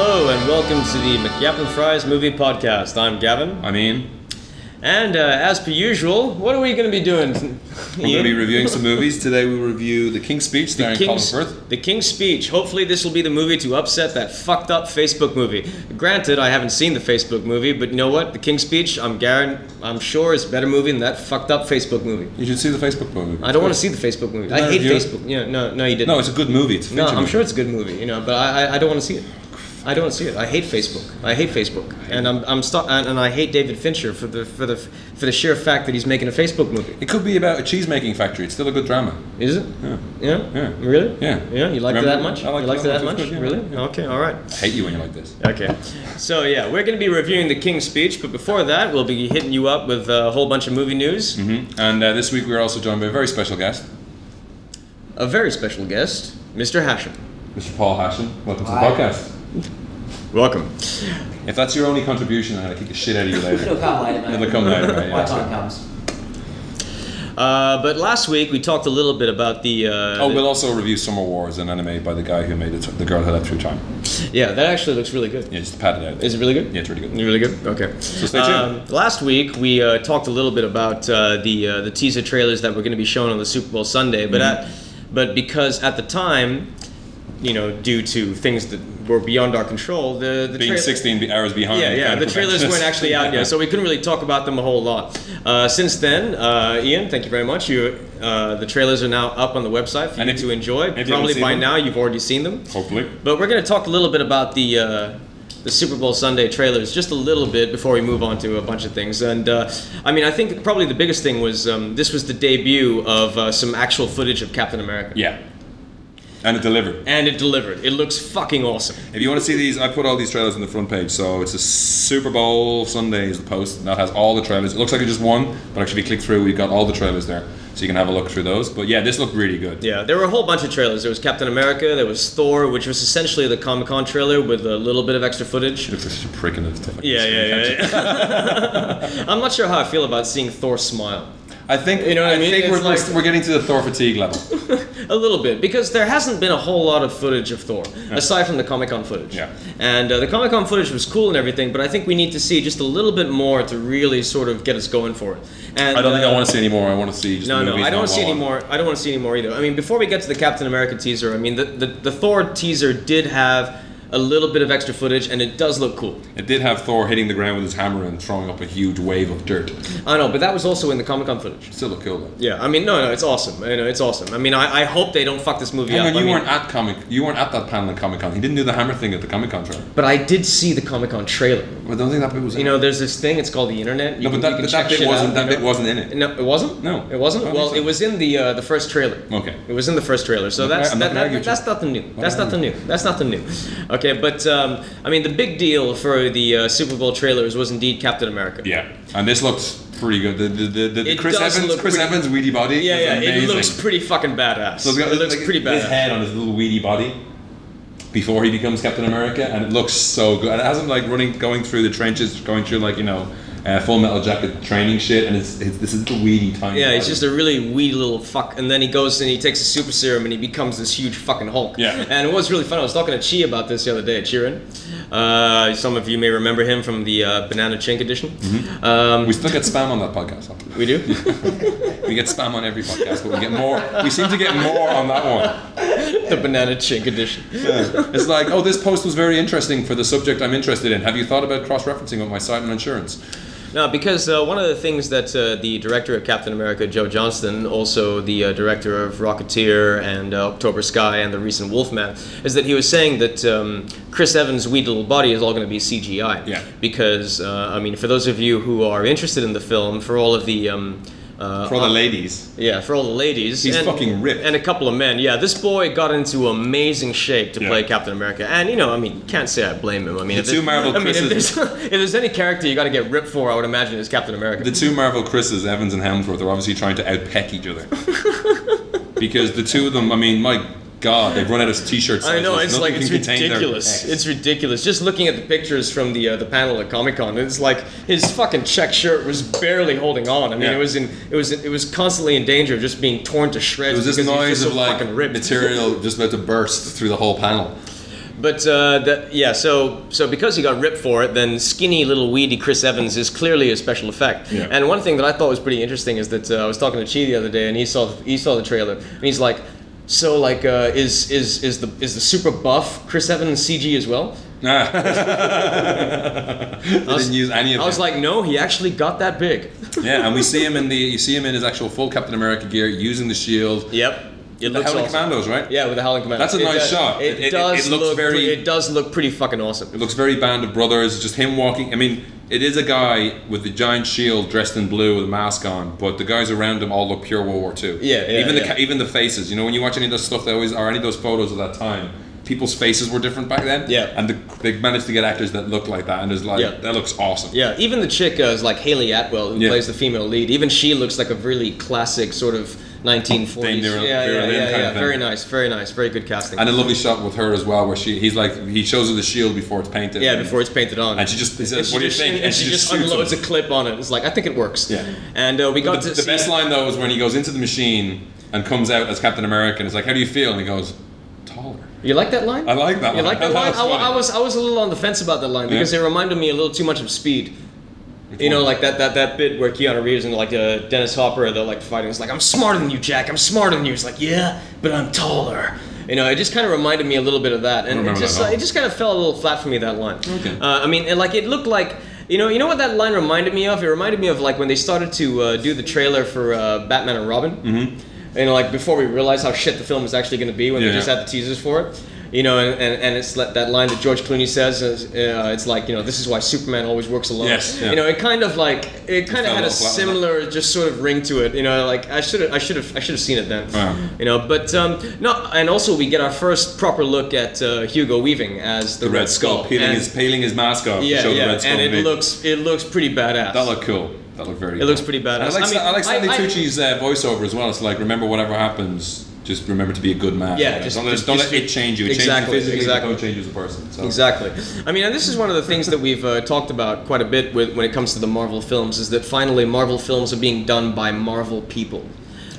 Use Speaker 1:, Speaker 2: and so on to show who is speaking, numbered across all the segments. Speaker 1: welcome to the McYap and Fries Movie Podcast. I'm Gavin,
Speaker 2: I mean,
Speaker 1: and uh, as per usual, what are we going to be doing?
Speaker 2: we're going to be reviewing some movies. Today we review The King's Speech starring
Speaker 1: King's,
Speaker 2: Colin Firth.
Speaker 1: the King's Speech. Hopefully, this will be the movie to upset that fucked up Facebook movie. Granted, I haven't seen the Facebook movie, but you know what? The King's Speech, I'm guaran- I'm sure is a better movie than that fucked up Facebook movie.
Speaker 2: You should see the Facebook movie.
Speaker 1: I don't want to see the Facebook movie.
Speaker 2: I
Speaker 1: I hate
Speaker 2: review it?
Speaker 1: Facebook. Yeah, no, no, you didn't.
Speaker 2: No, it's a good movie. It's a
Speaker 1: No,
Speaker 2: feature
Speaker 1: I'm
Speaker 2: movie.
Speaker 1: sure it's a good movie, you know, but I, I, I don't want to see it. I don't want to see it. I hate Facebook. I hate Facebook, and I'm I'm stuck. And, and I hate David Fincher for the for the for the sheer fact that he's making a Facebook movie.
Speaker 2: It could be about a cheese making factory. It's still a good drama.
Speaker 1: Is it?
Speaker 2: Yeah.
Speaker 1: Yeah.
Speaker 2: Yeah.
Speaker 1: Really?
Speaker 2: Yeah.
Speaker 1: Yeah. You liked it
Speaker 2: Remember?
Speaker 1: that much?
Speaker 2: I liked
Speaker 1: you
Speaker 2: it
Speaker 1: liked it
Speaker 2: that
Speaker 1: that
Speaker 2: much.
Speaker 1: much?
Speaker 2: It was good,
Speaker 1: Really?
Speaker 2: yeah.
Speaker 1: Okay. All right.
Speaker 2: I hate you when you're like this.
Speaker 1: Okay. So yeah, we're going to be reviewing the King's Speech, but before that, we'll be hitting you up with a whole bunch of movie news.
Speaker 2: hmm And uh, this week we're also joined by a very special guest,
Speaker 1: A very special guest, Mr. Hashem.
Speaker 2: Mr. Paul Hashem. Welcome
Speaker 3: Hi.
Speaker 2: to the podcast.
Speaker 1: Welcome.
Speaker 2: If that's your only contribution, I'm going to kick the shit out of you
Speaker 3: It'll
Speaker 2: later.
Speaker 3: come later, mate.
Speaker 2: It'll come later, right?
Speaker 3: My
Speaker 2: Yeah,
Speaker 3: time comes.
Speaker 1: Uh, but last week we talked a little bit about the. Uh,
Speaker 2: Oh,
Speaker 1: the-
Speaker 2: we'll also review Summer Wars, an anime by the guy who made it, The Girl Who Left Through Time.
Speaker 1: yeah, that actually looks really good.
Speaker 2: Yeah, just to pat it out.
Speaker 1: Is it really good?
Speaker 2: Yeah, it's really good.
Speaker 1: Really good. Okay. So
Speaker 2: stay tuned.
Speaker 1: last week we uh, talked a little bit about uh, the uh, the teaser trailers that were going to be shown on the Super Bowl Sunday, but
Speaker 2: Mm-hmm.
Speaker 1: at, but because at the time, you know, due to things that were beyond our control, the the
Speaker 2: Being
Speaker 1: trail-
Speaker 2: 16 be- hours behind.
Speaker 1: Yeah, yeah.
Speaker 2: kinda
Speaker 1: The trailers
Speaker 2: prevents-
Speaker 1: weren't actually out yet, so we couldn't really talk about them a whole lot. Uh, since then, uh, Ian, thank you very much. You, uh, the trailers are now up on the website for
Speaker 2: And
Speaker 1: you
Speaker 2: if-
Speaker 1: to enjoy.
Speaker 2: if you haven't
Speaker 1: Probably
Speaker 2: seen
Speaker 1: by
Speaker 2: them-
Speaker 1: now you've already seen them.
Speaker 2: Hopefully.
Speaker 1: But we're going to talk a little bit about the uh, the Super Bowl Sunday trailers, just a little bit before we move on to a bunch of things. And uh, I mean, I think probably the biggest thing was um, this was the debut of uh, some actual footage of Captain America.
Speaker 2: Yeah. And it delivered.
Speaker 1: And it delivered. It looks fucking awesome.
Speaker 2: If you want to see these, I put all these trailers on the front page. So it's a Super Bowl Sunday is the post and that has all the trailers. It looks like it just one, but actually, if you click through, we've got all the trailers there, so you can have a look through those. But yeah, this looked really good.
Speaker 1: Yeah, there were a whole bunch of trailers. There was Captain America, there was Thor, which was essentially the Comic Con trailer with a little bit of extra footage.
Speaker 2: It looks like such a prick in it. Like
Speaker 1: Yeah, yeah, yeah. I'm not sure how I feel about seeing Thor smile.
Speaker 2: I think
Speaker 1: You know what I mean?
Speaker 2: think we're,
Speaker 1: It's like-
Speaker 2: we're, we're getting to the Thor fatigue level.
Speaker 1: A little bit, because there hasn't been a whole lot of footage of Thor, aside from the Comic Con footage.
Speaker 2: Yeah.
Speaker 1: And uh, the Comic Con footage was cool and everything, but I think we need to see just a little bit more to really sort of get us going for it. And
Speaker 2: I don't think I
Speaker 1: uh,
Speaker 2: want to see any more. I want to see just
Speaker 1: No, no,
Speaker 2: movies
Speaker 1: I don't
Speaker 2: on
Speaker 1: want to see any
Speaker 2: one.
Speaker 1: more. I don't want to see any more either. I mean, before we get to the Captain America teaser, I mean, the, the, the Thor teaser did have a little bit of extra footage, and it does look cool.
Speaker 2: It did have Thor hitting the ground with his hammer and throwing up a huge wave of dirt.
Speaker 1: I know, but that was also in the Comic Con footage.
Speaker 2: Still looked cool though.
Speaker 1: Yeah, I mean, no, no, it's awesome. I know, it's awesome. I mean, I, I hope they don't fuck this movie
Speaker 2: Hang
Speaker 1: up.
Speaker 2: on, you
Speaker 1: I mean,
Speaker 2: weren't at comic. You weren't at that panel at Comic Con. He didn't do the hammer thing at the Comic Con trailer.
Speaker 1: but I did see the Comic Con trailer.
Speaker 2: But I don't think that bit was.
Speaker 1: You
Speaker 2: in
Speaker 1: know,
Speaker 2: it.
Speaker 1: there's this thing. It's called the internet. You
Speaker 2: no,
Speaker 1: can-
Speaker 2: but
Speaker 1: you can
Speaker 2: that, but that
Speaker 1: check
Speaker 2: bit
Speaker 1: shit
Speaker 2: wasn't.
Speaker 1: out,
Speaker 2: that
Speaker 1: you
Speaker 2: bit
Speaker 1: know?
Speaker 2: wasn't in it.
Speaker 1: No, it wasn't.
Speaker 2: No,
Speaker 1: it
Speaker 2: I
Speaker 1: wasn't.
Speaker 2: don't
Speaker 1: Well,
Speaker 2: think so.
Speaker 1: it was in the uh, the first trailer.
Speaker 2: Okay.
Speaker 1: It was in the first trailer. So that's
Speaker 2: I'm not
Speaker 1: that,
Speaker 2: gonna argue
Speaker 1: that,
Speaker 2: with
Speaker 1: that's nothing new.
Speaker 2: not
Speaker 1: That's
Speaker 2: gonna
Speaker 1: nothing new. That's nothing new. Okay, but um, I mean, the big deal for the uh, Super Bowl trailers was indeed Captain America.
Speaker 2: Yeah, and this looks pretty good. The the, the, the, the
Speaker 1: It
Speaker 2: Chris
Speaker 1: does
Speaker 2: Evans
Speaker 1: look
Speaker 2: Chris
Speaker 1: pretty-
Speaker 2: Evans weedy body.
Speaker 1: Yeah,
Speaker 2: is
Speaker 1: yeah, it
Speaker 2: amazing.
Speaker 1: looks pretty fucking badass.
Speaker 2: So it's got-
Speaker 1: it looks
Speaker 2: like,
Speaker 1: pretty
Speaker 2: His
Speaker 1: badass.
Speaker 2: head on his little weedy body before he becomes Captain America, and it looks so good. And it has him like running, going through the trenches, going through like you know, uh, Full Metal Jacket training shit, and it's, it's this is the weedy tiny.
Speaker 1: Yeah,
Speaker 2: body.
Speaker 1: he's just a really wee little fuck, and then he goes and he takes a super serum and he becomes this huge fucking Hulk.
Speaker 2: Yeah.
Speaker 1: And it was really fun. I was talking to Chi about this the other day, Chirin. Uh, some of you may remember him from the uh, Banana Chink edition. Um,
Speaker 2: We still get spam on that podcast.
Speaker 1: we do.
Speaker 2: We get spam on every podcast, but we get more. We seem to get more on that one.
Speaker 1: the Banana Chink edition.
Speaker 2: It's like, oh, this post was very interesting for the subject I'm interested in. Have you thought about cross-referencing with my site on insurance?
Speaker 1: No, because uh, one of the things that uh, the director of Captain America, Joe Johnston, also the uh, director of Rocketeer and uh, October Sky and the recent Wolfman, is that he was saying that um, Chris Evans' wee little body is all going to be CGI.
Speaker 2: Yeah.
Speaker 1: Because, uh, I mean, for those of you who are interested in the film, for all of the. Um, uh,
Speaker 2: For the ladies.
Speaker 1: yeah, for all the ladies.
Speaker 2: He's
Speaker 1: and,
Speaker 2: fucking ripped.
Speaker 1: And a couple of men. Yeah, this boy got into amazing shape to
Speaker 2: Yeah.
Speaker 1: play Captain America. And, you know, I mean, you can't say I blame him. I mean,
Speaker 2: The
Speaker 1: if
Speaker 2: two
Speaker 1: it-
Speaker 2: Marvel
Speaker 1: I mean, if
Speaker 2: Chris's-
Speaker 1: there's, if there's any character you got to get ripped for, I would imagine it's Captain America.
Speaker 2: The two Marvel Chris's, Evans and Helmsworth, are obviously trying to outpeck each other. because the two of them, I mean, my God, they've run out of t-shirts.
Speaker 1: I know,
Speaker 2: sizes.
Speaker 1: it's like,
Speaker 2: Nothing
Speaker 1: it's
Speaker 2: can contain their
Speaker 1: ridiculous.
Speaker 2: pecs.
Speaker 1: It's ridiculous. Just looking at the pictures from the uh, the panel at Comic Con, it's like his fucking check shirt was barely holding on. I mean,
Speaker 2: Yeah.
Speaker 1: it was in, it was, it was constantly in danger of just being torn to shreds.
Speaker 2: There was this
Speaker 1: because he was
Speaker 2: noise
Speaker 1: just
Speaker 2: of
Speaker 1: so
Speaker 2: like
Speaker 1: fucking ripped.
Speaker 2: material just about to burst through the whole panel.
Speaker 1: But uh, the, yeah, so so because he got ripped for it, then skinny little weedy Chris Evans is clearly a special effect.
Speaker 2: Yeah.
Speaker 1: And one thing that I thought was pretty interesting is that uh, I was talking to Chi the other day, and he saw he saw the trailer, and he's like, "So like, uh, is is is the is the super buff Chris Evans CG as well?"
Speaker 2: Ah. they didn't use any of
Speaker 1: I was
Speaker 2: it.
Speaker 1: like, "No, he actually got that big."
Speaker 2: yeah, and we see him in the you see him in his actual full Captain America gear using the shield.
Speaker 1: yep, it
Speaker 2: the
Speaker 1: looks
Speaker 2: Howling
Speaker 1: awesome.
Speaker 2: Commandos, right?
Speaker 1: Yeah, with the Howling Commando.
Speaker 2: That's a
Speaker 1: It
Speaker 2: nice
Speaker 1: does-
Speaker 2: shot.
Speaker 1: It,
Speaker 2: It- it- it
Speaker 1: does
Speaker 2: looks
Speaker 1: look
Speaker 2: very-
Speaker 1: pre- It does look pretty fucking awesome.
Speaker 2: It looks very Band of Brothers. Just him walking. I mean, it is a guy with the giant shield, dressed in blue, with a mask on. But the guys around him all look pure World War II.
Speaker 1: Yeah, yeah,
Speaker 2: even the
Speaker 1: yeah.
Speaker 2: ca- even the faces. You know, when you watch any of those stuff, they always are any of those photos of that time. People's faces were different back then.
Speaker 1: Yeah.
Speaker 2: and the, they managed to get actors that look like that, and it's like
Speaker 1: Yeah.
Speaker 2: that looks awesome.
Speaker 1: Yeah, even the chick uh, is like Haley Atwell, who
Speaker 2: Yeah.
Speaker 1: plays the female lead. Even she looks like a really classic sort of 1940s.
Speaker 2: Dame Vera-
Speaker 1: yeah,
Speaker 2: Vera
Speaker 1: yeah,
Speaker 2: Lynn
Speaker 1: yeah,
Speaker 2: kind
Speaker 1: yeah.
Speaker 2: of thing.
Speaker 1: Very nice, very nice, very good casting.
Speaker 2: And a lovely shot with her as well, where she he's like he shows her the shield before it's painted.
Speaker 1: yeah,
Speaker 2: and-
Speaker 1: before it's painted on.
Speaker 2: and she just he
Speaker 1: And
Speaker 2: says,
Speaker 1: she
Speaker 2: "What do you
Speaker 1: just-
Speaker 2: think?"
Speaker 1: And, she, just,
Speaker 2: shoots
Speaker 1: unloads
Speaker 2: him.
Speaker 1: a clip on it. It's like I think it works.
Speaker 2: Yeah.
Speaker 1: And uh, we got
Speaker 2: the,
Speaker 1: to
Speaker 2: the
Speaker 1: see-
Speaker 2: best line though is when he goes into the machine and comes out as Captain America and it's like, How do you feel? And he goes, Taller.
Speaker 1: You like that line?
Speaker 2: I like that
Speaker 1: You
Speaker 2: line.
Speaker 1: like
Speaker 2: I
Speaker 1: that line?
Speaker 2: thought it was
Speaker 1: I, I
Speaker 2: funny.
Speaker 1: was I was a little on the fence about that line because
Speaker 2: Yeah.
Speaker 1: it reminded me a little too much of Speed.
Speaker 2: Which
Speaker 1: You know,
Speaker 2: one?
Speaker 1: like that, that that bit where Keanu Reeves and like uh, Dennis Hopper, they're like fighting. It's like I'm smarter than you, Jack. I'm smarter than you. It's like yeah, but I'm taller. You know, it just kind of reminded me a little bit of that, and it
Speaker 2: remember
Speaker 1: just
Speaker 2: that at all.
Speaker 1: it just kind of fell a little flat for me that line.
Speaker 2: Okay.
Speaker 1: Uh, I mean, and like it looked like you know you know what that line reminded me of. It reminded me of like when they started to uh, do the trailer for uh, Batman and Robin. Mm-hmm. You know, like before we realized how shit the film was actually going to be when
Speaker 2: Yeah,
Speaker 1: they just
Speaker 2: yeah.
Speaker 1: had the teasers for it. You know, and, and, and it's like that line that George Clooney says. Is, uh, it's like you know, this is why Superman always works alone.
Speaker 2: Yes, yeah.
Speaker 1: You know, it kind of like it kind
Speaker 2: fell
Speaker 1: of had
Speaker 2: a
Speaker 1: a
Speaker 2: little flat on that.
Speaker 1: similar just sort of ring to it. You know, like I should have I should have I should have seen it then.
Speaker 2: Wow.
Speaker 1: You know, but um, no, and also we get our first proper look at uh, Hugo Weaving as the,
Speaker 2: the Red Skull, peeling
Speaker 1: and,
Speaker 2: his peeling his mask off
Speaker 1: yeah,
Speaker 2: to show
Speaker 1: yeah,
Speaker 2: the Red Skull.
Speaker 1: and it
Speaker 2: movie.
Speaker 1: looks it looks pretty badass.
Speaker 2: that looked cool. That looked very
Speaker 1: It looks pretty
Speaker 2: And I
Speaker 1: badass.
Speaker 2: like,
Speaker 1: I mean,
Speaker 2: I like Stanley
Speaker 1: I- I-
Speaker 2: Tucci's uh, voiceover as well. It's like remember whatever happens, just remember to be a good man.
Speaker 1: Yeah,
Speaker 2: Like,
Speaker 1: just-
Speaker 2: don't, let-
Speaker 1: just-
Speaker 2: don't
Speaker 1: just
Speaker 2: let
Speaker 1: do-
Speaker 2: it change you. It
Speaker 1: Exactly,
Speaker 2: changes you physically,
Speaker 1: exactly.
Speaker 2: but don't change you as a person. So.
Speaker 1: Exactly. I mean, and this is one of the things that we've uh, talked about quite a bit with, when it comes to the Marvel films is that finally Marvel films are being done by Marvel people.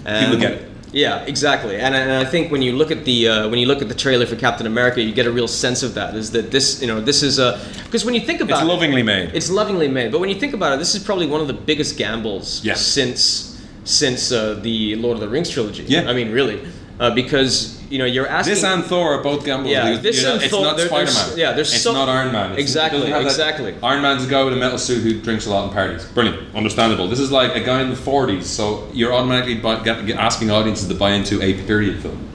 Speaker 1: And
Speaker 2: People get it.
Speaker 1: Yeah, exactly. And, and I think when you look at the uh, when you look at the trailer for Captain America, you get a real sense of that. Is that this you know this is a because when you think about
Speaker 2: It's
Speaker 1: it-
Speaker 2: lovingly made.
Speaker 1: it's lovingly made, but when you think about it, this is probably one of the biggest gambles
Speaker 2: Yeah.
Speaker 1: since since uh, the Lord of the Rings trilogy.
Speaker 2: Yeah.
Speaker 1: I mean, really, uh, because you know you're asking
Speaker 2: This and Thor are both gambles.
Speaker 1: Yeah,
Speaker 2: because,
Speaker 1: this
Speaker 2: you know,
Speaker 1: and
Speaker 2: it's
Speaker 1: Thor-
Speaker 2: not
Speaker 1: there-
Speaker 2: Spider
Speaker 1: there's-
Speaker 2: Man.
Speaker 1: yeah, there's
Speaker 2: it's
Speaker 1: some-
Speaker 2: not Iron Man. It's- it
Speaker 1: Exactly,
Speaker 2: doesn't have that-
Speaker 1: exactly.
Speaker 2: Iron Man's a guy with a metal suit who drinks a lot and parties. Brilliant, understandable. This is like a guy in the forties, so you're automatically buy, get, get- asking audiences to buy into a period film.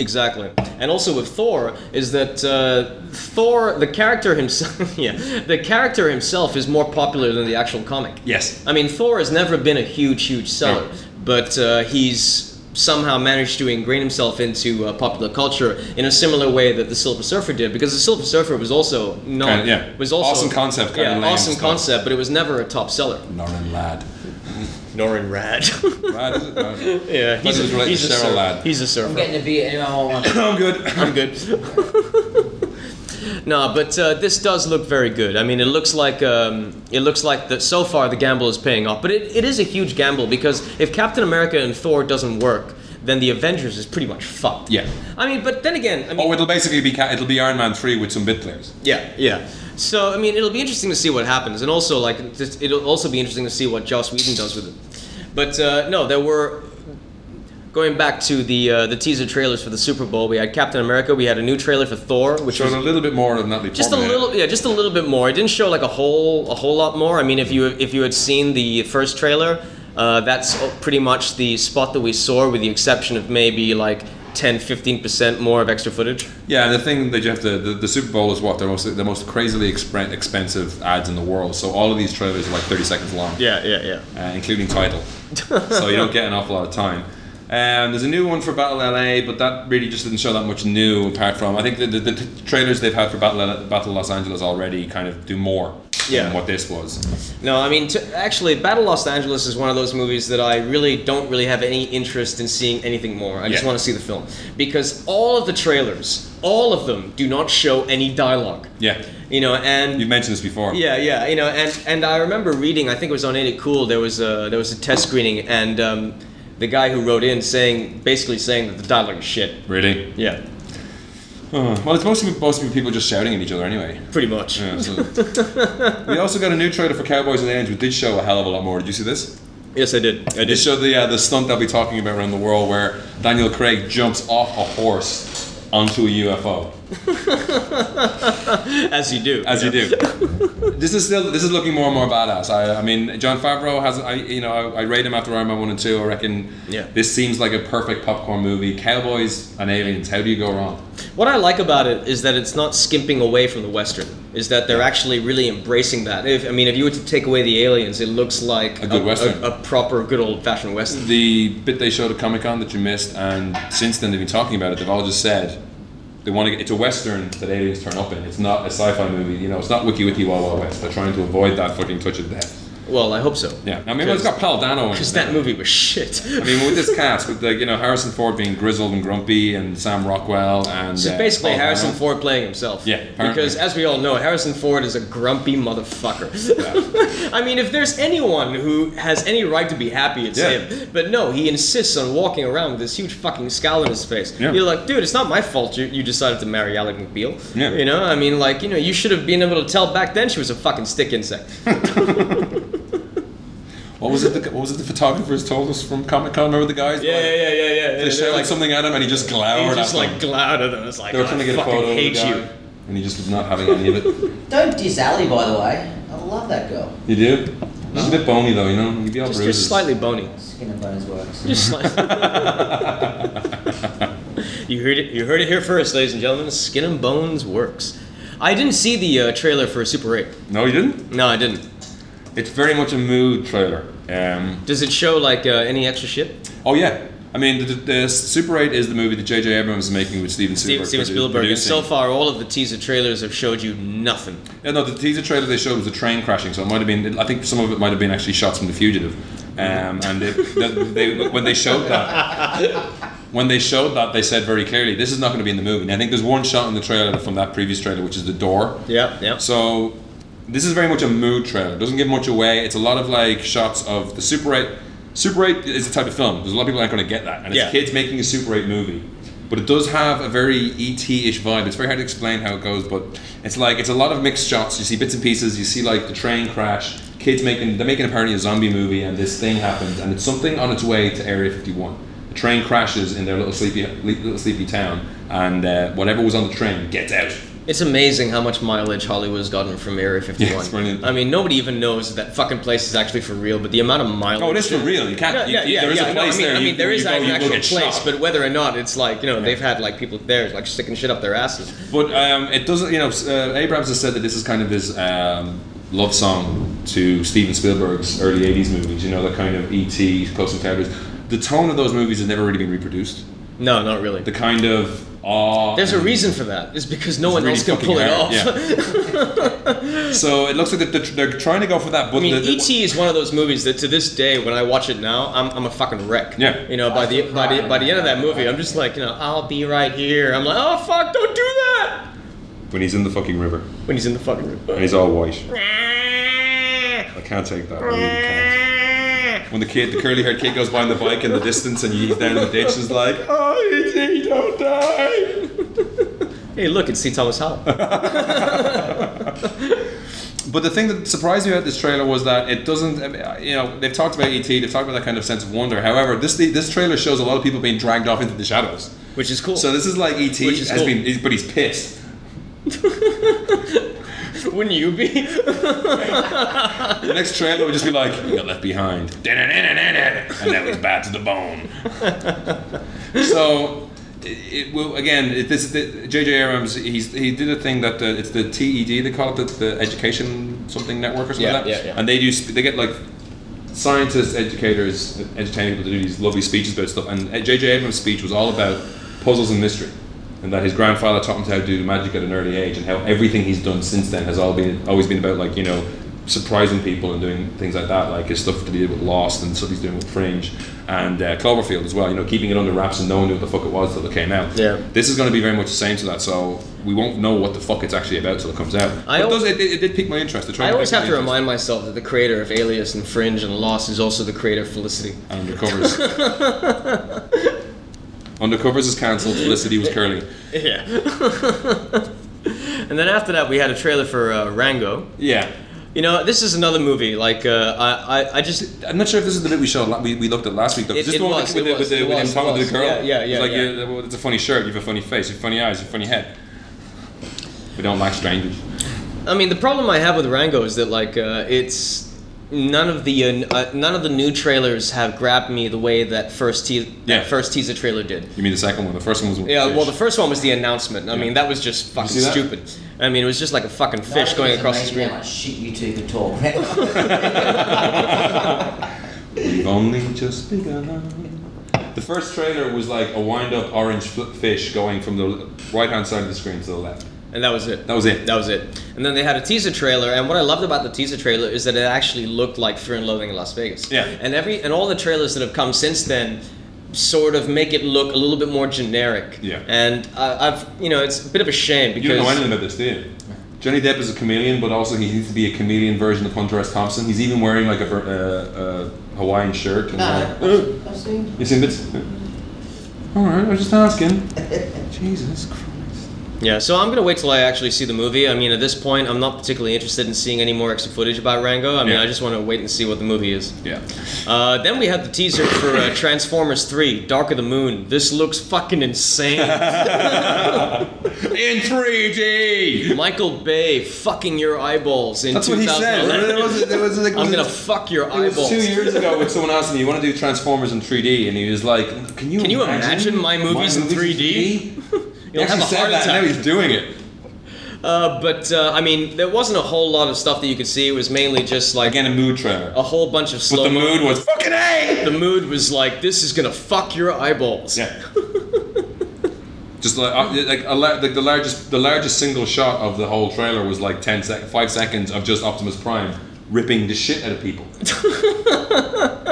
Speaker 1: Exactly, and also with Thor is that uh, Thor, the character himself, yeah, the character himself is more popular than the actual comic.
Speaker 2: Yes.
Speaker 1: I mean Thor has never been a huge, huge seller,
Speaker 2: No.
Speaker 1: but uh, he's somehow managed to ingrain himself into uh, popular culture in a similar way that the Silver Surfer did, because the Silver Surfer was also not,
Speaker 2: Kinda, yeah.
Speaker 1: was also
Speaker 2: Awesome concept, kinda
Speaker 1: yeah,
Speaker 2: lame
Speaker 1: awesome
Speaker 2: stuff.
Speaker 1: concept, but it was never a top seller.
Speaker 2: Norman Ladd.
Speaker 1: Nor in Rad.
Speaker 2: Rad is it? Rad.
Speaker 1: yeah,
Speaker 2: Thought
Speaker 1: he's
Speaker 2: he
Speaker 1: a,
Speaker 2: was related
Speaker 1: he's,
Speaker 2: to
Speaker 1: a
Speaker 2: Cheryl
Speaker 1: surfer.
Speaker 2: Ladd.
Speaker 1: he's a
Speaker 3: I'm
Speaker 1: surfer.
Speaker 3: getting to be in my whole one.
Speaker 2: I'm good.
Speaker 1: I'm good. no, but uh, this does look very good. I mean, it looks like um, it looks like that so far the gamble is paying off. But it, it is a huge gamble because if Captain America and Thor doesn't work, then the Avengers is pretty much fucked.
Speaker 2: Yeah.
Speaker 1: I mean, but then again, I mean,
Speaker 2: Oh, it'll basically be ca- it'll be Iron Man three with some bit players.
Speaker 1: Oh, yeah, yeah. So I mean, it'll be interesting to see what happens, and also like just, it'll also be interesting to see what Joss Whedon does with it. But uh, no, there were going back to the uh, the teaser trailers for the Super Bowl. We had Captain America. We had a new trailer for Thor, which
Speaker 2: Showing
Speaker 1: was
Speaker 2: a little bit more of Natalie.
Speaker 1: just a
Speaker 2: Portman in it.
Speaker 1: little yeah just a little bit more it didn't show like a whole a whole lot more i mean if you if you had seen the first trailer uh, that's pretty much the spot that we saw with the exception of maybe like 10 15% more of extra footage
Speaker 2: Yeah, and the thing that you have to the, the Super Bowl is what the most the most crazily expre- expensive ads in the world. So all of these trailers are like thirty seconds long,
Speaker 1: yeah yeah yeah
Speaker 2: uh, including title. so you don't get an awful lot of time. Um, there's a new one for Battle LA, but that really just didn't show that much new. Apart from I think the, the, the t- trailers they've had for Battle LA Battle Los Angeles already kind of do more
Speaker 1: Yeah.
Speaker 2: than what this was.
Speaker 1: no i mean to, actually battle los angeles is one of those movies that i really don't really have any interest in seeing anything more i just
Speaker 2: Yeah.
Speaker 1: want to see the film because all of the trailers all of them do not show any dialogue
Speaker 2: Yeah,
Speaker 1: you know and
Speaker 2: you've mentioned this before.
Speaker 1: Yeah, yeah, you know, and and I remember reading. I think it was on Ain't It Cool. There was a there was a test screening, and um, the guy who wrote in saying basically saying that the dialogue is shit.
Speaker 2: Really?
Speaker 1: Yeah.
Speaker 2: Uh, well, it's mostly mostly people just shouting at each other anyway.
Speaker 1: Pretty much.
Speaker 2: Yeah, so. we also got a new trailer for Cowboys and Aliens, which did show a hell of a lot more. Did you see this?
Speaker 1: Yes, I did. I
Speaker 2: It
Speaker 1: did.
Speaker 2: did show the uh, the stunt that we talking about around the world, where Daniel Craig jumps off a horse onto a UFO,
Speaker 1: As you do.
Speaker 2: as you do. this is still this is looking more and more badass. I, I mean, John Favreau has I you know I, I rate him after Iron Man one and two. I reckon
Speaker 1: Yeah.
Speaker 2: this seems like a perfect popcorn movie. Cowboys and aliens. How do you go wrong?
Speaker 1: What I like about it is that it's not skimping away from the Western. Is that they're actually really embracing that. If I mean, if you were to take away the aliens, it looks like
Speaker 2: A good Western. Mm.
Speaker 1: a, proper, good old-fashioned Western.
Speaker 2: the bit they showed at Comic Con that you missed, and since then they've been talking about it. They've all just said they want to. Get, it's a western that aliens turn up in. It's not a sci-fi movie. You know, it's not Wiki Wiki Wild Wild West. They're trying to avoid that fucking touch of death.
Speaker 1: Well, I hope so.
Speaker 2: Yeah, I mean, well, it's got Paladano in it.
Speaker 1: Because that movie was shit.
Speaker 2: I mean, with this cast, with like you know Harrison Ford being grizzled and grumpy, and Sam Rockwell, and
Speaker 1: So
Speaker 2: uh,
Speaker 1: basically,
Speaker 2: Paul
Speaker 1: Harrison
Speaker 2: Dano.
Speaker 1: Ford playing himself.
Speaker 2: Yeah, apparently.
Speaker 1: Because as we all know, Harrison Ford is a grumpy motherfucker. I mean, if there's anyone who has any right to be happy, it's
Speaker 2: Yeah.
Speaker 1: him. But no, he insists on walking around with this huge fucking scowl on his face.
Speaker 2: Yeah.
Speaker 1: You're like, dude, it's not my fault you, you decided to marry Alec McBeal.
Speaker 2: Yeah.
Speaker 1: You know, I mean, like, you know, you should have been able to tell back then she was a fucking stick insect.
Speaker 2: What was it? The, what was it? The photographers told us from Comic Con. Remember the guys?
Speaker 1: yeah, yeah, yeah, yeah, yeah.
Speaker 2: They shouted something at him, and he just glowered.
Speaker 1: he just
Speaker 2: at them.
Speaker 1: like glowered at them. It's like,
Speaker 2: they were
Speaker 1: "I
Speaker 2: trying to get a
Speaker 1: fucking
Speaker 2: photo. of the
Speaker 1: hate
Speaker 2: guy,
Speaker 1: you.
Speaker 2: And he just was not having any of it.
Speaker 3: Don't diss Ally, by the way. I love that girl.
Speaker 2: You do? She's a bit bony though, you know? You'd be all
Speaker 1: Just,
Speaker 2: bruises.
Speaker 1: just slightly bony.
Speaker 3: Skin and bones works.
Speaker 1: Just slightly. You heard it. You heard it here first, ladies and gentlemen. Skin and Bones works. I didn't see the uh, trailer for Super 8.
Speaker 2: no, you didn't?
Speaker 1: No, I didn't.
Speaker 2: It's very much a mood trailer. Um,
Speaker 1: Does it show like uh, any extra shit?
Speaker 2: oh, yeah. I mean, the, the, the Super 8 is the movie that J.J. Abrams is making with Steven
Speaker 1: Steven,
Speaker 2: Spielberg.
Speaker 1: Steven
Speaker 2: produ-
Speaker 1: Spielberg. And
Speaker 2: producing.
Speaker 1: so far, all of the teaser trailers have showed you nothing.
Speaker 2: Yeah, no, the teaser trailer they showed was a train crashing, so it might have been. I think some of it might have been actually shots from The Fugitive. Um, and they, they, they, when they showed that, when they showed that, they said very clearly, "This is not going to be in the movie." And I think there's one shot in the trailer from that previous trailer, which is the door.
Speaker 1: Yeah, yeah.
Speaker 2: So this is very much a mood trailer. It doesn't give much away. It's a lot of like shots of the Super 8. Super 8 is a type of film. There's a lot of people aren't going to get that, and it's
Speaker 1: Yeah.
Speaker 2: kids making a Super 8 movie. But it does have a very ET-ish vibe. It's very hard to explain how it goes, but it's like it's a lot of mixed shots. You see bits and pieces. You see like the train crash. Kids making they're making apparently a zombie movie, and this thing happens, and it's something on its way to Area 51. The train crashes in their little sleepy little sleepy town, and uh, whatever was on the train gets out.
Speaker 1: It's amazing how much mileage Hollywood's gotten from Area 51.
Speaker 2: Yeah, it's brilliant.
Speaker 1: I mean, nobody even knows that fucking place is actually for real, but the amount of mileage.
Speaker 2: Oh, it is for real. You can't.
Speaker 1: Yeah,
Speaker 2: you-
Speaker 1: yeah,
Speaker 2: you-
Speaker 1: yeah.
Speaker 2: there is
Speaker 1: yeah,
Speaker 2: a
Speaker 1: no, I
Speaker 2: place
Speaker 1: mean,
Speaker 2: there.
Speaker 1: I
Speaker 2: you-
Speaker 1: mean, there
Speaker 2: you
Speaker 1: is
Speaker 2: go,
Speaker 1: an
Speaker 2: you will
Speaker 1: actual
Speaker 2: get
Speaker 1: place,
Speaker 2: shot.
Speaker 1: but whether or not it's like, you know, they've had like people there like sticking shit up their asses.
Speaker 2: But um, it doesn't. You know, s- uh, Abrams has said that this is kind of his um, love song to Steven Spielberg's early '80s movies. You know, that kind of ET, Close Encounters. The tone of those movies has never really been reproduced.
Speaker 1: No, not really.
Speaker 2: The kind of awe.
Speaker 1: There's a
Speaker 2: and-
Speaker 1: reason for that. It's because no
Speaker 2: it's
Speaker 1: one
Speaker 2: really
Speaker 1: else can
Speaker 2: fucking
Speaker 1: pull it
Speaker 2: hard,
Speaker 1: off.
Speaker 2: yeah. so it looks like they're, they're they're trying to go for that. But
Speaker 1: I mean, E
Speaker 2: the, the-
Speaker 1: E.T. is one of those movies that to this day, when I watch it now, I'm, I'm a fucking wreck.
Speaker 2: Yeah.
Speaker 1: You know, by the by the by the end of that movie, I'm just like, you know, I'll be right here. I'm like, oh fuck, don't do that.
Speaker 2: when he's in the fucking river
Speaker 1: When he's in the fucking room.
Speaker 2: and he's all white. I can't take that. I really can't. When the kid, the curly-haired kid, goes by on the bike in the distance, and he's down in the ditch, is like, "Oh, E.T., don't die!"
Speaker 1: Hey, look, it's C. Thomas Howell.
Speaker 2: But the thing that surprised me about this trailer was that it doesn't. I mean, I- You know, they've talked about ET, they've talked about that kind of sense of wonder. However, this this trailer shows a lot of people being dragged off into the shadows.
Speaker 1: Which is cool.
Speaker 2: So this is like ET
Speaker 1: Which is
Speaker 2: has
Speaker 1: cool.
Speaker 2: been, he's- but he's pissed.
Speaker 1: Wouldn't you be?
Speaker 2: The next trailer would just be like, "You got left behind," and that was bad to the bone. so. It will again. It, this the- J.J. Abrams. He's he did a thing that the, it's the TED. They call it the, the Education something network or something
Speaker 1: Yeah,
Speaker 2: like that.
Speaker 1: yeah, yeah.
Speaker 2: And they do. sp- They get like scientists, educators, entertaining people to do these lovely speeches about stuff. And uh, J.J. Abrams' speech was all about puzzles and mystery, and that his grandfather taught him how to do magic at an early age, and how everything he's done since then has all been always been about like you know surprising people and doing things like that, like his stuff to do with Lost and stuff he's doing with Fringe and uh, Cloverfield as well. You know, keeping it under wraps and no one knew what the fuck it was till it came out.
Speaker 1: Yeah.
Speaker 2: this is going to be very much the same to that. So we won't know what the fuck it's actually about till it comes out.
Speaker 1: I
Speaker 2: But it,
Speaker 1: al-
Speaker 2: does, it, it, it did pique my interest. The trailer
Speaker 1: I always
Speaker 2: piqued
Speaker 1: have
Speaker 2: my
Speaker 1: to
Speaker 2: interest.
Speaker 1: remind myself that the creator of Alias and Fringe and Lost is also the creator of Felicity.
Speaker 2: and recovers. Undercovers is cancelled. Felicity was curling.
Speaker 1: Yeah. and then after that, we had a trailer for uh, Rango.
Speaker 2: Yeah.
Speaker 1: You know, this is another movie. Like, uh, I, I, I just.
Speaker 2: I'm not sure if this is the bit we showed. la- We, we looked at last week though.
Speaker 1: It-
Speaker 2: Just
Speaker 1: it
Speaker 2: the one
Speaker 1: was,
Speaker 2: with,
Speaker 1: it
Speaker 2: the, with, the,
Speaker 1: was, it
Speaker 2: with him
Speaker 1: was,
Speaker 2: talking
Speaker 1: it
Speaker 2: to the girl.
Speaker 1: was. Yeah, yeah, yeah,
Speaker 2: It's like
Speaker 1: yeah.
Speaker 2: you- well, it's a funny shirt. You have a funny face. You have funny eyes. You have funny head. We don't like strangers.
Speaker 1: I mean, the problem I have with Rango is that like uh, it's none of the uh, n- uh, none of the new trailers have grabbed me the way that first te-
Speaker 2: Yeah.
Speaker 1: that first teaser trailer did.
Speaker 2: You mean the second one? The first one was. with
Speaker 1: Yeah,
Speaker 2: fish.
Speaker 1: well, the first one was the announcement. I
Speaker 2: Yeah.
Speaker 1: mean, that was just fucking
Speaker 2: see that?
Speaker 1: stupid. I mean, it was just like a fucking fish
Speaker 3: Nothing
Speaker 1: going
Speaker 3: is
Speaker 1: across the
Speaker 3: amazing
Speaker 1: screen.
Speaker 3: How much shit you two could talk. Right?
Speaker 2: We've only just begun. The first trailer was like a wind-up orange fl- fish going from the right-hand side of the screen to the left.
Speaker 1: And that was it.
Speaker 2: That was it.
Speaker 1: That was it. And then they had a teaser trailer, and what I loved about the teaser trailer is that it actually looked like Fear and Loathing in Las Vegas.
Speaker 2: Yeah.
Speaker 1: And every and all the trailers that have come since then sort of make it look a little bit more generic.
Speaker 2: Yeah.
Speaker 1: And I, I've you know it's a bit of a shame because
Speaker 2: You don't know anything about this, do you? Johnny Depp is a chameleon, but also he needs to be a chameleon version of Hunter S. Thompson. He's even wearing like a, ver- uh, uh, Hawaiian shirt. And
Speaker 3: no,
Speaker 2: like, "Oh,
Speaker 3: no. I was doing.
Speaker 2: You seen bits? All right, I was just asking. Jesus Christ.
Speaker 1: Yeah, so I'm gonna wait till I actually see the movie. I mean, at this point, I'm not particularly interested in seeing any more extra footage about Rango. I mean,
Speaker 2: Yeah.
Speaker 1: I just want to wait and see what the movie is.
Speaker 2: Yeah.
Speaker 1: Uh, then we had the teaser for uh, Transformers 3: Dark of the Moon. This looks fucking insane.
Speaker 2: In 3D.
Speaker 1: Michael Bay fucking your eyeballs in
Speaker 2: That's what he
Speaker 1: 2011.
Speaker 2: said. It was, it was, it was,
Speaker 1: I'm gonna fuck your
Speaker 2: it was
Speaker 1: eyeballs.
Speaker 2: two years ago when someone asked me, "You want to do Transformers in 3D?" And he was like, "Can you
Speaker 1: Can you imagine my movies in 3D?
Speaker 2: He
Speaker 1: You'll have
Speaker 2: actually
Speaker 1: a
Speaker 2: said
Speaker 1: heart
Speaker 2: that, and now
Speaker 1: attack.
Speaker 2: he's doing it.
Speaker 1: Uh, but uh, I mean, there wasn't a whole lot of stuff that you could see. It was mainly just like
Speaker 2: Again, a mood trailer.
Speaker 1: a whole bunch of
Speaker 2: but
Speaker 1: slow.
Speaker 2: the mood was fucking A.
Speaker 1: The mood was like, this is gonna fuck your eyeballs.
Speaker 2: Yeah. Just like, uh, like, a, la- like the largest the largest single shot of the whole trailer was like 10 sec- 5 seconds of just Optimus Prime ripping the shit out of people.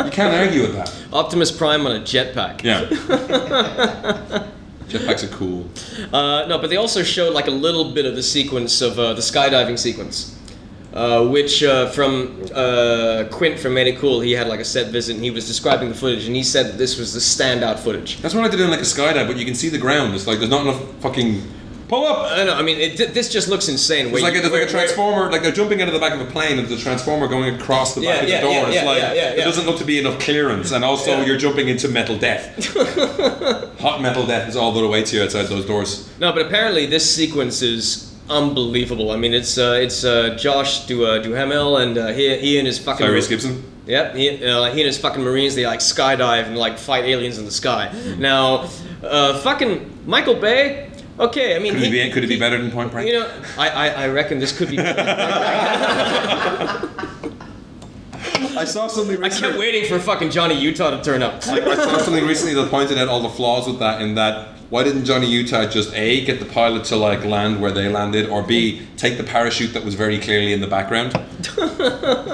Speaker 2: you can't argue with that.
Speaker 1: Optimus Prime on a jetpack.
Speaker 2: Yeah. Jetpacks are cool.
Speaker 1: Uh, no, but they also showed like a little bit of the sequence of uh, the skydiving sequence, uh, which uh, from uh, Quint from Made It Cool, he had like a set visit and he was describing the footage and he said that this was the standout footage.
Speaker 2: That's what I did in like a skydive, but you can see the ground. It's like there's not enough fucking pull up.
Speaker 1: I know. I mean, it, thi- this just looks insane.
Speaker 2: It's
Speaker 1: where
Speaker 2: like a,
Speaker 1: you-
Speaker 2: it's like a
Speaker 1: where-
Speaker 2: transformer, like they're jumping out of the back of a plane, and there's a transformer going across the back
Speaker 1: Yeah,
Speaker 2: of the
Speaker 1: yeah,
Speaker 2: door.
Speaker 1: yeah,
Speaker 2: it's
Speaker 1: yeah,
Speaker 2: like
Speaker 1: yeah, yeah,
Speaker 2: there
Speaker 1: yeah.
Speaker 2: doesn't look to be enough clearance, and also
Speaker 1: Yeah.
Speaker 2: you're jumping into metal death. Hot metal death is all that awaits you outside those doors.
Speaker 1: No, but apparently this sequence is unbelievable. I mean, it's uh, it's uh, Josh Du uh, Duhamel and uh, he, he and his fucking
Speaker 2: Tyrese Gibson.
Speaker 1: Yep, he, uh, he and his fucking marines, they like skydive and like fight aliens in the sky. Now, uh, fucking Michael Bay, okay, I mean.
Speaker 2: Could it
Speaker 1: he-
Speaker 2: be? Could it be
Speaker 1: he-
Speaker 2: better than Point Break?
Speaker 1: You know, I, I, I reckon this could be. I
Speaker 2: I saw something.
Speaker 1: kept waiting for fucking Johnny Utah to turn up.
Speaker 2: Like, I saw something recently that pointed out all the flaws with that. In that, why didn't Johnny Utah just a get the pilot to like land where they landed, or b take the parachute that was very clearly in the background?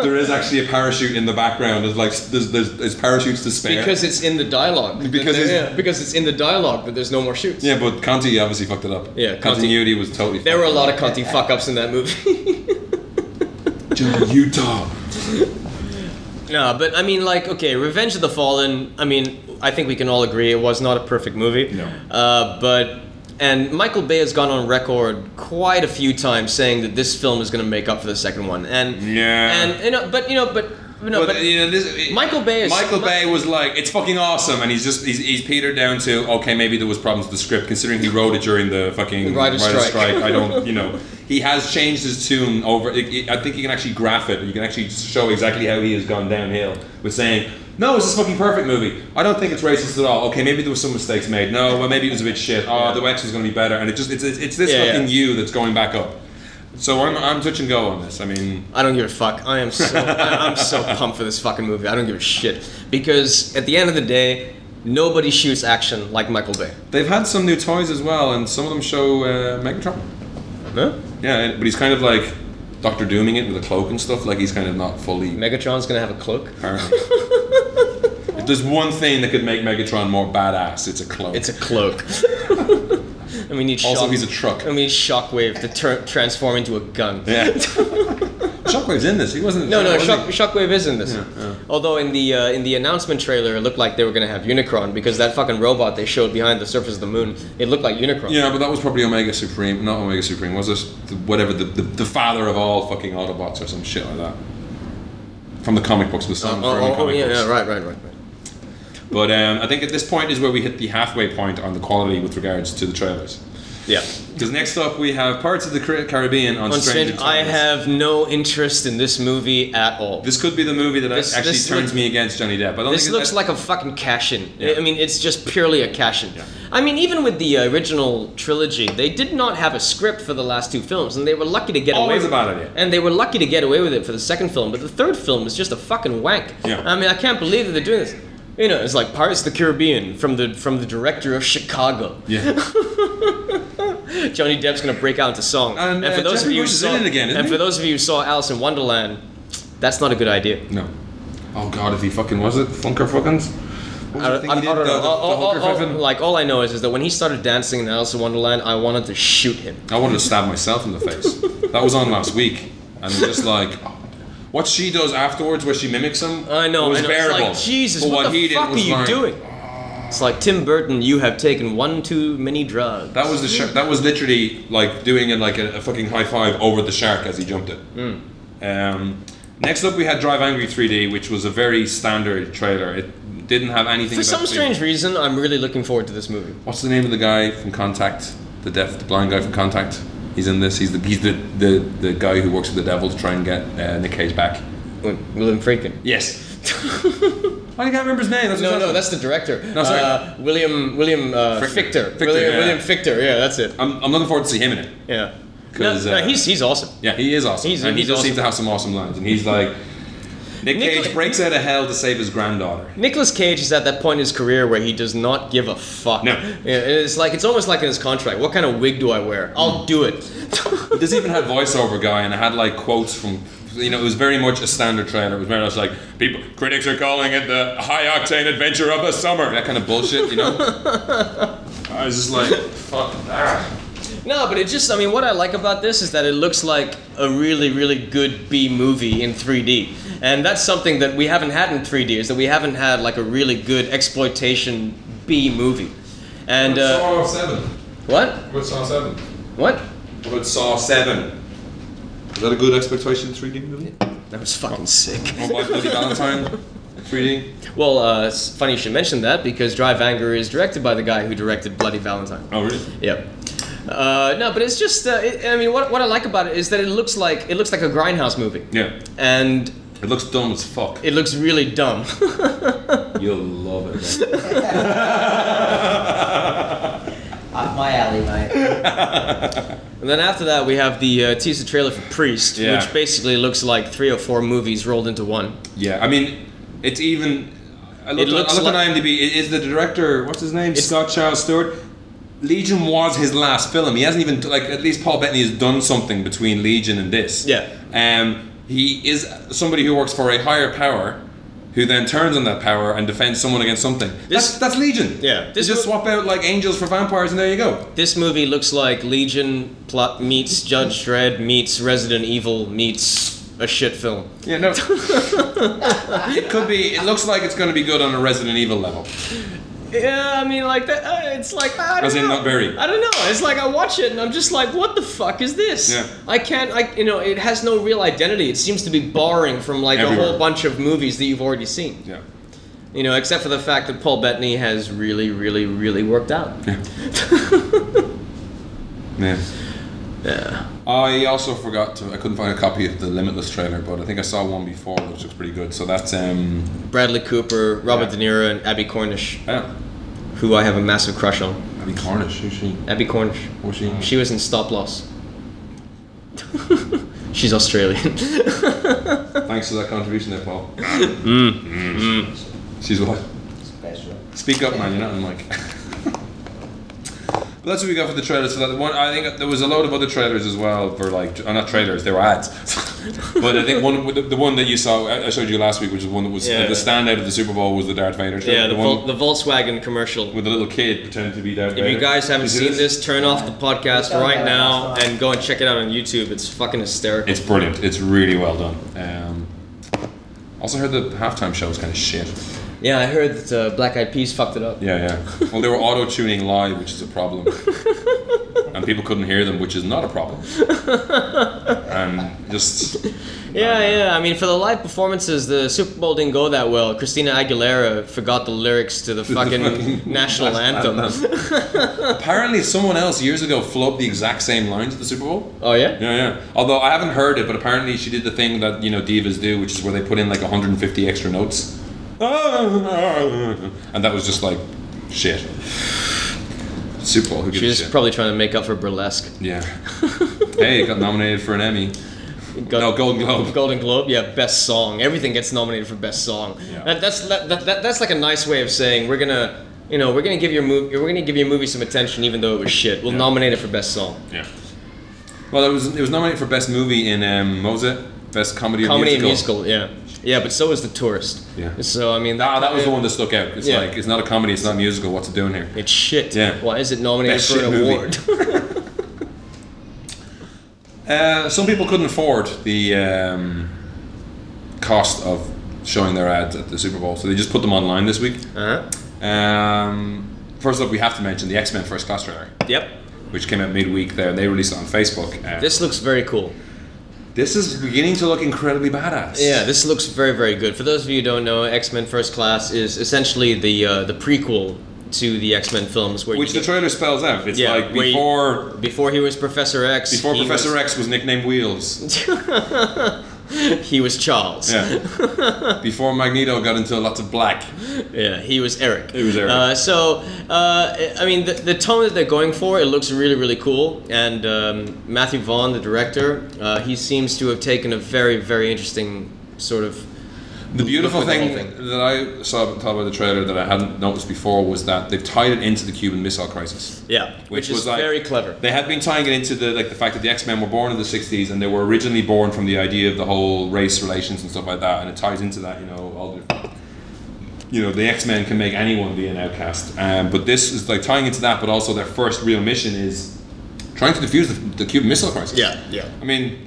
Speaker 2: there is actually a parachute in the background. There's like there's there's, there's parachutes to spare.
Speaker 1: Because it's in the dialogue. that
Speaker 2: Because
Speaker 1: there-
Speaker 2: it's-
Speaker 1: yeah, because it's in the dialogue that there's no more shoots.
Speaker 2: yeah, but Conti obviously fucked it up.
Speaker 1: Yeah, Conti-
Speaker 2: continuity was totally.
Speaker 1: There were a lot of cunty fuck ups in that movie.
Speaker 2: Johnny Utah.
Speaker 1: No, but I mean, like, okay, Revenge of the Fallen. I mean, I think we can all agree it was not a perfect movie.
Speaker 2: No.
Speaker 1: Uh, but and Michael Bay has gone on record quite a few times saying that this film is going to make up for the second one. And
Speaker 2: Yeah.
Speaker 1: And you know, but you know, but you know,
Speaker 2: but,
Speaker 1: but,
Speaker 2: you know, this,
Speaker 1: Michael Bay is-
Speaker 2: Michael Bay was like, it's fucking awesome, and he's just he's, he's petered down to okay, maybe there was problems with the script, considering he wrote it during the fucking
Speaker 1: Writer's strike.
Speaker 2: I don't, you know, he has changed his tune over. It, it- I think you can actually graph it. You can actually show exactly how he has gone downhill with saying. No, it's this fucking perfect movie. I don't think it's racist at all. Okay, maybe there was some mistakes made. No, well, maybe it was a bit shit. Oh, the wax is going to be better, and it just it's it's, it's this
Speaker 1: Yeah, yeah.
Speaker 2: fucking you that's going back up. So I'm I'm touch and go on this. I mean,
Speaker 1: I don't give a fuck. I am so I, I'm so pumped for this fucking movie. I don't give a shit because at the end of the day, nobody shoots action like Michael Bay.
Speaker 2: They've had some new toys as well, and some of them show uh, Megatron.
Speaker 1: Huh?
Speaker 2: Yeah, but he's kind of like Doctor Dooming it with a cloak and stuff. Like he's kind of not fully.
Speaker 1: Megatron's gonna have a cloak.
Speaker 2: Apparently. if there's one thing that could make Megatron more badass, it's a cloak.
Speaker 1: It's a cloak. and we need
Speaker 2: also,
Speaker 1: shock- Um,
Speaker 2: he's a truck.
Speaker 1: And we need Shockwave to tur- transform into a gun.
Speaker 2: Yeah. Shockwave's in this. He wasn't.
Speaker 1: No, no,
Speaker 2: was he?
Speaker 1: Shock- Shockwave is in this.
Speaker 2: yeah.
Speaker 1: Although in the uh, in the announcement trailer, it looked like they were gonna have Unicron because that fucking robot they showed behind the surface of the moon, it looked like Unicron.
Speaker 2: Yeah, but that was probably Omega Supreme, not Omega Supreme. Was it the, whatever the, the, the father of all fucking Autobots or some shit like that? From the comic books, the
Speaker 1: Oh,
Speaker 2: Sam
Speaker 1: oh,
Speaker 2: Furman
Speaker 1: oh,
Speaker 2: comic
Speaker 1: yeah,
Speaker 2: books.
Speaker 1: yeah, right, right, right, right.
Speaker 2: But um, I think at this point is where we hit the halfway point on the quality with regards to the trailers.
Speaker 1: Yeah.
Speaker 2: Because next up we have Pirates of the Car- Caribbean on,
Speaker 1: On
Speaker 2: Stranger
Speaker 1: Strange, I
Speaker 2: Tides.
Speaker 1: have no interest in this movie at all.
Speaker 2: This could be the movie that
Speaker 1: This-
Speaker 2: actually
Speaker 1: this
Speaker 2: turns
Speaker 1: look-
Speaker 2: me against Johnny Depp. I don't
Speaker 1: This
Speaker 2: think it-
Speaker 1: looks like a fucking cash-in. I-
Speaker 2: Yeah.
Speaker 1: I mean, it's just purely a cash-in.
Speaker 2: Yeah.
Speaker 1: I mean, even with the uh, original trilogy, they did not have a script for the last two films, and they were lucky to get away
Speaker 2: Always
Speaker 1: with
Speaker 2: a bad idea.
Speaker 1: And they were lucky to get away with it for the second film, but the third film is just a fucking wank.
Speaker 2: Yeah.
Speaker 1: I mean, I can't believe that they're doing this. You know, it's like Pirates of the Caribbean from the from the director of Chicago.
Speaker 2: Yeah.
Speaker 1: Johnny Depp's gonna break out into song.
Speaker 2: And, uh, Jeffrey
Speaker 1: who
Speaker 2: Bush is
Speaker 1: saw,
Speaker 2: in it again, isn't
Speaker 1: and
Speaker 2: he?
Speaker 1: for those of you who saw Alice in Wonderland, that's not a good idea.
Speaker 2: No. Oh god, if he fucking was it, Funker fuckins. What was
Speaker 1: I,
Speaker 2: the
Speaker 1: don't-
Speaker 2: thing
Speaker 1: I,
Speaker 2: he
Speaker 1: I
Speaker 2: did,
Speaker 1: don't know.
Speaker 2: the- the-
Speaker 1: All- Oh, all-
Speaker 2: the Hulker
Speaker 1: all-
Speaker 2: Fiffin?
Speaker 1: like all I know is, is that when he started dancing in Alice in Wonderland, I wanted to shoot him.
Speaker 2: I wanted to stab myself in the face. that was on last week, and just like. What she does afterwards, where she mimics him,
Speaker 1: I know.
Speaker 2: was
Speaker 1: I know.
Speaker 2: bearable.
Speaker 1: It's like Jesus,
Speaker 2: But
Speaker 1: what,
Speaker 2: he
Speaker 1: the
Speaker 2: did
Speaker 1: fuck are
Speaker 2: was
Speaker 1: you
Speaker 2: like-
Speaker 1: doing? It's like Tim Burton, you have taken one too many drugs.
Speaker 2: That was the shark. That was literally like doing it like a, a fucking high five over the shark as he jumped it.
Speaker 1: Hmm.
Speaker 2: Um, next up, we had Drive Angry 3D, which was a very standard trailer. It didn't have anything.
Speaker 1: For
Speaker 2: about
Speaker 1: some
Speaker 2: the-
Speaker 1: strange reason, I'm really looking forward to this movie.
Speaker 2: What's the name of the guy from Contact? The deaf, the blind guy from Contact. He's in this. He's the he's the the, the guy who works with the devil to try and get uh, Nick Cage back.
Speaker 1: Wait, William Friedkin.
Speaker 2: Yes. I can't remember his name. That's
Speaker 1: No,
Speaker 2: what's
Speaker 1: no,
Speaker 2: up.
Speaker 1: that's the director.
Speaker 2: No, sorry.
Speaker 1: Uh, William William uh,
Speaker 2: Fichter.
Speaker 1: Fichter.
Speaker 2: Fichter,
Speaker 1: William,
Speaker 2: yeah.
Speaker 1: William Fichter. Yeah, that's it.
Speaker 2: I'm, I'm looking forward to see him in it.
Speaker 1: Yeah.
Speaker 2: 'Cause,
Speaker 1: No, no,
Speaker 2: uh,
Speaker 1: he's he's awesome.
Speaker 2: Yeah, he is awesome.
Speaker 1: He's-
Speaker 2: and he
Speaker 1: he's
Speaker 2: does seem
Speaker 1: awesome.
Speaker 2: to have some awesome lines. And he's like, Nick
Speaker 1: Nicola-
Speaker 2: Cage breaks out of hell to save his granddaughter.
Speaker 1: Nicolas Cage is at that point in his career where he does not give a fuck.
Speaker 2: No.
Speaker 1: Yeah, it's like it's almost like in his contract. What kind of wig do I wear? I'll do it.
Speaker 2: But Mm. this even had voiceover guy, and it had like quotes from. You know, it was very much a standard trailer. It was very much like people, critics are calling it the high octane adventure of the summer. That kind of bullshit, you know. I was just like, fuck that.
Speaker 1: no, but it just I mean what I like about this is that it looks like a really really good B movie in 3D. And that's something that we haven't had in 3D is that we haven't had like a really good exploitation B movie. And uh,
Speaker 2: Saw Seven.
Speaker 1: what?
Speaker 2: What about Saw Seven?
Speaker 1: What?
Speaker 2: What about Saw Seven? Is that a good expectation 3D movie?
Speaker 1: That was fucking sick.
Speaker 2: Or by Oh, Bloody Valentine 3D?
Speaker 1: Well, uh, it's funny you should mention that because Drive Anger is directed by the guy who directed Bloody Valentine.
Speaker 2: Oh really?
Speaker 1: Yep. Uh, no, but it's just. Uh, it, I mean, what, what I like about it is that it looks like it looks like a grindhouse movie,
Speaker 2: Yeah.
Speaker 1: and
Speaker 2: It looks dumb as fuck.
Speaker 1: it looks really dumb.
Speaker 2: You'll love it. man.
Speaker 3: Up my alley, mate.
Speaker 1: and then after that, we have the uh, teaser trailer for Priest,
Speaker 2: Yeah.
Speaker 1: which basically looks like three or four movies rolled into one.
Speaker 2: yeah, I mean, it's even. I looked,
Speaker 1: It looks
Speaker 2: I looked
Speaker 1: like-
Speaker 2: on IMDb. It is the director? What's his name?
Speaker 1: It's-
Speaker 2: Scott Charles Stewart. Legion was his last film. He hasn't even like at least Paul Bettany has done something between Legion and this.
Speaker 1: Yeah.
Speaker 2: Um, he is somebody who works for a higher power, who then turns on that power and defends someone against something.
Speaker 1: This-
Speaker 2: that's, that's Legion.
Speaker 1: Yeah.
Speaker 2: They
Speaker 1: This
Speaker 2: just
Speaker 1: wo-
Speaker 2: swap out like angels for vampires and there you go.
Speaker 1: This movie looks like Legion plot meets Judge Dredd meets Resident Evil meets a shit film.
Speaker 2: Yeah, no. it could be. It looks like it's going to be good on a Resident Evil level.
Speaker 1: Yeah, I mean, like that. Uh, it's like I don't
Speaker 2: As in
Speaker 1: know.
Speaker 2: not very.
Speaker 1: I don't know. It's like I watch it and I'm just like, what the fuck is this?
Speaker 2: Yeah.
Speaker 1: I can't. I you know, it has no real identity. It seems to be borrowing from like a
Speaker 2: Everywhere.
Speaker 1: whole bunch of movies that you've already seen.
Speaker 2: Yeah.
Speaker 1: You know, except for the fact that Paul Bettany has really, really, really worked out.
Speaker 2: Yeah. yeah.
Speaker 1: Yeah.
Speaker 2: I also forgot to. I couldn't find a copy of the Limitless trailer, but I think I saw one before, which looks pretty good. So that's um.
Speaker 1: Bradley Cooper, Robert De
Speaker 2: Yeah.
Speaker 1: Niro, and Abby Cornish,
Speaker 2: Yeah.
Speaker 1: who I have a massive crush on.
Speaker 2: Abby Cornish. Who's she?
Speaker 1: Abby Cornish.
Speaker 2: Was she?
Speaker 1: She was in Stop Loss. She's Australian.
Speaker 2: Thanks for that contribution there, Paul. She's what?
Speaker 3: Special.
Speaker 2: Speak up, man. You're not on mic. But that's what we got for the trailers. So that one, I think there was a load of other trailers as well for like, uh, not trailers, they were ads. but I think one, the, the one that you saw, I I showed you last week, which is one that was
Speaker 1: Yeah.
Speaker 2: the standout of the Super Bowl was the Darth Vader trailer.
Speaker 1: yeah, the,
Speaker 2: one
Speaker 1: Vol- the Volkswagen commercial.
Speaker 2: with the little kid pretending to be Darth Vader.
Speaker 1: If you guys haven't
Speaker 2: You see
Speaker 1: seen this, turn off the podcast
Speaker 3: Yeah.
Speaker 1: right now
Speaker 3: Yeah.
Speaker 1: and go and check it out on YouTube. It's fucking hysterical.
Speaker 2: It's brilliant. It's really well done. Um, Also heard the halftime show was kind of shit.
Speaker 1: Yeah, I heard that uh, Black Eyed Peas fucked it up.
Speaker 2: Yeah, yeah. Well, they were auto tuning live, which is a problem, and people couldn't hear them, which is not a problem. And just
Speaker 1: Yeah, yeah. I mean, for the live performances, the Super Bowl didn't go that well. Christina Aguilera forgot the lyrics to the fucking national anthem.
Speaker 2: Apparently, someone else years ago flubbed the exact same lines at the Super Bowl.
Speaker 1: Oh yeah.
Speaker 2: Yeah, yeah. Although I haven't heard it, but apparently she did the thing that you know divas do, which is where they put in like 150 extra notes, and that was just like shit. Super Bowl. Who gives
Speaker 1: She
Speaker 2: a
Speaker 1: was
Speaker 2: shit?
Speaker 1: probably trying to make up for burlesque.
Speaker 2: yeah. hey, it got nominated for an Emmy.
Speaker 1: Go-
Speaker 2: No, Golden Globe.
Speaker 1: Golden Globe, yeah, best song. Everything gets nominated for best song.
Speaker 2: Yeah.
Speaker 1: That, that's that, that, that- that's like a nice way of saying we're gonna, you know, we're gonna give your movie, we're gonna give your movie some attention, even though it was shit. We'll
Speaker 2: Yeah.
Speaker 1: nominate it for best song.
Speaker 2: Yeah. Well, it was it was nominated for best movie in um, what was it? Best comedy. or
Speaker 1: Comedy
Speaker 2: musical.
Speaker 1: and musical, yeah, yeah, but so is the tourist.
Speaker 2: Yeah.
Speaker 1: So I mean,
Speaker 2: Ah, that was the one that stuck out. It's
Speaker 1: Yeah.
Speaker 2: like it's not a comedy, it's not musical. What's it doing here?
Speaker 1: It's shit.
Speaker 2: Yeah.
Speaker 1: Why is it nominated
Speaker 2: Best
Speaker 1: for
Speaker 2: shit
Speaker 1: an
Speaker 2: movie.
Speaker 1: award?
Speaker 2: Uh, some people couldn't afford the um, cost of showing their ads at the Super Bowl, so they just put them online this week.
Speaker 1: huh?
Speaker 2: Um, first up, we have to mention the X Men First Class trailer,
Speaker 1: Yep.
Speaker 2: which came out midweek there, and they released it on Facebook. Uh,
Speaker 1: This looks very cool.
Speaker 2: this is beginning to look incredibly badass.
Speaker 1: Yeah, this looks very very good. For those of you who don't know, X Men First Class is essentially the uh, the prequel to the X Men films, where
Speaker 2: which
Speaker 1: you
Speaker 2: the trailer spells out. It's
Speaker 1: Yeah,
Speaker 2: like
Speaker 1: where you-
Speaker 2: before
Speaker 1: Before he was Professor X.
Speaker 2: before
Speaker 1: he
Speaker 2: Professor X was nicknamed Wheels.
Speaker 1: X. He was Charles.
Speaker 2: Yeah. Before Magneto got into lots of black.
Speaker 1: Yeah, he was Eric.
Speaker 2: He was Eric.
Speaker 1: Uh, so, uh, I mean, the, the tone that they're going for, it looks really, really cool. And um, Matthew Vaughn, the director, uh, he seems to have taken a very, very interesting sort of.
Speaker 2: The beautiful
Speaker 1: Look at the
Speaker 2: thing,
Speaker 1: whole thing.
Speaker 2: that I saw thought about the trailer that I hadn't noticed before was that they've tied it into the Cuban Missile Crisis.
Speaker 1: Yeah, which,
Speaker 2: Which
Speaker 1: is
Speaker 2: was like-
Speaker 1: very clever.
Speaker 2: They had been tying it into the like the fact that the X Men were born in the '60s and they were originally born from the idea of the whole race relations and stuff like that, and it ties into that, you know, all the different- you know the X Men can make anyone be an outcast, um, but this is like tying into that, but also their first real mission is trying to defuse the, the Cuban Missile Crisis.
Speaker 1: Yeah, yeah.
Speaker 2: I mean,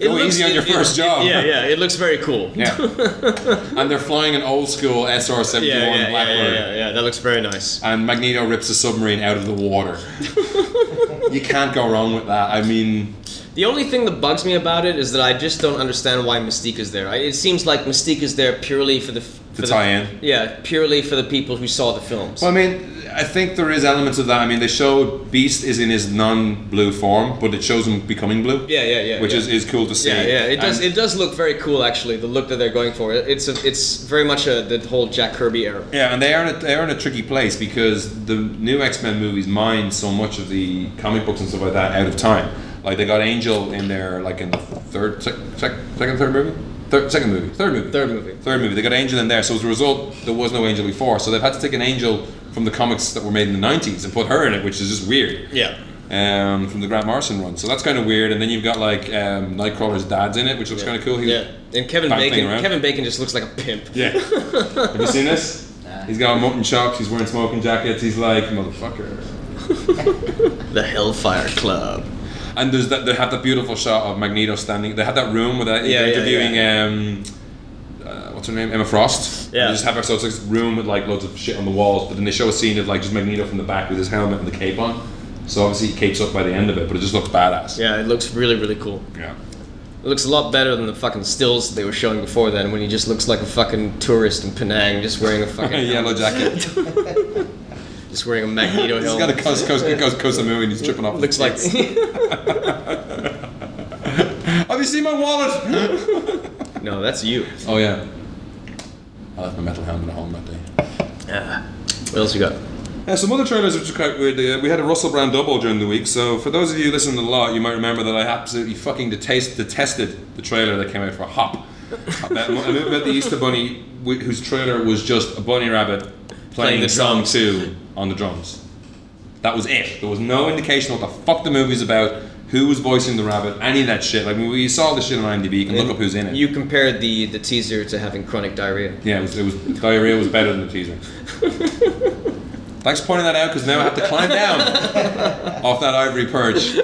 Speaker 2: Go easy on your first job.
Speaker 1: Yeah, yeah, it looks very cool.
Speaker 2: yeah, and they're flying an old school SR
Speaker 1: Yeah,
Speaker 2: seventy
Speaker 1: yeah,
Speaker 2: one
Speaker 1: yeah, yeah,
Speaker 2: Blackbird.
Speaker 1: yeah, yeah, yeah, that looks very nice.
Speaker 2: and Magneto rips a submarine out of the water. you can't go wrong with that. I mean,
Speaker 1: The only thing that bugs me about it is that I just don't understand why Mystique is there. I, it seems like Mystique is there purely for the f- for the-
Speaker 2: tie-in.
Speaker 1: Yeah, purely for the people who saw the films.
Speaker 2: well, I mean, I think there is elements of that. I mean, they show Beast is in his non-blue form, but it shows him becoming blue.
Speaker 1: yeah, yeah, yeah.
Speaker 2: Which
Speaker 1: yeah.
Speaker 2: is, is cool to see.
Speaker 1: yeah, yeah. It does.
Speaker 2: And
Speaker 1: It does look very cool, actually. The look that they're going for. It- It's a, it's very much a the whole Jack Kirby era.
Speaker 2: yeah, and they are in a, they are in a tricky place because the new X Men movies mine so much of the comic books and stuff like that out of time. Like they got Angel in there, like in the third, sec, sec, second, third movie, third, second movie, third movie,
Speaker 1: Third movie.
Speaker 2: third movie. They got Angel in there, so as a result, there was no Angel before. So they've had to take an Angel from the comics that were made in the '90s and put her in it, which is just weird.
Speaker 1: Yeah.
Speaker 2: Um, from the Grant Morrison run, so that's kind of weird. And then you've got like um, Nightcrawler's dad's in it, which looks kind of cool. He-
Speaker 1: Yeah. And Kevin
Speaker 2: Bouncing
Speaker 1: Bacon.
Speaker 2: around.
Speaker 1: Kevin Bacon just looks like a pimp.
Speaker 2: yeah. Have you seen this?
Speaker 3: Nah.
Speaker 2: He's got mutton chops. He's wearing smoking jackets. He's like motherfucker.
Speaker 1: The Hellfire Club.
Speaker 2: And there's that. They have that beautiful shot of Magneto standing. They had that room where they're
Speaker 1: Yeah, yeah,
Speaker 2: interviewing.
Speaker 1: yeah.
Speaker 2: Um, uh, what's her name? Emma Frost.
Speaker 1: Yeah.
Speaker 2: They just have her so it's like a room with like loads of shit on the walls, but then they show a scene of like just Magneto from the back with his helmet and the cape on. So obviously he capes up by the end of it, but it just looks badass.
Speaker 1: Yeah, it looks really really cool.
Speaker 2: Yeah.
Speaker 1: It looks a lot better than the fucking stills they were showing before then, when he just looks like a fucking tourist in Penang, just wearing a
Speaker 2: A
Speaker 1: fucking
Speaker 2: yellow jacket.
Speaker 1: just wearing a Magneto
Speaker 2: He's got a
Speaker 1: helmet.
Speaker 2: Coast Coast Coast Coast Samu and he's tripping off.
Speaker 1: Looks like
Speaker 2: Have you seen my wallet?
Speaker 1: no, that's you.
Speaker 2: oh yeah. I left my metal helmet at home that day.
Speaker 1: Ah. What else you got?
Speaker 2: Uh, some other trailers which are quite weird. Uh, we had a Russell Brand double during the week, so for those of you listening to the lot, you might remember that I absolutely fucking detest, detested the trailer that came out for Hop. uh, About, about the Easter Bunny, wh- whose trailer was just a bunny rabbit playing,
Speaker 1: Playing the
Speaker 2: song
Speaker 1: drums.
Speaker 2: two on the drums. That was it. There was no indication what the fuck the movie's about, who was voicing the rabbit, any of that shit. Like, when we saw the shit on IMDb, you can look up who's in it.
Speaker 1: You compared the the teaser to having chronic diarrhea.
Speaker 2: Yeah, it was, it was diarrhea was better than the teaser. Thanks for pointing that out because now I have to climb down off that ivory perch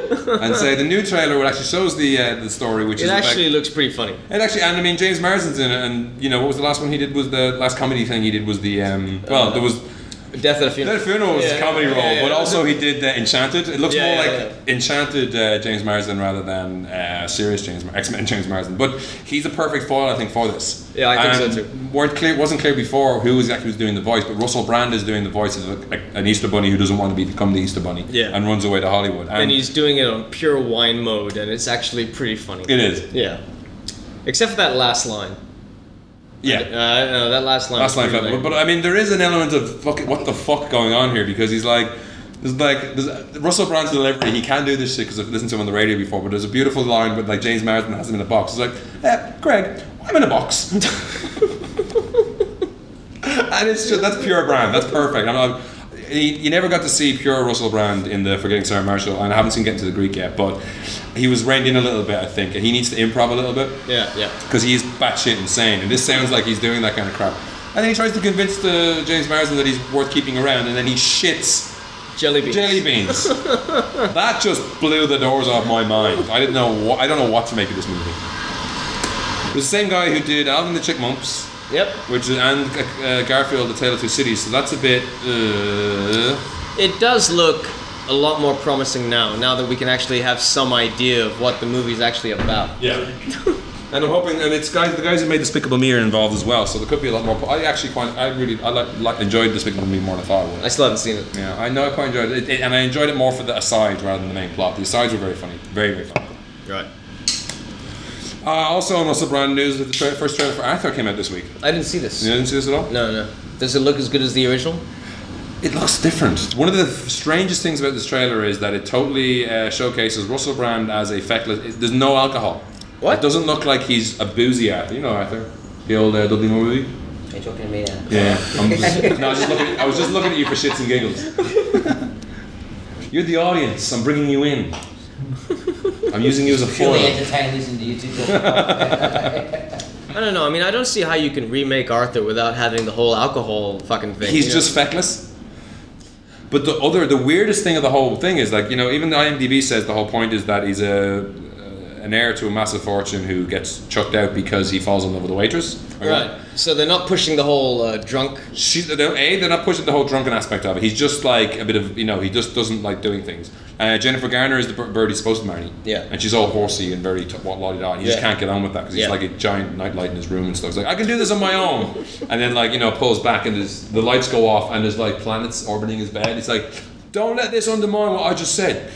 Speaker 2: and say the new trailer which actually shows the uh, the story, which
Speaker 1: It
Speaker 2: is the
Speaker 1: actually
Speaker 2: fact-
Speaker 1: looks pretty funny.
Speaker 2: it actually, and I mean, James Marsden's in it, and you know, what was the last one he did? Was the last comedy thing he did was the um, well, there was
Speaker 1: Death at a funeral.
Speaker 2: Dead Funeral was
Speaker 1: Yeah,
Speaker 2: his comedy
Speaker 1: yeah,
Speaker 2: role,
Speaker 1: yeah.
Speaker 2: but also he did uh, Enchanted. It looks
Speaker 1: Yeah,
Speaker 2: more
Speaker 1: yeah,
Speaker 2: like Enchanted uh, James Marsden rather than uh, serious James X Men James Marsden. But he's a perfect foil, I think, for this.
Speaker 1: Yeah, I think so
Speaker 2: And
Speaker 1: too.
Speaker 2: Weren't clear, wasn't clear before who exactly was doing the voice, but Russell Brand is doing the voice of a, a- an Easter Bunny who doesn't want to be, become the Easter Bunny
Speaker 1: Yeah.
Speaker 2: and runs away to Hollywood.
Speaker 1: and he's doing it on pure wine mode, and it's actually pretty funny.
Speaker 2: it is.
Speaker 1: Yeah. Except for that last line.
Speaker 2: Yeah.
Speaker 1: Uh, no, that last line.
Speaker 2: That's
Speaker 1: was
Speaker 2: life
Speaker 1: pretty,
Speaker 2: level.
Speaker 1: like-
Speaker 2: But I mean, there is an element of fuck, it, what the fuck going on here because he's like, there's like there's, Russell Brand's delivery. He can do this shit because I've listened to him on the radio before. But there's a beautiful line, but like James Marsden has him in a box. He's like, eh, Greg, I'm in a box. and it's just that's pure Brand. That's perfect. I'm, I'm, he, you never got to see pure Russell Brand in the Forgetting Sarah Marshall, and I haven't seen Getting to the Greek yet. But he was reined in a little bit, I think, and he needs to improv a little bit
Speaker 1: yeah, yeah.
Speaker 2: because he's batshit insane, and this sounds like he's doing that kind of crap. And then he tries to convince the James Marsden that he's worth keeping around, and then he shits
Speaker 1: Jelly beans.
Speaker 2: jelly beans. that just blew the doors off my mind. I didn't know. Wha- I don't know what to make of this movie. It was the same guy who did Alvin and the Chipmunks,
Speaker 1: Yep.
Speaker 2: which is, and uh, Garfield: The Tale of Two Cities. So that's a bit. Uh,
Speaker 1: It does look a lot more promising now, now that we can actually have some idea of what the movie's actually about.
Speaker 2: Yeah. And I'm hoping, and it's guys, the guys who made Despicable Me are involved as well, so there could be a lot more. I actually quite, I really, I like, like enjoyed Despicable Me more than I thought I would.
Speaker 1: I still haven't seen it.
Speaker 2: Yeah, I know I quite enjoyed it. It- it- and I enjoyed it more for the aside rather than the main plot. The asides were very funny, very very funny.
Speaker 1: Right.
Speaker 2: Uh, also, on Russell Brand news, that the tra- first trailer for Arthur came out this week.
Speaker 1: I didn't see this.
Speaker 2: You didn't see this at all?
Speaker 1: No, no. Does it look as good as the original?
Speaker 2: It looks different. One of the f- strangest things about this trailer is that it totally uh, showcases Russell Brand as a feckless. it- there's no alcohol.
Speaker 1: What?
Speaker 2: It doesn't look like he's a boozy Arthur. You know Arthur, the old uh, Dudley Moore movie.
Speaker 3: Are you talking to me now?
Speaker 2: Yeah. I'm just, no, I was just looking. I was just looking at you for shits and giggles. You're the audience. I'm bringing you in. I'm using you as a
Speaker 3: Surely
Speaker 2: foil.
Speaker 3: entertain listening to you two talk.
Speaker 1: I don't know. I mean, I don't see how you can remake Arthur without having the whole alcohol fucking thing.
Speaker 2: He's
Speaker 1: you know?
Speaker 2: just feckless. But the other, the weirdest thing of the whole thing is like you know, even the IMDb says the whole point is that he's a uh, an heir to a massive fortune who gets chucked out because he falls in love with a waitress.
Speaker 1: Right. So they're not pushing the whole uh, drunk.
Speaker 2: she's they don't- a they're not pushing the whole drunken aspect of it. He's just like a bit of you know he just doesn't like doing things. Uh, Jennifer Garner is the bir- bird he's supposed to marry.
Speaker 1: Yeah.
Speaker 2: and she's all horsey and very t- what lolly da. He just
Speaker 1: Yeah.
Speaker 2: can't get on with that because he's
Speaker 1: Yeah.
Speaker 2: like a giant nightlight in his room and stuff. He's like I can do this on my own, and then like you know pulls back and there's, the lights go off and there's like planets orbiting his bed. He's like, don't let this undermine what I just said.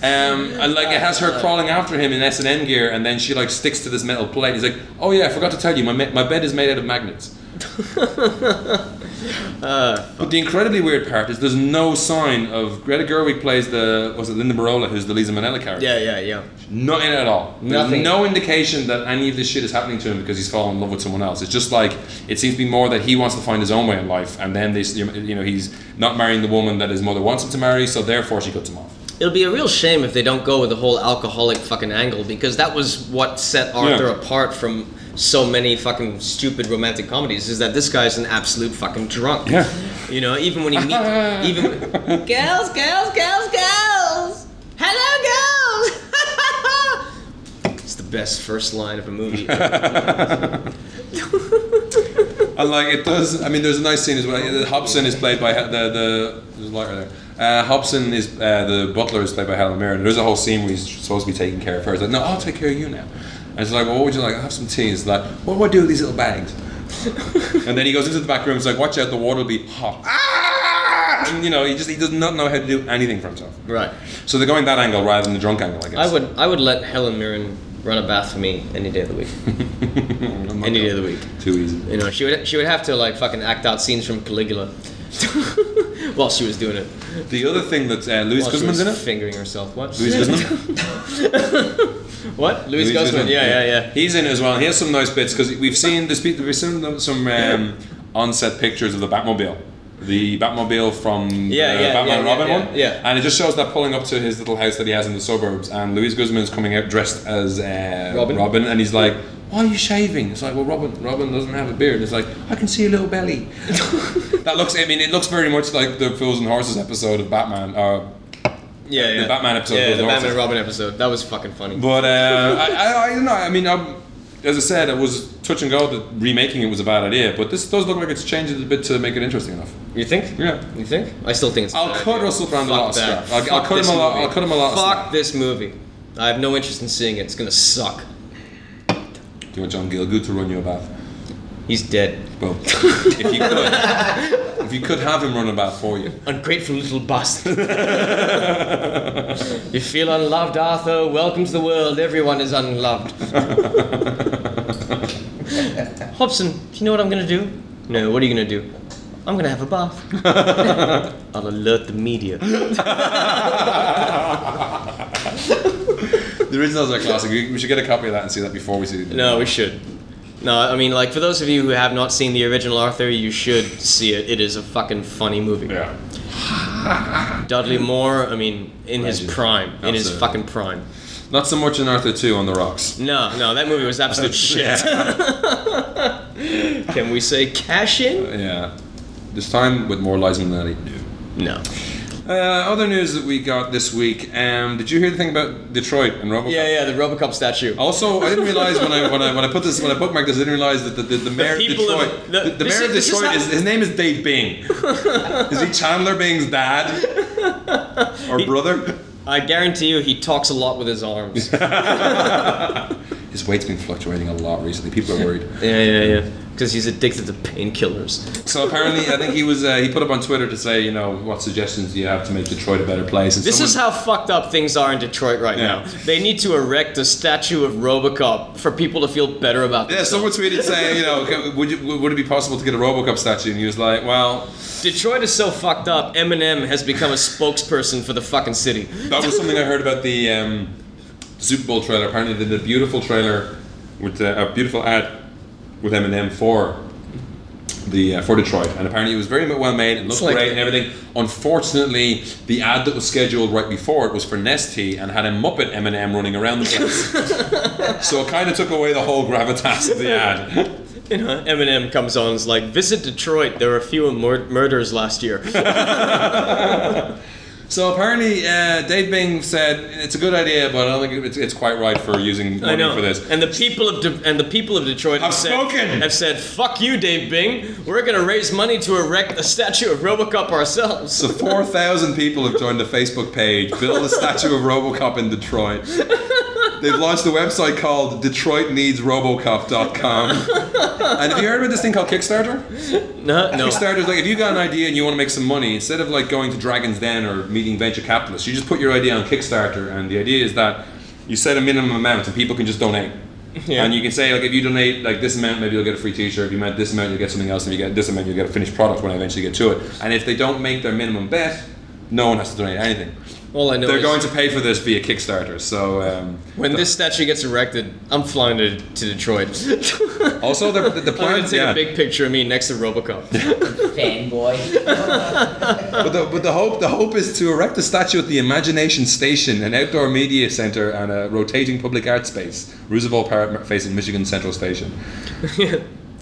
Speaker 2: Um, and like it has her crawling after him in S and M gear, and then she like sticks to this metal plate. He's like, "Oh yeah, I forgot to tell you, my ma- my bed is made out of magnets."
Speaker 1: Uh,
Speaker 2: But the incredibly weird part is there's no sign of Greta Gerwig plays the was it Linda Barola who's the Lisa Minnelli character.
Speaker 1: Yeah, yeah, yeah.
Speaker 2: Nothing at all. There's
Speaker 1: Nothing.
Speaker 2: No indication that any of this shit is happening to him because he's fallen in love with someone else. It's just like it seems to be more that he wants to find his own way in life, and then this you know he's not marrying the woman that his mother wants him to marry, so therefore she cuts him off.
Speaker 1: It'll be a real shame if they don't go with the whole alcoholic fucking angle because that was what set Arthur
Speaker 2: Yeah.
Speaker 1: apart from so many fucking stupid romantic comedies is that this guy's an absolute fucking drunk.
Speaker 2: Yeah.
Speaker 1: You know, even when he meets, even girls, girls, girls, girls, hello, girls. it's the best first line of a movie.
Speaker 2: And like it does. I mean, there's a nice scene as well. Hobson is played by Hel- the the there's a light right there. Uh, Hobson is uh, the butler is played by Helen Mirren. There's a whole scene where he's supposed to be taking care of her. He's like, no, I'll take care of you now. And she's like, well, what would you like? I have some tea. He's like, what do I do with these little bags? and then he goes into the back room. He's like, watch out, the water will be hot. Ah! And you know, he just he does not know how to do anything for himself.
Speaker 1: right.
Speaker 2: So they're going that angle rather than the drunk angle, I guess.
Speaker 1: I would I would let Helen Mirren run a bath for me any day of the week.
Speaker 2: Oh I'm not
Speaker 1: any day
Speaker 2: going-
Speaker 1: of the week.
Speaker 2: Too easy.
Speaker 1: You know, she would she would have to like fucking act out scenes from Caligula while she was doing it.
Speaker 2: The other thing that uh, Louis
Speaker 1: While she
Speaker 2: Guzman's
Speaker 1: was
Speaker 2: in it.
Speaker 1: fingering herself. What?
Speaker 2: Louis Guzman.
Speaker 1: what? Louis,
Speaker 2: Luis
Speaker 1: Guzman. Yeah, yeah, yeah.
Speaker 2: He's in it as well. and He has some nice bits because we've seen there's pe- we've seen them- some um, on-set pictures of the Batmobile, the Batmobile from
Speaker 1: Yeah,
Speaker 2: the
Speaker 1: yeah,
Speaker 2: Batman
Speaker 1: yeah,
Speaker 2: and Robin
Speaker 1: yeah,
Speaker 2: one.
Speaker 1: yeah, yeah.
Speaker 2: and it just shows that pulling up to his little house that he has in the suburbs, and Luis Guzman's coming out dressed as uh,
Speaker 1: Robin.
Speaker 2: and he's like, why are you shaving? It's like, well, Robin, Robin doesn't have a beard. It's like, I can see a little belly. that looks. I mean, it looks very much like the Fools and Horses episode of Batman. Uh,
Speaker 1: Yeah, yeah.
Speaker 2: The Batman episode
Speaker 1: Yeah,
Speaker 2: was
Speaker 1: the
Speaker 2: awesome.
Speaker 1: Batman and Robin episode. That was fucking funny.
Speaker 2: but uh, I, I, I don't know. I mean, i as I said, it was touch and go that remaking it was a bad idea. But this does look like it's changed it a bit to make it interesting enough.
Speaker 1: you think?
Speaker 2: Yeah.
Speaker 1: You think? I still think it's. a
Speaker 2: I'll
Speaker 1: bad
Speaker 2: cut
Speaker 1: idea.
Speaker 2: Russell Brand a
Speaker 1: Fuck
Speaker 2: lot of
Speaker 1: that.
Speaker 2: slack. I'll- I'll
Speaker 1: Fuck
Speaker 2: cut him
Speaker 1: this
Speaker 2: a lot-
Speaker 1: movie.
Speaker 2: I'll cut him a lot of
Speaker 1: Fuck
Speaker 2: slack.
Speaker 1: this movie. I have no interest in seeing it. It's gonna suck.
Speaker 2: Do you want John Gielgud to run you a bath?
Speaker 1: He's dead.
Speaker 2: Well, if you could, if you could have him run a bath for you.
Speaker 1: Ungrateful little bastard. you feel unloved, Arthur. Welcome to the world. Everyone is unloved. Hobson, do you know what I'm going to do? No, what are you going to do? I'm going to have a bath. I'll alert the media.
Speaker 2: The originals are classic. We we should get a copy of that and see that before we see. it.
Speaker 1: No, we should. No, I mean, like, for those of you who have not seen the original Arthur, you should see it. It is a fucking funny movie.
Speaker 2: Yeah.
Speaker 1: Dudley Moore, I mean, in his
Speaker 2: Legend.
Speaker 1: prime. In his
Speaker 2: Absolutely.
Speaker 1: fucking prime.
Speaker 2: Not so much in Arthur Two on the rocks.
Speaker 1: No, no, that movie was absolute shit. Can we say cash in?
Speaker 2: Yeah. This time with more lies than that he knew.
Speaker 1: No.
Speaker 2: Uh, other news that we got this week. Um, did you hear the thing about Detroit and Robocop?
Speaker 1: Yeah, yeah, the Robocop statue.
Speaker 2: Also, I didn't realize when I when I when I put this when I bookmarked this, I didn't realize that the, the, the mayor of
Speaker 1: people of-
Speaker 2: Detroit,
Speaker 1: the-
Speaker 2: the, the
Speaker 1: this
Speaker 2: mayor
Speaker 1: is-
Speaker 2: of
Speaker 1: this is
Speaker 2: Detroit,
Speaker 1: how-
Speaker 2: is, his name is Dave Bing. is he Chandler Bing's dad or brother?
Speaker 1: I guarantee you, he talks a lot with his arms. yeah,
Speaker 2: His weight's been fluctuating a lot recently. People are worried.
Speaker 1: yeah, yeah. Because he's addicted to painkillers.
Speaker 2: So apparently, I think he was uh, he put up on Twitter to say, you know, what suggestions do you have to make Detroit a better place? And
Speaker 1: This is
Speaker 2: someone-
Speaker 1: how fucked up things are in Detroit right
Speaker 2: Yeah.
Speaker 1: now. They need to erect a statue of Robocop for people to feel better about
Speaker 2: Yeah,
Speaker 1: this.
Speaker 2: someone tweeted saying, you know, "Can- would you, would it be possible to get a RoboCop statue? And he was like, well,
Speaker 1: Detroit is so fucked up, Eminem has become a spokesperson for the fucking city.
Speaker 2: That was something I heard about the um, Super Bowl trailer. Apparently, they did a beautiful trailer with uh, a beautiful ad with Eminem for the uh, for Detroit, and apparently it was very well made and looked
Speaker 1: It's like-
Speaker 2: great and everything. Unfortunately, the ad that was scheduled right before it was for Nesty and had a Muppet Eminem running around the place, so it kind of took away the whole gravitas of the ad.
Speaker 1: You know, Eminem comes on and is like, visit Detroit, there were fewer mur- murders last year.
Speaker 2: So apparently, uh, Dave Bing said it's a good idea, but I don't think it's, it's quite right for using
Speaker 1: I
Speaker 2: money
Speaker 1: know.
Speaker 2: for this.
Speaker 1: And the people of De- and the people of Detroit have
Speaker 2: I've
Speaker 1: said,
Speaker 2: spoken.
Speaker 1: have said, "Fuck you, Dave Bing. We're gonna raise money to erect a statue of RoboCop ourselves."
Speaker 2: So 4,000 people have joined the Facebook page, build a statue of RoboCop in Detroit. They've launched a website called DetroitNeedsRoboCop.com. And have you heard about this thing called Kickstarter?
Speaker 1: No, no.
Speaker 2: Kickstarter is like if you got an idea and you want to make some money, instead of like going to Dragon's Den or meeting venture capitalists, you just put your idea on Kickstarter. And the idea is that you set a minimum amount and people can just donate.
Speaker 1: Yeah.
Speaker 2: And you can say like if you donate like this amount, maybe you'll get a free T-shirt. If you amount this amount, you'll get something else. And if you get this amount, you'll get a finished product when I eventually get to it. And if they don't make their minimum bet, no one has to donate anything.
Speaker 1: All I know
Speaker 2: They're
Speaker 1: is
Speaker 2: going to pay for this via Kickstarter. So um,
Speaker 1: when this statue gets erected, I'm flying to, to Detroit.
Speaker 2: also the the, the
Speaker 1: I'm gonna
Speaker 2: plan.
Speaker 1: take
Speaker 2: yeah.
Speaker 1: a big picture of me next to RoboCop.
Speaker 3: Fanboy.
Speaker 2: But the, but the hope the hope is to erect a statue at the Imagination Station, an outdoor media center and a rotating public art space, Roosevelt Park facing Michigan Central Station.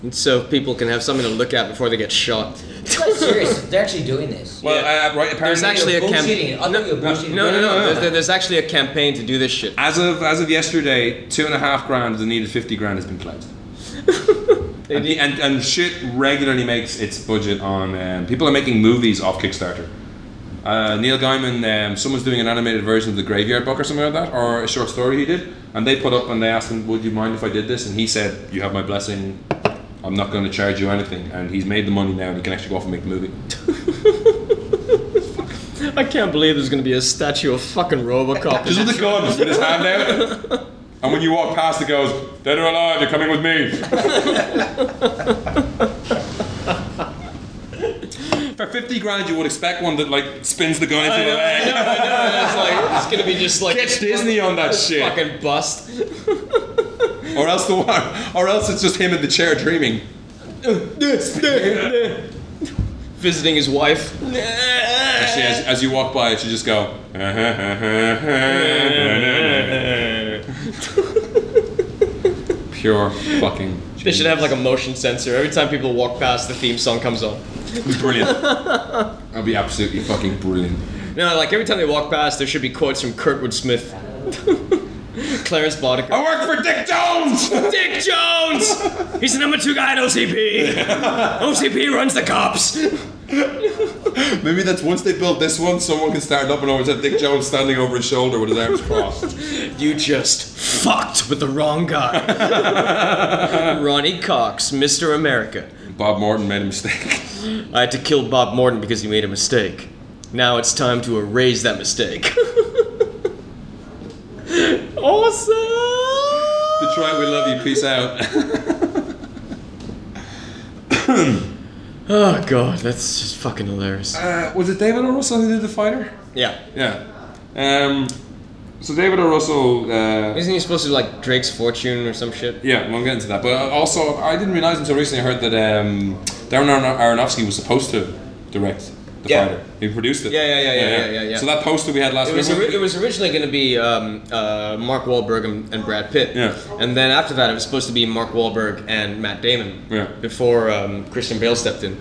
Speaker 1: And so people can have something to look at before they get shot.
Speaker 3: Like, serious, they're actually doing this.
Speaker 2: Well,
Speaker 1: Yeah.
Speaker 2: uh, right,
Speaker 1: There's
Speaker 2: apparently,
Speaker 1: actually a
Speaker 3: You're
Speaker 1: campaign.
Speaker 3: bullshitting. I thought you were bullshitting.
Speaker 1: no, no,
Speaker 2: No, no,
Speaker 1: no.
Speaker 2: no.
Speaker 1: There's, there's actually a campaign to do this shit.
Speaker 2: as of as of yesterday, two and a half grand of the needed fifty grand has been pledged.
Speaker 1: They
Speaker 2: and,
Speaker 1: need-
Speaker 2: and and shit regularly makes its budget on. Um, people are making movies off Kickstarter. Uh, Neil Gaiman, um, someone's doing an animated version of the Graveyard Book or something like that, or a short story he did, and they put up and they asked him, "Would you mind if I did this?" And he said, "You have my blessing. I'm not going to charge you anything." And he's made the money now, and he can actually go off and make the movie.
Speaker 1: I can't believe there's gonna be a statue of fucking RoboCop.
Speaker 2: Just with the gun, with his hand out. And when you walk past, it goes, "Dead or alive, you're coming with me." For fifty grand, you would expect one that like spins the gun into the leg.
Speaker 1: it's like it's gonna be just like
Speaker 2: Catch Disney on that shit,
Speaker 1: fucking bust.
Speaker 2: or else the one, or else it's just him in the chair dreaming.
Speaker 1: Visiting his wife.
Speaker 2: Actually, as, as you walk by, it should just go. "Uh-huh, Pure pure fucking.
Speaker 1: They should have like a motion sensor. Every time people walk past, the theme song comes on.
Speaker 2: brilliant. That'd be absolutely fucking brilliant.
Speaker 1: No, like every time they walk past, there should be quotes from Kurtwood Smith, Clarence Boddicker.
Speaker 2: I work for Dick Jones.
Speaker 1: Dick Jones! He's the number two guy at OCP! OCP runs the cops!
Speaker 2: Maybe that's once they build this one, someone can stand up and always have Dick Jones standing over his shoulder with his arms crossed.
Speaker 1: You just fucked with the wrong guy. Ronnie Cox, Mr. America.
Speaker 2: Bob Morton made a mistake.
Speaker 1: I had to kill Bob Morton because he made a mistake. Now it's time to erase that mistake. awesome!
Speaker 2: Detroit, we love you. Peace out.
Speaker 1: Oh god, that's just fucking hilarious.
Speaker 2: Uh, was it David O. Russell who did the fighter?
Speaker 1: Yeah.
Speaker 2: Yeah. Um, so David O. Russell. Uh,
Speaker 1: Isn't he supposed to like Drake's fortune or some shit?
Speaker 2: yeah, we'll get into that. But uh, also, I didn't realize until recently I heard that um, Darren Aron- Aronofsky was supposed to direct the
Speaker 1: Yeah.
Speaker 2: fighter. He produced it.
Speaker 1: Yeah, yeah, yeah, yeah, yeah, yeah, yeah.
Speaker 2: So that poster we had last
Speaker 1: It was,
Speaker 2: week.
Speaker 1: ori- it was originally going to be um, uh, Mark Wahlberg and, and Brad Pitt.
Speaker 2: Yeah.
Speaker 1: And then after that, it was supposed to be Mark Wahlberg and Matt Damon.
Speaker 2: Yeah.
Speaker 1: Before um, Christian Bale stepped in.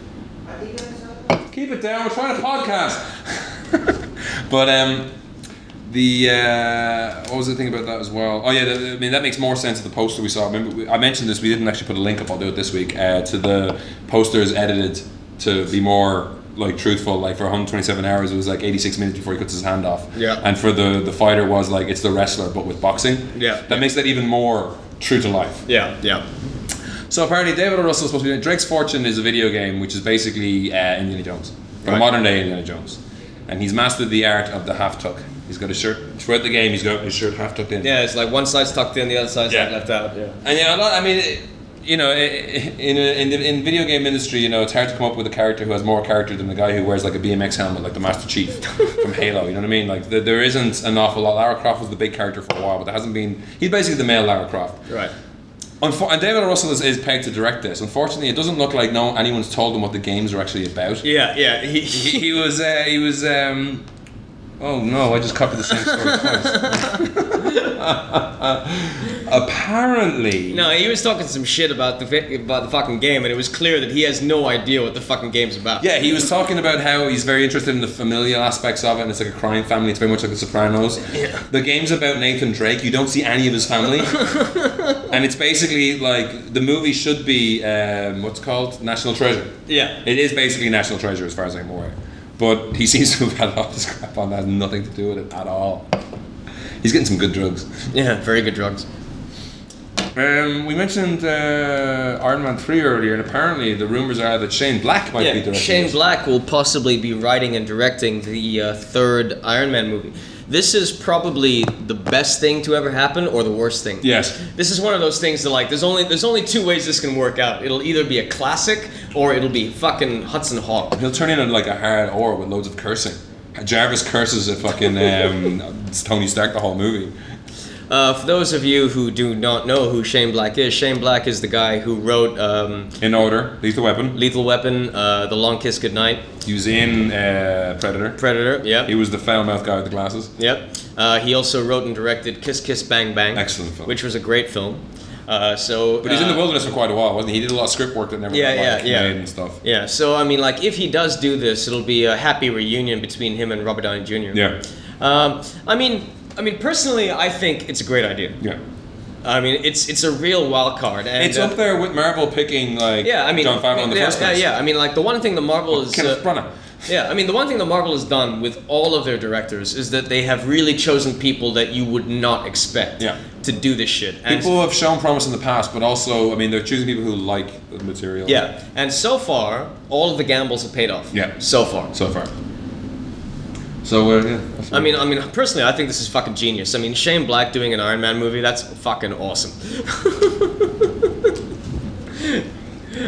Speaker 2: Keep it down. We're trying to podcast. but um, the uh, what was the thing about that as well? Oh yeah, th- th- I mean that makes more sense of the poster we saw. I, remember we, I mentioned this. We didn't actually put a link up. I'll do it this week. Uh, to the posters edited to be more like truthful. Like for 127 hours, it was like 86 minutes before he cuts his hand off.
Speaker 1: Yeah.
Speaker 2: And for the the fighter was like it's the wrestler but with boxing.
Speaker 1: Yeah.
Speaker 2: That makes that even more true to life.
Speaker 1: Yeah, yeah.
Speaker 2: So apparently, David O. Russell's supposed to be doing Drake's Fortune is a video game, which is basically uh, Indiana Jones, or
Speaker 1: Right.
Speaker 2: modern day Indiana Jones, and he's mastered the art of the half tuck. He's got his shirt throughout the game. He's got his shirt half tucked in.
Speaker 1: Yeah, it's like one side's tucked in, the other side's like
Speaker 2: Yeah.
Speaker 1: left out. Yeah.
Speaker 2: And yeah, a lot, I mean, it- you know, i- i- in a, in the in video game industry, you know, it's hard to come up with a character who has more character than the guy who wears like a BMX helmet, like the Master Chief from Halo. You know what I mean? Like there there isn't an awful lot. Lara Croft was the big character for a while, but there hasn't been. He's basically the male Lara Croft.
Speaker 1: Right.
Speaker 2: Unfor- and David O. Russell is, is paid to direct this. Unfortunately, it doesn't look like no anyone's told him what the games are actually about.
Speaker 1: Yeah, yeah. He,
Speaker 2: He, he was uh, he was. Um, oh no! I just copied the same story twice. Apparently,
Speaker 1: no, he was talking some shit about the fi- about the fucking game, and it was clear that he has no idea what the fucking game's about.
Speaker 2: Yeah, he was talking about how he's very interested in the familial aspects of it, and it's like a crime family. It's very much like The Sopranos.
Speaker 1: Yeah.
Speaker 2: The game's about Nathan Drake. You don't see any of his family, and it's basically like the movie should be um, what's it called National Treasure.
Speaker 1: Yeah.
Speaker 2: It is basically National Treasure as far as I'm aware. But he seems to have had a lot of scrap on that, has nothing to do with it at all. He's getting some good drugs.
Speaker 1: Yeah, very good drugs.
Speaker 2: Um, we mentioned uh, Iron Man 3 earlier, and apparently the rumors are that Shane Black might be
Speaker 1: Yeah,
Speaker 2: directing.
Speaker 1: Shane
Speaker 2: this.
Speaker 1: Black will possibly be writing and directing the uh, third Iron Man movie. This is probably the best thing to ever happen, or the worst thing.
Speaker 2: Yes.
Speaker 1: This is one of those things that like there's only there's only two ways this can work out. It'll either be a classic or it'll be fucking Hudson Hawk.
Speaker 2: He'll turn in on like a hard or with loads of cursing. Jarvis curses at fucking um, Tony Stark the whole movie.
Speaker 1: Uh, for those of you who do not know who Shane Black is, Shane Black is the guy who wrote um,
Speaker 2: In order, Lethal Weapon,
Speaker 1: Lethal Weapon, uh, The Long Kiss Goodnight,
Speaker 2: he's in uh, Predator.
Speaker 1: Predator. Yep.
Speaker 2: He was the foul mouth guy with the glasses.
Speaker 1: Yep. Uh, he also wrote and directed Kiss Kiss Bang Bang.
Speaker 2: Excellent film.
Speaker 1: Which was a great film. Uh, so.
Speaker 2: But he's in the
Speaker 1: uh,
Speaker 2: wilderness for quite a while, wasn't he? He did a lot of script work that never
Speaker 1: Yeah,
Speaker 2: got
Speaker 1: yeah,
Speaker 2: like,
Speaker 1: yeah.
Speaker 2: made and stuff.
Speaker 1: Yeah. So I mean, like, if he does do this, it'll be a happy reunion between him and Robert Downey Jr.
Speaker 2: Yeah,
Speaker 1: Um, I mean, I mean, personally, I think it's a great idea.
Speaker 2: yeah.
Speaker 1: I mean, it's it's a real wild card. And,
Speaker 2: it's
Speaker 1: uh,
Speaker 2: up there with Marvel picking like
Speaker 1: Yeah, I mean,
Speaker 2: John Favreau in the
Speaker 1: yeah,
Speaker 2: first
Speaker 1: yeah,
Speaker 2: place.
Speaker 1: yeah. I mean, like the one thing that Marvel is
Speaker 2: Kenneth
Speaker 1: uh,
Speaker 2: Branagh.
Speaker 1: Yeah, I mean, the one thing that Marvel has done with all of their directors is that they have really chosen people that you would not expect
Speaker 2: Yeah.
Speaker 1: to do this shit. And
Speaker 2: People have shown promise in the past, but also, I mean, they're choosing people who like the material.
Speaker 1: yeah, and so far, all of the gambles have paid off.
Speaker 2: Yeah.
Speaker 1: so far.
Speaker 2: So far. So uh, yeah. that's
Speaker 1: I mean, I mean, personally, I think this is fucking genius. I mean, Shane Black doing an Iron Man movie, that's fucking awesome.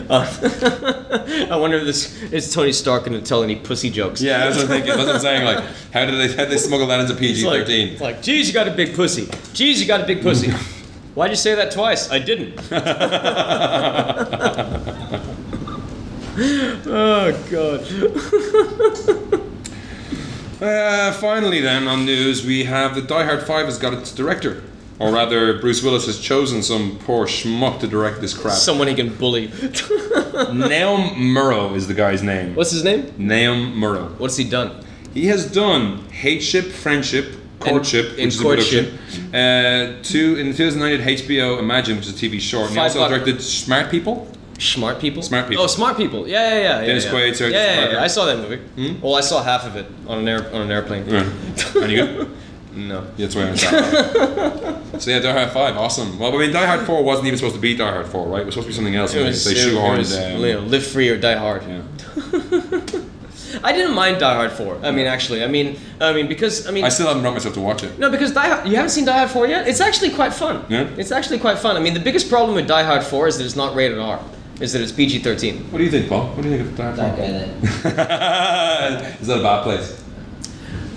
Speaker 1: Uh, I wonder if this is Tony Stark going to tell any pussy jokes.
Speaker 2: Yeah, that's what I'm thinking. That's what I'm saying. Like, how did they how did they smuggle that into
Speaker 1: It's like,
Speaker 2: PG-13?
Speaker 1: it's like, geez, you got a big pussy. Geez, you got a big pussy. Why'd you say that twice? I didn't. oh god.
Speaker 2: Uh, finally, then on news, we have that Die Hard Five has got its director. Or rather, Bruce Willis has chosen some poor schmuck to direct this crap.
Speaker 1: Someone he can bully.
Speaker 2: Naum Murrow is the guy's name.
Speaker 1: What's his name?
Speaker 2: Naum Murrow.
Speaker 1: What's he done?
Speaker 2: He has done Hateship, Friendship, Courtship,
Speaker 1: And-
Speaker 2: which
Speaker 1: and
Speaker 2: is
Speaker 1: Courtship.
Speaker 2: a production. Uh, two, in 2009 at HBO Imagine, which is a TV short. And he
Speaker 1: Five
Speaker 2: also
Speaker 1: buck-
Speaker 2: directed Smart People.
Speaker 1: Smart people.
Speaker 2: Smart people.
Speaker 1: Oh, smart people. Yeah, yeah, yeah. yeah,
Speaker 2: Dennis
Speaker 1: yeah.
Speaker 2: Quaid,
Speaker 1: Yeah,
Speaker 2: Sarah
Speaker 1: yeah, yeah,
Speaker 2: Jessica
Speaker 1: yeah. I saw that movie. Well, I saw half of it on an air, on an airplane.
Speaker 2: Yeah. Any good?
Speaker 1: No.
Speaker 2: That's where I was at. so yeah, Die Hard 5, awesome. Well, I mean, Die Hard 4 wasn't even supposed to be Die Hard 4, right? It was supposed to be something else.
Speaker 1: It was,
Speaker 2: they
Speaker 1: it, it
Speaker 2: shoehorned
Speaker 1: was,
Speaker 2: um,
Speaker 1: you know, live free or die hard.
Speaker 2: yeah.
Speaker 1: I didn't mind Die Hard 4. I mean, actually, I mean, I mean because I mean
Speaker 2: I still haven't brought myself to watch it.
Speaker 1: No, because Die Hard, you haven't seen Die Hard 4 yet? It's actually quite fun.
Speaker 2: Yeah.
Speaker 1: It's actually quite fun. I mean, the biggest problem with Die Hard 4 is that it's not rated R, is that it's PG 13.
Speaker 2: What do you think, Paul? What do you think of Die Hard
Speaker 3: That guy
Speaker 2: 4?
Speaker 3: that.
Speaker 2: Is that a bad place?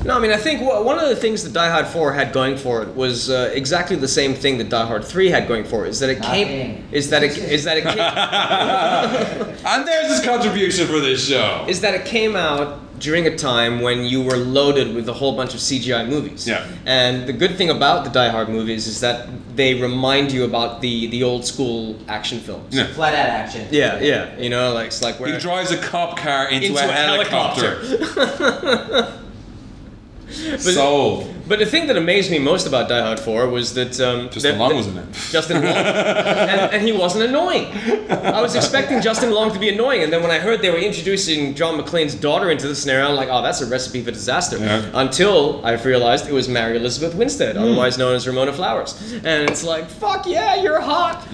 Speaker 1: No, I mean, I think wha- one of the things that Die Hard 4 had going for it was uh, exactly the same thing that Die Hard 3 had going for it, is that it came.
Speaker 3: Nothing.
Speaker 1: Is that it, is that it came,
Speaker 2: And there's his contribution for this show.
Speaker 1: is that it came out during a time when you were loaded with a whole bunch of CGI movies.
Speaker 2: Yeah.
Speaker 1: And the good thing about the Die Hard movies is that they remind you about the, the old school action films.
Speaker 2: Yeah.
Speaker 3: Flat out action.
Speaker 1: Yeah, yeah, you know, like it's like where
Speaker 2: He drives a cop car into, a, helicopter. Sold.
Speaker 1: But the thing that amazed me most about Die Hard 4 was that um,
Speaker 2: Justin
Speaker 1: that-
Speaker 2: Long
Speaker 1: that-
Speaker 2: was in it.
Speaker 1: Justin Long, and, and he wasn't annoying. I was expecting Justin Long to be annoying, and then when I heard they were introducing John McClane's daughter into the scenario, I'm like, oh, that's a recipe for disaster.
Speaker 2: Yeah.
Speaker 1: Until I realized it was Mary Elizabeth Winstead, otherwise known as Ramona Flowers, and it's like, fuck yeah, you're hot,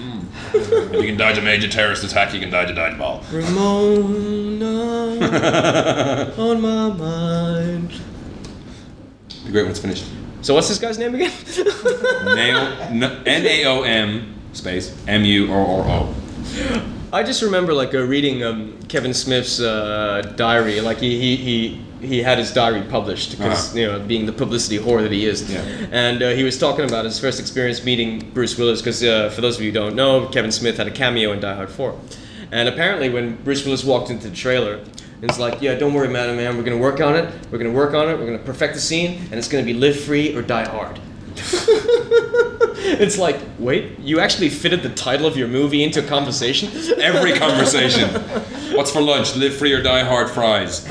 Speaker 2: If you can dodge a major terrorist attack, you can dodge a dodge ball.
Speaker 1: Ramona on my mind.
Speaker 2: The great one's finished.
Speaker 1: So what's this guy's name again?
Speaker 2: N A O M space M U R R O.
Speaker 1: I just remember like uh, reading um, Kevin Smith's uh, diary. Like he he. he he had his diary published because
Speaker 2: Uh-huh.
Speaker 1: you know being the publicity whore that he is,
Speaker 2: Yeah.
Speaker 1: and uh, he was talking about his first experience meeting Bruce Willis. Because uh, for those of you who don't know, Kevin Smith had a cameo in Die Hard Four, and apparently when Bruce Willis walked into the trailer, it's like, "Yeah, don't worry, Madam Man, we're gonna work on it. We're gonna work on it. We're gonna perfect the scene, and it's gonna be live free or die hard." it's like, wait, you actually fitted the title of your movie into a conversation?
Speaker 2: Every conversation. What's for lunch? Live free or die hard fries.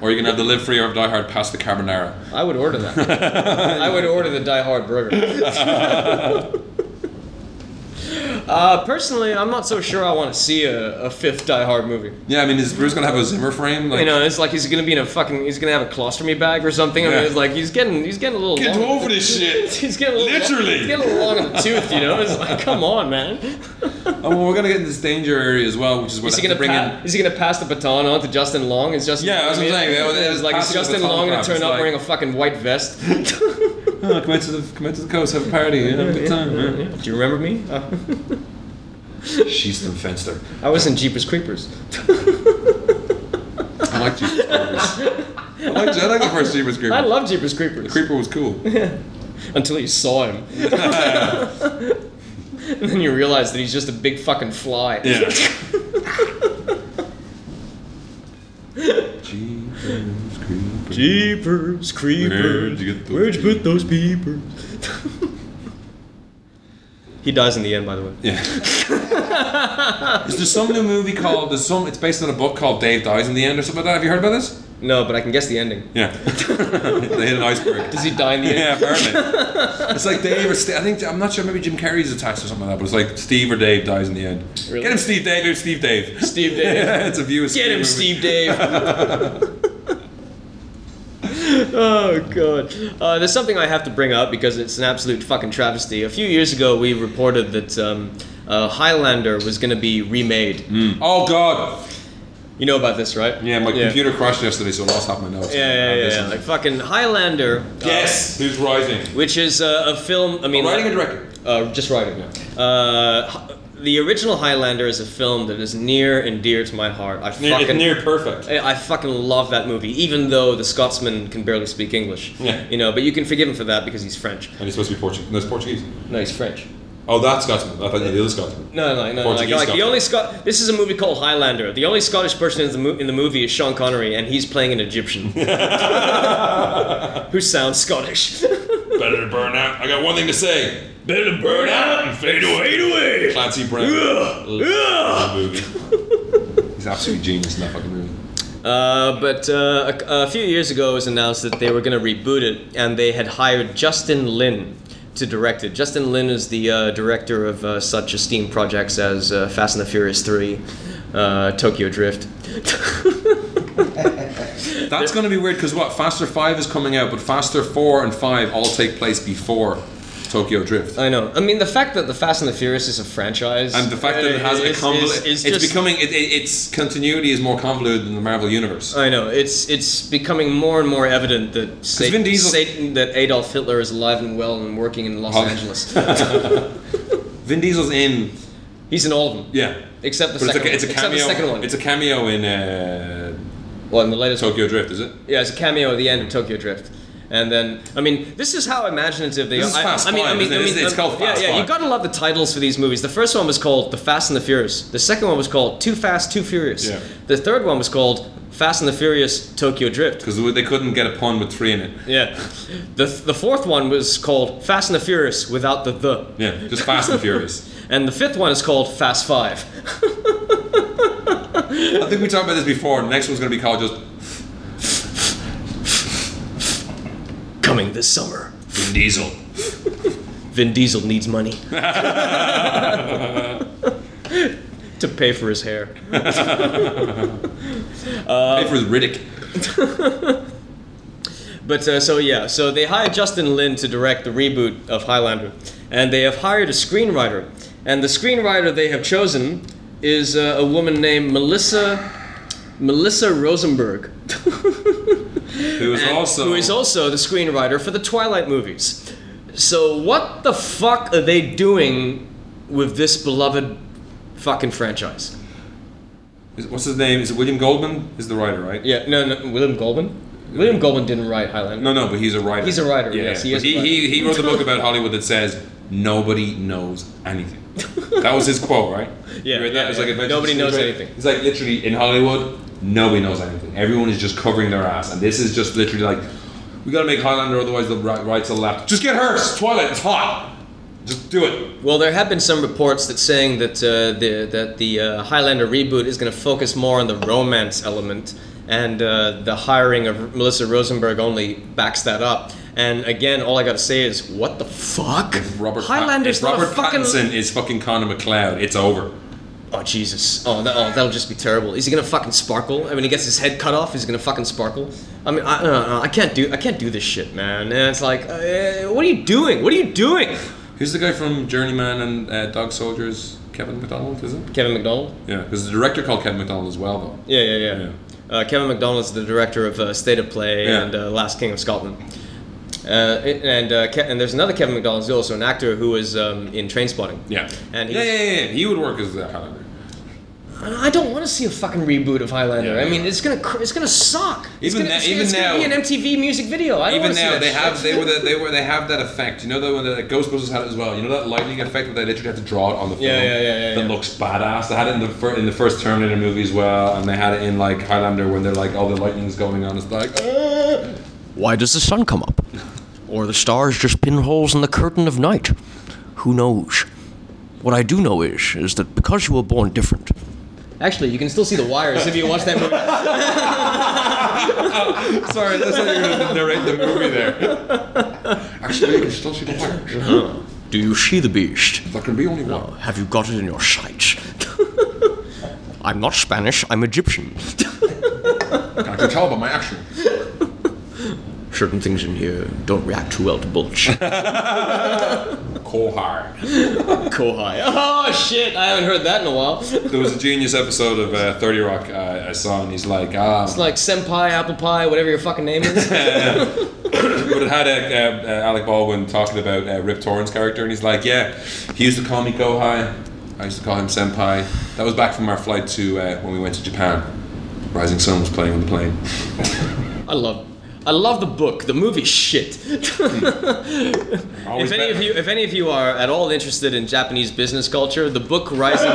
Speaker 2: or you can have the live free or die hard pasta carbonara.
Speaker 1: I would order that. I would order the Die Hard burger. uh, personally, I'm not so sure I want to see a, a fifth Die Hard movie.
Speaker 2: Yeah, I mean, is Bruce gonna have a Zimmer frame? Like,
Speaker 1: You know, it's like he's gonna be in a fucking, he's gonna have a colostomy bag or something. I mean,
Speaker 2: Yeah.
Speaker 1: it's like he's getting, he's getting a little.
Speaker 2: get
Speaker 1: long-
Speaker 2: over this shit.
Speaker 1: He's getting a little
Speaker 2: Literally.
Speaker 1: He's getting a little long in the tooth, you know. It's like, come on, man.
Speaker 2: Oh, well, we're gonna get into this danger area as well, which is what
Speaker 1: Is
Speaker 2: I
Speaker 1: he
Speaker 2: have to
Speaker 1: gonna
Speaker 2: bring
Speaker 1: pa-
Speaker 2: in.
Speaker 1: is he gonna pass the baton on to Justin Long? Is Justin
Speaker 2: Yeah, that's what I'm saying. That was- that was
Speaker 1: It's like is
Speaker 2: passing the
Speaker 1: Justin
Speaker 2: baton
Speaker 1: Long gonna
Speaker 2: crap.
Speaker 1: turn
Speaker 2: It's
Speaker 1: up
Speaker 2: like-
Speaker 1: wearing a fucking white vest?
Speaker 2: Oh, come out to the come out to the coast, have a party, yeah, have a good time. yeah.
Speaker 1: Do you remember me? Uh,
Speaker 2: She's the fenster.
Speaker 1: I was in Jeepers Creepers.
Speaker 2: I like Jeepers Creepers. I like, I like the first Jeepers Creepers.
Speaker 1: I love Jeepers Creepers.
Speaker 2: Creeper was cool.
Speaker 1: Until you saw him. and then you realize that he's just a big fucking fly.
Speaker 2: Yeah. Jeepers Creepers.
Speaker 1: Jeepers
Speaker 2: Where'd
Speaker 1: Creepers.
Speaker 2: you get those
Speaker 1: Where'd you put those peepers? he dies in the end, by the way.
Speaker 2: Yeah. Is there some new movie called? There's some. It's based on a book called Dave Dies in the End or something like that. Have you heard about this?
Speaker 1: No, but I can guess the ending.
Speaker 2: Yeah. they hit an iceberg.
Speaker 1: Does he die in the end?
Speaker 2: Yeah, apparently. it's like Dave or Steve. I think I'm not sure. Maybe Jim Carrey's attached or something like that. But it's like Steve or Dave dies in the end.
Speaker 1: Really?
Speaker 2: Get him, Steve Dave. Or Steve Dave.
Speaker 1: Steve Dave.
Speaker 2: Yeah, it's a view. of
Speaker 1: Get him,
Speaker 2: movie.
Speaker 1: Steve Dave. oh god. Uh, there's something I have to bring up because it's an absolute fucking travesty. A few years ago, we reported that um, uh, Highlander was going to be remade.
Speaker 2: Oh God.
Speaker 1: You know about this, right?
Speaker 2: Yeah, my computer crashed yesterday, so I lost half my notes.
Speaker 1: Yeah, yeah, yeah, yeah. Like fucking Highlander. uh,
Speaker 2: yes. Oh, Who's rising?
Speaker 1: which is uh, a film. I mean,
Speaker 2: Writing
Speaker 1: like-
Speaker 2: and director.
Speaker 1: Uh, just writing now. Uh, hi- the original Highlander is a film that is near and dear to my heart. I fucking
Speaker 2: perfect.
Speaker 1: I I fucking love that movie, even though the Scotsman can barely speak English.
Speaker 2: Yeah.
Speaker 1: You know, but you can forgive him for that because he's French.
Speaker 2: And he's supposed to be Portuguese. No, it's Portuguese.
Speaker 1: No, he's French.
Speaker 2: Oh, that's Scotsman. I thought you were the other Scotsman.
Speaker 1: No, no, no, no. Like,
Speaker 2: Portuguese
Speaker 1: like the
Speaker 2: Scotsman.
Speaker 1: only Scot. This is a movie called Highlander. The only Scottish person in the, mo- in the movie is Sean Connery, and he's playing an Egyptian who sounds Scottish.
Speaker 2: Better to burn out. I got one thing to say. Better to burn out and fade away, fade away. Clancy Brown. Love that movie. He's absolutely genius in that fucking movie.
Speaker 1: Uh, but uh, a, a few years ago, it was announced that they were going to reboot it, and they had hired Justin Lin to direct it. Justin Lin is the uh, director of uh, such esteemed projects as uh, Fast and the Furious 3, uh, Tokyo Drift.
Speaker 2: That's going to be weird because what? Faster 5 is coming out, but Faster 4 and 5 all take place before Tokyo Drift.
Speaker 1: I know. I mean, the fact that the Fast and the Furious is a franchise
Speaker 2: And the fact that it has a
Speaker 1: is- is-
Speaker 2: convoluted.
Speaker 1: is
Speaker 2: It's
Speaker 1: just-
Speaker 2: becoming. It, it, its continuity is more convoluted than the Marvel Universe.
Speaker 1: I know it's it's becoming more and more evident that Satan,
Speaker 2: Vin Diesel-
Speaker 1: Satan that Adolf Hitler is alive and well and working in Los
Speaker 2: Oh.
Speaker 1: Angeles.
Speaker 2: Vin Diesel's in.
Speaker 1: He's in all of them
Speaker 2: Yeah.
Speaker 1: except the
Speaker 2: But it's
Speaker 1: second.
Speaker 2: a, it's a
Speaker 1: one.
Speaker 2: cameo.
Speaker 1: Except the second one.
Speaker 2: It's a cameo in uh,
Speaker 1: well, in the latest one.
Speaker 2: Tokyo Drift, is it?
Speaker 1: Yeah, it's a cameo at the end of Tokyo Drift. And then, I mean, this is how imaginative they
Speaker 2: This
Speaker 1: are.
Speaker 2: is
Speaker 1: I-
Speaker 2: Fast
Speaker 1: I, mean, I
Speaker 2: Five,
Speaker 1: mean,
Speaker 2: isn't it?
Speaker 1: I mean, uh,
Speaker 2: It's- it's called Fast
Speaker 1: yeah, yeah. You
Speaker 2: Five.
Speaker 1: gotta love the titles for these movies. The first one was called The Fast and the Furious. The second one was called Too Fast, Too Furious.
Speaker 2: Yeah.
Speaker 1: The third one was called Fast and the Furious Tokyo Drift.
Speaker 2: Because they couldn't get a pun with three in it.
Speaker 1: Yeah. The the fourth one was called Fast and the Furious without the the.
Speaker 2: Yeah, just Fast and Furious.
Speaker 1: And the fifth one is called Fast Five.
Speaker 2: I think we talked about this before. The next one's going to be called just
Speaker 1: Coming this summer.
Speaker 2: Vin Diesel.
Speaker 1: Vin Diesel needs money. to pay for his hair.
Speaker 2: Pay for his Riddick.
Speaker 1: But uh, so yeah, so they hired Justin Lin to direct the reboot of Highlander, and they have hired a screenwriter, and the screenwriter they have chosen is uh, a woman named Melissa Melissa Rosenberg,
Speaker 2: Who is
Speaker 1: and-
Speaker 2: also.
Speaker 1: who is also the screenwriter for the Twilight movies. So what the fuck are they doing with this beloved fucking franchise?
Speaker 2: is- what's his name? Is it William Goldman? Is the writer, right?
Speaker 1: Yeah, no, no, William Goldman. William Goldman didn't write Highlander.
Speaker 2: No, no, but he's a writer.
Speaker 1: He's a writer, yes, he
Speaker 2: But
Speaker 1: is a
Speaker 2: He, he,
Speaker 1: writer.
Speaker 2: he wrote the book about Hollywood that says nobody knows anything. that was his quote, right?
Speaker 1: Yeah,
Speaker 2: You read
Speaker 1: yeah,
Speaker 2: that? It was
Speaker 1: yeah.
Speaker 2: like Adventures
Speaker 1: Nobody
Speaker 2: in
Speaker 1: knows
Speaker 2: Secret.
Speaker 1: anything.
Speaker 2: It's like literally in Hollywood, nobody knows anything. Everyone is just covering their ass, and this is just literally like, we got to make Highlander, otherwise the right, right's a left. Just get her. It's Twilight. It's hot. Just do it.
Speaker 1: Well, there have been some reports that saying that uh, the that the uh, Highlander reboot is going to focus more on the romance element, and uh, the hiring of Melissa Rosenberg only backs that up. And again, all I got to say is, what the fuck?
Speaker 2: Robert Pat-
Speaker 1: Highlander's
Speaker 2: if Robert
Speaker 1: not a fucking.
Speaker 2: Pattinson is fucking Connor McLeod. It's over.
Speaker 1: Oh Jesus! Oh, that, oh, that'll just be terrible. Is he gonna fucking sparkle? I mean, he gets his head cut off. Is he gonna fucking sparkle? I mean, I, no, no, I can't do I can't do this shit, man. And it's like, uh, what are you doing? What are you doing?
Speaker 2: Who's the guy from Journeyman and uh, Dog Soldiers? Kevin McDonald, is it?
Speaker 1: Kevin McDonald.
Speaker 2: Yeah, there's a director called Kevin McDonald as well, though.
Speaker 1: Yeah, yeah, yeah. Uh, Kevin McDonald's the director of uh, State of Play
Speaker 2: Yeah.
Speaker 1: and uh, Last King of Scotland. Uh, it- and uh, Ke- and there's another Kevin McDonald who's also an actor who was um, in Train Spotting.
Speaker 2: Yeah.
Speaker 1: And he
Speaker 2: yeah,
Speaker 1: was-
Speaker 2: yeah, yeah, yeah. He would work as a Highlander.
Speaker 1: I don't want to see a fucking reboot of Highlander.
Speaker 2: Yeah.
Speaker 1: I mean, it's gonna cr- it's gonna suck. it's
Speaker 2: Even
Speaker 1: gonna,
Speaker 2: now-
Speaker 1: it's,
Speaker 2: even
Speaker 1: it's
Speaker 2: now-
Speaker 1: gonna be an MTV music video. I don't
Speaker 2: Even
Speaker 1: wanna see
Speaker 2: now,
Speaker 1: that
Speaker 2: they
Speaker 1: shit.
Speaker 2: have they were the, they were they have that effect. You know that when the Ghostbusters had it as well. You know that lightning effect that they literally had to draw it on the film.
Speaker 1: Yeah, yeah, yeah, yeah,
Speaker 2: That
Speaker 1: yeah.
Speaker 2: looks badass. They had it in the fir- in the first Terminator movie as well, and they had it in like Highlander when they're like, all the lightning's going on." It's like, "Ah."
Speaker 1: Why does the sun come up? Or the stars just pinholes in the curtain of night? Who knows? What I do know is, is that because you were born different. Actually, you can still see the wires if you watch that movie.
Speaker 2: Oh, sorry, that's how you're gonna narrate the movie there. Actually, you can still see the wires.
Speaker 1: Do you see the beast?
Speaker 2: There can be only one.
Speaker 1: Have you got it in your sights? I'm not Spanish, I'm Egyptian.
Speaker 2: I can tell by my action.
Speaker 1: Certain things in here don't react too well to bulge.
Speaker 2: Kohar.
Speaker 1: Kohai. Oh shit, I haven't heard that in a while. It's
Speaker 2: There was a genius episode of uh, Thirty Rock uh, I saw, and he's like, "Ah,
Speaker 1: like senpai, apple pie, whatever your fucking name is.
Speaker 2: But it had uh, uh, uh, Alec Baldwin talking about uh, Rip Torn's character, and he's like, "Yeah, he used to call me Kohai. I used to call him Senpai. That was back from our flight to uh, when we went to Japan. Rising Sun was playing on the plane.
Speaker 1: I love I love the book. The movie shit. if
Speaker 2: Always
Speaker 1: any of
Speaker 2: better.
Speaker 1: you if any of you are at all interested in Japanese business culture, the book Rising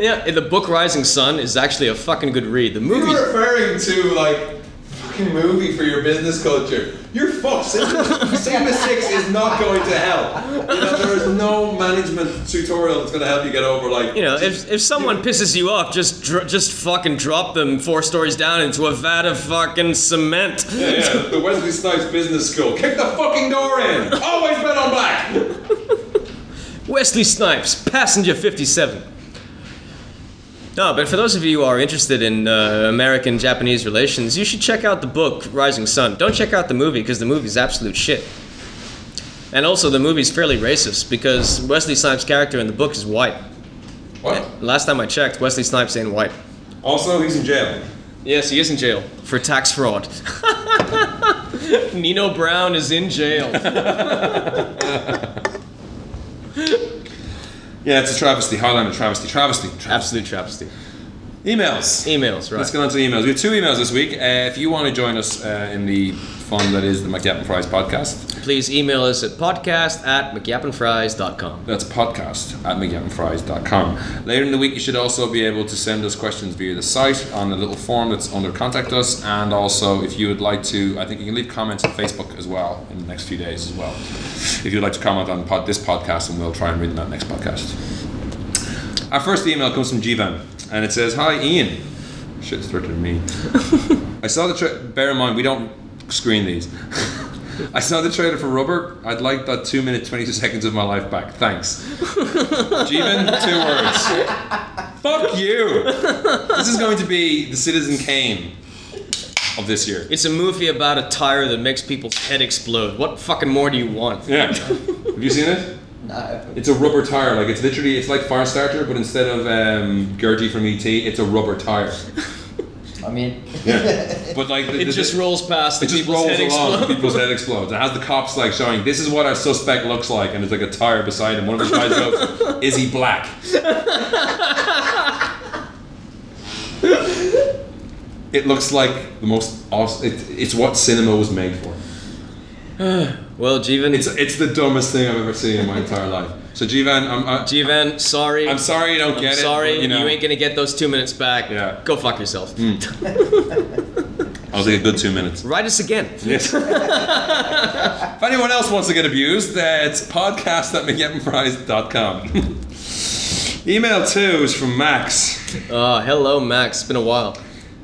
Speaker 1: Yeah, the book Rising Sun is actually a fucking good read. The movie
Speaker 2: referring to like." fucking movie for your business culture. You're fucked. Sigma, Sigma 6 is not going to help. You know, there is no management tutorial that's going to help you get over, like,
Speaker 1: You know, if, if someone pisses you off, just dr- just fucking drop them four stories down into a vat of fucking cement.
Speaker 2: Yeah, yeah, the Wesley Snipes Business School. Kick the fucking door in. Always bet on black.
Speaker 1: Wesley Snipes, passenger 57. No, but for those of you who are interested in uh, American Japanese relations, you should check out the book Rising Sun. Don't check out the movie because the movie's absolute shit. And also, the movie's fairly racist because Wesley Snipes' character in the book is white.
Speaker 2: What?
Speaker 1: Last time I checked, Wesley Snipes ain't white.
Speaker 2: Also, he's in jail.
Speaker 1: Yes, he is in jail for tax fraud. Nino Brown is in jail.
Speaker 2: Yeah, it's a travesty. Highlander travesty. Travesty. travesty.
Speaker 1: Absolute travesty.
Speaker 2: Emails.
Speaker 1: Emails, right?
Speaker 2: Let's get on to emails. We have two emails this week. Uh, if you want to join us uh, in the fun that is the McGavin Fries podcast,
Speaker 1: Please email us at podcast at mcgappinfries.com.
Speaker 2: that's podcast at McGavinFries.com. Later in the week, you should also be able to send us questions via the site on the little form that's under contact us. And also, if you would like to, I think you can leave comments on Facebook as well in the next few days as well. If you'd like to comment on pod, this podcast, and we'll try and read them out next podcast. Our first email comes from Jivan, and it says, "Hi Ian." Shit, it's directed at me. I saw the tra- bear in mind we don't screen these. I saw the trailer for Rubber. I'd like that two minute twenty two seconds of my life back. Thanks. Jeevan, two words. Fuck you. This is going to be the Citizen Kane of this year.
Speaker 1: It's a movie about a tire that makes people's head explode. What fucking more do you want?
Speaker 2: Yeah. Have you seen it?
Speaker 3: No.
Speaker 2: It's a rubber tire. Like it's literally it's like Firestarter, but instead of um, Gurgy from ET, it's a rubber tire.
Speaker 3: I mean,
Speaker 2: Yeah. But like the-
Speaker 1: It
Speaker 2: the-
Speaker 1: just rolls past the
Speaker 2: It just
Speaker 1: people's
Speaker 2: rolls
Speaker 1: head
Speaker 2: along.
Speaker 1: explode.
Speaker 2: People's head explodes. It has the cops like showing, "This is what our suspect looks like," and there's like a tire beside him. One of the guys goes, "Is he black?" it looks like the most awesome. It, it's what cinema was made for.
Speaker 1: Well, Jeevan,
Speaker 2: It's it's the dumbest thing I've ever seen in my entire life. So Jivan, I'm I,
Speaker 1: Jeevan, sorry.
Speaker 2: I'm sorry you don't
Speaker 1: I'm
Speaker 2: get
Speaker 1: sorry,
Speaker 2: it. but, you, know,
Speaker 1: ain't gonna get those two minutes back.
Speaker 2: Yeah. Hmm.
Speaker 1: Go fuck yourself.
Speaker 2: I was like a good two minutes.
Speaker 1: Write us again.
Speaker 2: Yes. if anyone else wants to get abused, uh, it's podcast at mcgettingfries.com. Email two is from Max.
Speaker 1: Uh, hello, Max. It's been a while.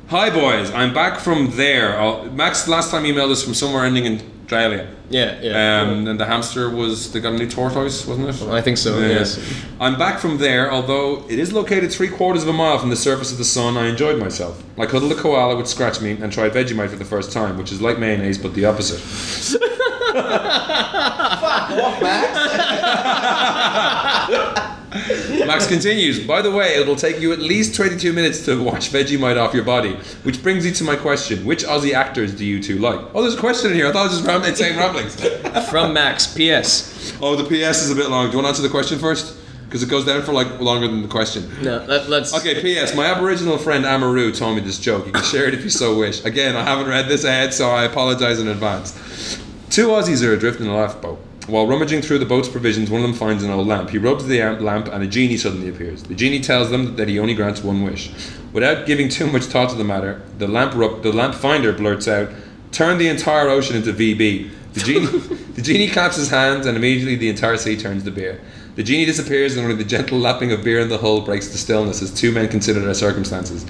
Speaker 2: Hi, boys. I'm back from there. Uh, Max last time emailed us from somewhere ending in Australia.
Speaker 1: Yeah, yeah.
Speaker 2: Um, and the hamster was, they got a new tortoise, wasn't it?
Speaker 1: I think so, yes.
Speaker 2: I'm back from there, although it is located three quarters of a mile from the surface of the sun. I enjoyed myself. I cuddled a koala with scratch meat and tried Vegemite for the first time, which is like mayonnaise but the opposite.
Speaker 3: what, Max?
Speaker 2: Max continues, by the way, it'll take you at least 22 minutes to wash Vegemite off your body. Which brings me to my question Which Aussie actors do you two like? Oh, there's a question in here. I thought it was just ram- insane ramblings.
Speaker 1: From Max, P.S.
Speaker 2: oh, the PS is a bit long. Do you want to answer the question first? Because it goes down for like longer than the question.
Speaker 1: No, let, let's. uh,
Speaker 2: Okay, PS, my Aboriginal friend Amaru told me this joke. You can share it if you so wish. Again, I haven't read this ahead, so I apologize in advance. Two Aussies are adrift in a lifeboat. While rummaging through the boat's provisions, one of them finds an old lamp. He rubs the am- lamp, and a genie suddenly appears. The genie tells them that he only grants one wish. Without giving too much thought to the matter, the lamp rub- the lamp finder blurts out, "Turn the entire ocean into VB." The genie, the genie claps his hands, and immediately the entire sea turns to beer. The genie disappears, and only the gentle lapping of beer in the hull breaks the stillness as two men consider their circumstances.